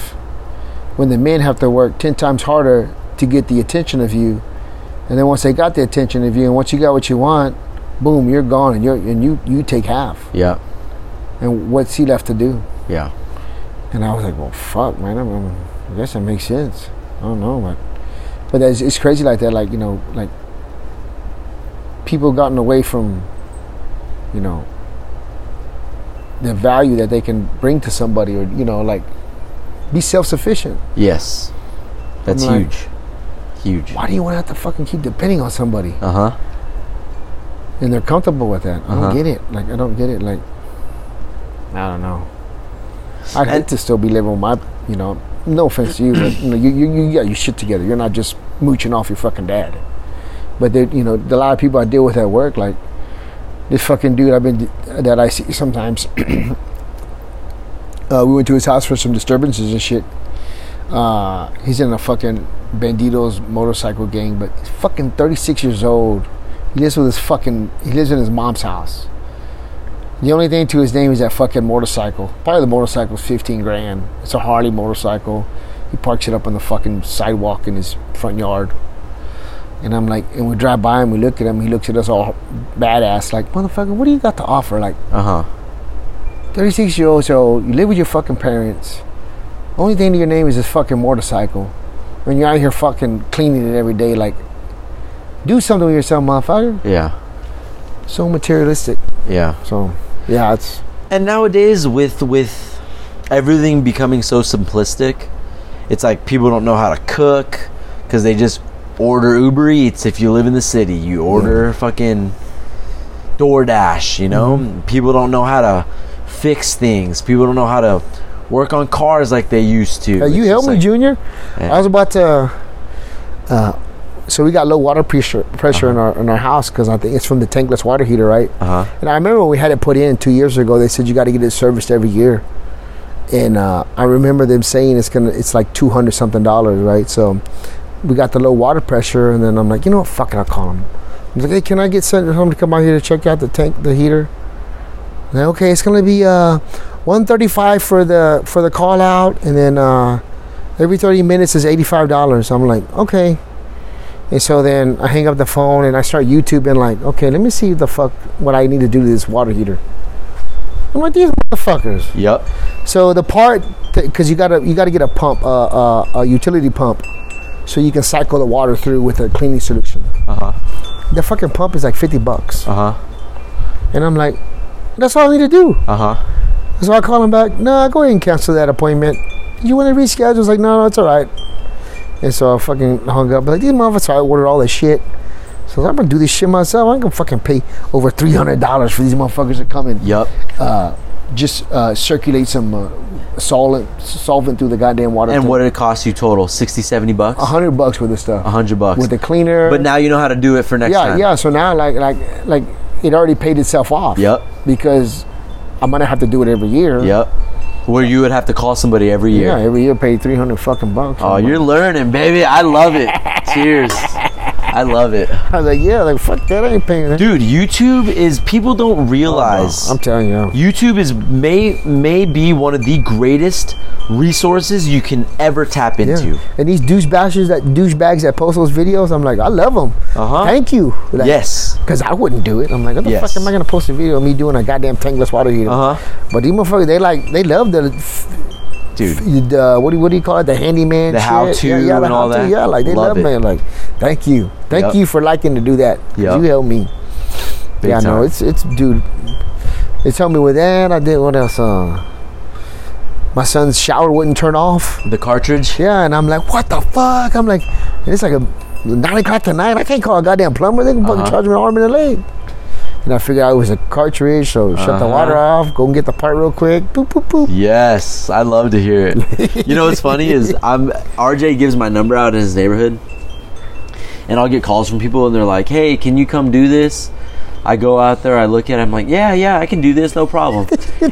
[SPEAKER 3] when the men have to work 10 times harder to get the attention of you, and then once they got the attention of you, and once you got what you want, boom, you're gone, and, you're, and you, you take half.
[SPEAKER 4] yeah
[SPEAKER 3] And what's he left to do?
[SPEAKER 4] yeah
[SPEAKER 3] And I was like, well, fuck, man, I, mean, I guess that makes sense. I don't know, but, but that's, it's crazy like that, like, you know, like people gotten away from, you know, the value that they can bring to somebody or, you know, like be self sufficient.
[SPEAKER 4] yes that's
[SPEAKER 3] I'm like-
[SPEAKER 4] huge huge
[SPEAKER 3] Why do you want to have to fucking keep depending on somebody?
[SPEAKER 4] uh-huh
[SPEAKER 3] And they're comfortable with that. I
[SPEAKER 4] Uh-huh.
[SPEAKER 3] don't get it. Like, I don't get it. Like, I don't know. I'd hate
[SPEAKER 4] And-
[SPEAKER 3] to still be living with my, you know, no offense to you, but you know, you, you, you got your shit together. You're not just mooching off your fucking dad. But there, you know, the lot of people I deal with at work, like this fucking dude I've been that I see sometimes. uh, we went to his house for some disturbances and shit. Uh, he's in a fucking bandidos motorcycle gang, but he's fucking 36 years old. He lives with his fucking. He lives in his mom's house. The only thing to his name is that fucking motorcycle. Probably the motorcycle's 15 grand. It's a Harley motorcycle. He parks it up on the fucking sidewalk in his front yard. And I'm like, and we drive by and we look at him. He looks at us all badass, like, motherfucker, what do you got to offer? Like,
[SPEAKER 4] uh-huh
[SPEAKER 3] 36 year olds old, you live with your fucking parents. Only thing to your name is this fucking motorcycle. When you're out here fucking cleaning it every day, like, do something with yourself, motherfucker.
[SPEAKER 4] yeah
[SPEAKER 3] So materialistic.
[SPEAKER 4] yeah
[SPEAKER 3] So, yeah, it's.
[SPEAKER 4] and nowadays with with everything becoming so simplistic it's like people don't know how to cook because they just order uber eats if you live in the city you order fucking doordash you know
[SPEAKER 3] Mm-hmm.
[SPEAKER 4] people don't know how to fix things people don't know how to work on cars like they used to
[SPEAKER 3] Uh, you
[SPEAKER 4] It's
[SPEAKER 3] help
[SPEAKER 4] just
[SPEAKER 3] me,
[SPEAKER 4] like-
[SPEAKER 3] Junior.
[SPEAKER 4] Yeah.
[SPEAKER 3] I was about to. Uh, so we got low water pressure pressure in our in our house because I think it's from the tankless water heater, right?
[SPEAKER 4] uh-huh
[SPEAKER 3] And I remember when we had it put in two years ago. They said you got to get it serviced every year, and uh, I remember them saying it's gonna it's like two hundred something dollars, right? So we got the low water pressure, and then I'm like, you know what, fuck it, I'll call them. I was like, hey, can I get sent home to come out here to check out the tank, the heater? And they're, okay, it's gonna be uh, one thirty five for the for the call out, and then uh, every thirty minutes is eighty five dollars. I'm like, okay. And so then I hang up the phone and I start YouTubing like, okay, let me see the fuck what I need to do to this water heater. I'm like these motherfuckers.
[SPEAKER 4] Yep.
[SPEAKER 3] So the part, because you gotta you gotta get a pump, uh, uh, a utility pump, so you can cycle the water through with a cleaning solution.
[SPEAKER 4] Uh huh.
[SPEAKER 3] The fucking pump is like fifty bucks,
[SPEAKER 4] Uh huh.
[SPEAKER 3] and I'm like, that's all I need to do.
[SPEAKER 4] Uh huh.
[SPEAKER 3] So I call him back. Nah, go ahead and cancel that appointment. You want to reschedule? I was like, no, no, it's all right. And so I fucking hung up. Like these motherfuckers, I ordered all this shit. So I'm gonna do this shit myself. I'm gonna fucking pay over three hundred dollars for these motherfuckers to come and
[SPEAKER 4] Yep.
[SPEAKER 3] uh, just uh, circulate some uh, solvent solvent through the goddamn water.
[SPEAKER 4] And
[SPEAKER 3] tank.
[SPEAKER 4] what did it cost you total? 60, 70 bucks?
[SPEAKER 3] A hundred bucks worth of stuff.
[SPEAKER 4] A hundred bucks.
[SPEAKER 3] with the cleaner.
[SPEAKER 4] But now you know how to do it for next
[SPEAKER 3] yeah,
[SPEAKER 4] time.
[SPEAKER 3] yeah. So now, like, like, like, it already paid itself off.
[SPEAKER 4] Yep.
[SPEAKER 3] Because I'm gonna have to do it every year.
[SPEAKER 4] Yep. Where you would have to call somebody every year.
[SPEAKER 3] Yeah, every year pay three hundred fucking bucks.
[SPEAKER 4] Oh, you're learning, baby. I love it. Cheers. I love it.
[SPEAKER 3] I was like, yeah, like fuck that, I ain't paying that. Oh,
[SPEAKER 4] Dude, YouTube is people don't realize
[SPEAKER 3] I'm telling you.
[SPEAKER 4] YouTube is may may be one of the greatest resources you can ever tap into.
[SPEAKER 3] Yeah. And these douchebashes that douchebags that post those videos, I'm like, I love them.
[SPEAKER 4] Uh-huh.
[SPEAKER 3] Thank you. Like,
[SPEAKER 4] Yes.
[SPEAKER 3] Because I wouldn't do it. I'm like, what the
[SPEAKER 4] Yes.
[SPEAKER 3] fuck am I gonna post a video of me doing a goddamn tankless water heater?
[SPEAKER 4] Uh-huh.
[SPEAKER 3] But these motherfuckers, they like, they love the,
[SPEAKER 4] Dude.
[SPEAKER 3] the what do you, what do you call it? The handyman,
[SPEAKER 4] The
[SPEAKER 3] shit.
[SPEAKER 4] how-to
[SPEAKER 3] yeah, yeah, the
[SPEAKER 4] and all
[SPEAKER 3] how-to.
[SPEAKER 4] that.
[SPEAKER 3] Yeah, like they
[SPEAKER 4] Love
[SPEAKER 3] love,
[SPEAKER 4] it.
[SPEAKER 3] man. Like, thank you, thank
[SPEAKER 4] Yep.
[SPEAKER 3] you for liking to do that. 'Cause
[SPEAKER 4] Yep.
[SPEAKER 3] You helped me.
[SPEAKER 4] Big
[SPEAKER 3] yeah, no,
[SPEAKER 4] time.
[SPEAKER 3] it's it's dude. It's helped me with that. I did what else? Uh, my son's shower wouldn't turn off.
[SPEAKER 4] The cartridge.
[SPEAKER 3] Yeah, and I'm like, what the fuck? I'm like, and it's like a nine o'clock tonight. I can't call a goddamn plumber. They can fucking
[SPEAKER 4] Uh-huh.
[SPEAKER 3] charge me an arm and a leg. And I figured out it was a cartridge, so shut
[SPEAKER 4] Uh-huh.
[SPEAKER 3] the water off, go and get the part real quick. Boop, boop, boop.
[SPEAKER 4] Yes, I love to hear it. you know what's funny is I'm RJ gives my number out in his neighborhood, and I'll get calls from people, and they're like, "Hey, can you come do this?" I go out there, I look at, it, I'm like, "Yeah, yeah, I can do this, no problem."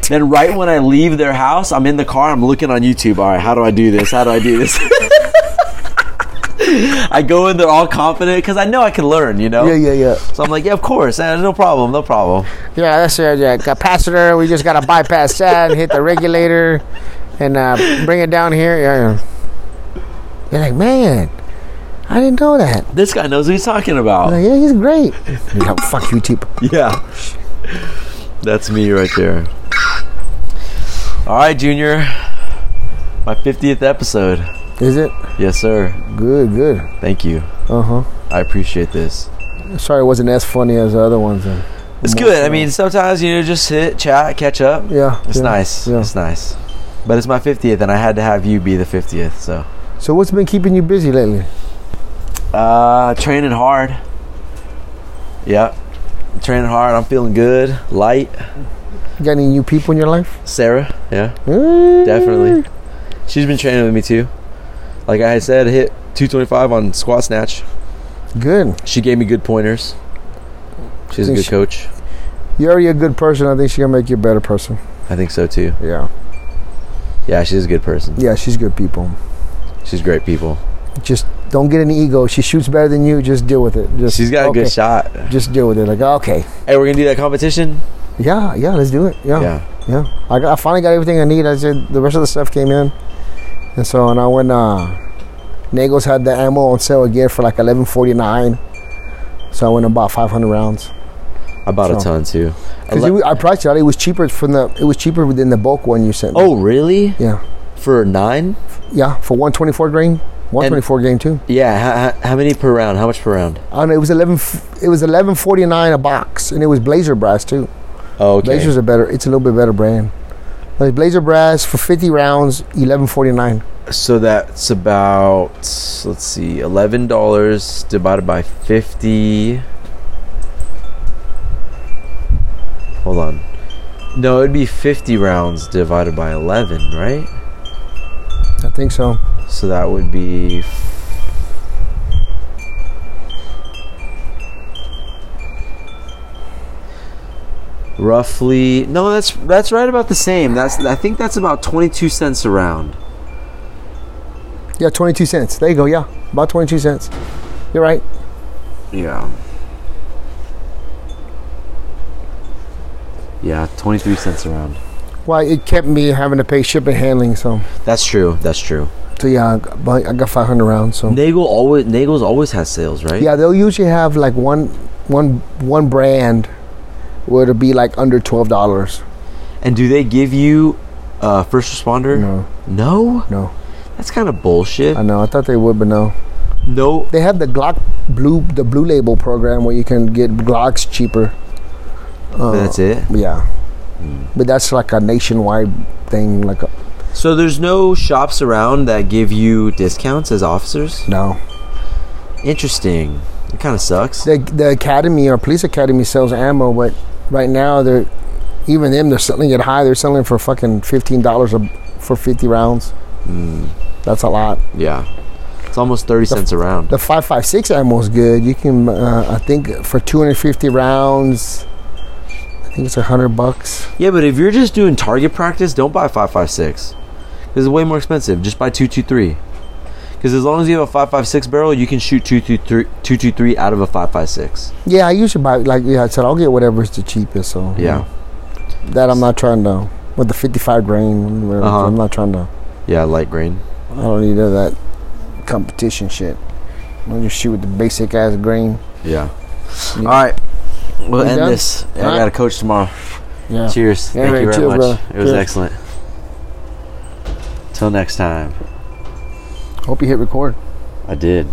[SPEAKER 4] then right when I leave their house, I'm in the car, I'm looking on YouTube. All right, how do I do this? How do I do this? I go in there all confident because I know I can learn, you know.
[SPEAKER 3] Yeah, yeah, yeah.
[SPEAKER 4] So I'm like, yeah, of course, eh, no problem, no problem.
[SPEAKER 3] Yeah, that's it. Yeah, capacitor. We just gotta bypass that and hit the regulator, and uh, bring it down here. Yeah, yeah. You're like, man, I didn't know that.
[SPEAKER 4] This guy knows what he's talking about.
[SPEAKER 3] I'm like, yeah, he's great. You're like, "Oh, fuck YouTube.
[SPEAKER 4] Yeah. That's me right there. All right, Junior. My 50th episode.
[SPEAKER 3] Is it
[SPEAKER 4] Yes, sir.
[SPEAKER 3] good? Good.
[SPEAKER 4] Thank you.
[SPEAKER 3] Uh huh.
[SPEAKER 4] I appreciate this.
[SPEAKER 3] Sorry, it wasn't as funny as the other ones. uh,
[SPEAKER 4] It's good. I mean, sometimes, you know, just sit, chat, catch up.
[SPEAKER 3] Yeah,
[SPEAKER 4] It's
[SPEAKER 3] yeah,
[SPEAKER 4] nice.
[SPEAKER 3] yeah.
[SPEAKER 4] It's nice. But it's my 50th, and I had to have you be the 50th, so.
[SPEAKER 3] So, what's been keeping you busy lately?
[SPEAKER 4] Uh, training hard. Yep. Training hard. I'm feeling good. Light.
[SPEAKER 3] You got any new people in your life?
[SPEAKER 4] Sarah. Yeah.
[SPEAKER 3] Mm.
[SPEAKER 4] Definitely. She's been training with me too. Like I said, hit 225 on squat snatch.
[SPEAKER 3] Good.
[SPEAKER 4] She gave me good pointers. She's a
[SPEAKER 3] Think
[SPEAKER 4] good
[SPEAKER 3] she-
[SPEAKER 4] coach.
[SPEAKER 3] You're already a good person. I think she's gonna make you a better person.
[SPEAKER 4] I think so too.
[SPEAKER 3] Yeah.
[SPEAKER 4] Yeah, she's a good person.
[SPEAKER 3] Yeah, she's good people.
[SPEAKER 4] She's great people.
[SPEAKER 3] Just don't get any ego. She shoots better than you. Just deal with it. Just
[SPEAKER 4] She's got a
[SPEAKER 3] okay.
[SPEAKER 4] good shot.
[SPEAKER 3] Just deal with it. Like, oh, okay.
[SPEAKER 4] Hey, we're gonna do that competition.
[SPEAKER 3] Yeah, yeah, let's do it. Yeah, yeah.
[SPEAKER 4] Yeah,
[SPEAKER 3] I, got, I finally got everything I need. I said the rest of the stuff came in, and so and I went. Uh, Nagels had the ammo on sale again for like eleven forty nine, so I went and bought five hundred rounds.
[SPEAKER 4] I bought a
[SPEAKER 3] So-
[SPEAKER 4] ton too.
[SPEAKER 3] Because
[SPEAKER 4] Ele-
[SPEAKER 3] I priced it out. It was cheaper from the. It was cheaper than the bulk one you sent. me.
[SPEAKER 4] oh, really?
[SPEAKER 3] yeah,
[SPEAKER 4] For nine?
[SPEAKER 3] yeah, for one twenty four grain, one twenty four grain too.
[SPEAKER 4] Yeah. How, how many per round? How much per round?
[SPEAKER 3] I don't know. It was eleven. f- It was eleven forty nine a box, and it was blazer brass too.
[SPEAKER 4] Oh, okay.
[SPEAKER 3] Blazer's a better. It's a little bit better brand. Like blazer brass for fifty rounds, eleven forty nine.
[SPEAKER 4] So that's about let's see, eleven dollars divided by fifty. Hold on. No, it'd be fifty rounds divided by eleven, right?
[SPEAKER 3] I think so.
[SPEAKER 4] So that would be. Roughly, no, that's that's right about the same. That's I think that's about twenty-two cents a round.
[SPEAKER 3] Yeah, 22 cents. There you go. Yeah, about 22 cents. You're right.
[SPEAKER 4] Yeah. Yeah, 23 cents around.
[SPEAKER 3] Why it kept me having to pay shipping and handling. So
[SPEAKER 4] That's true. That's true.
[SPEAKER 3] So yeah, I got- I got 500 rounds. So
[SPEAKER 4] Nagel always Nagel's always has sales, right?
[SPEAKER 3] yeah, they'll usually have like one, one, one brand where it'll be like under twelve dollars.
[SPEAKER 4] And do they give you uh, first responder?
[SPEAKER 3] No.
[SPEAKER 4] No?
[SPEAKER 3] No,
[SPEAKER 4] That's kind of bullshit.
[SPEAKER 3] I know. I thought they would, but no.
[SPEAKER 4] No.
[SPEAKER 3] They have the Glock blue, the blue label program where you can get Glocks cheaper. Uh,
[SPEAKER 4] that's it.
[SPEAKER 3] Yeah,
[SPEAKER 4] Hmm.
[SPEAKER 3] but that's like a nationwide thing. Like uh, a,
[SPEAKER 4] So there's no shops around that give you discounts as officers?
[SPEAKER 3] no,
[SPEAKER 4] Interesting. It kind of sucks.
[SPEAKER 3] the the academy or police academy sells ammo, but right now they're even them they're selling it high. They're selling for fucking fifteen dollars for fifty rounds.
[SPEAKER 4] Hmm.
[SPEAKER 3] That's a lot.
[SPEAKER 4] Yeah. It's almost 30 cents around.
[SPEAKER 3] The five five six ammo is good. You can uh, I think for two hundred fifty rounds, I think it's a hundred bucks.
[SPEAKER 4] Yeah, but if you're just doing target practice, don't buy 556. Because it's way more expensive. Just buy 223. Because as long as you have a 556 barrel, you can shoot 223, 223 out of a 556.
[SPEAKER 3] Yeah, I usually buy like yeah. I said I'll get whatever's the cheapest. So
[SPEAKER 4] Yeah.
[SPEAKER 3] that I'm not trying to with the fifty five grain. whatever,
[SPEAKER 4] Uh-huh.
[SPEAKER 3] I'm not trying to.
[SPEAKER 4] Yeah, light grain.
[SPEAKER 3] I don't need all that competition shit. I'll just shoot with the basic ass grain.
[SPEAKER 4] Yeah. All right. We'll
[SPEAKER 3] We
[SPEAKER 4] end
[SPEAKER 3] done?
[SPEAKER 4] this. Yeah, I
[SPEAKER 3] All
[SPEAKER 4] got
[SPEAKER 3] right.
[SPEAKER 4] a coach tomorrow.
[SPEAKER 3] Yeah.
[SPEAKER 4] Cheers.
[SPEAKER 3] Yeah,
[SPEAKER 4] Thank you
[SPEAKER 3] right,
[SPEAKER 4] very
[SPEAKER 3] cheers,
[SPEAKER 4] much.
[SPEAKER 3] brother.
[SPEAKER 4] It was
[SPEAKER 3] Cheers.
[SPEAKER 4] excellent. Till next time.
[SPEAKER 3] Hope you hit record.
[SPEAKER 4] I did.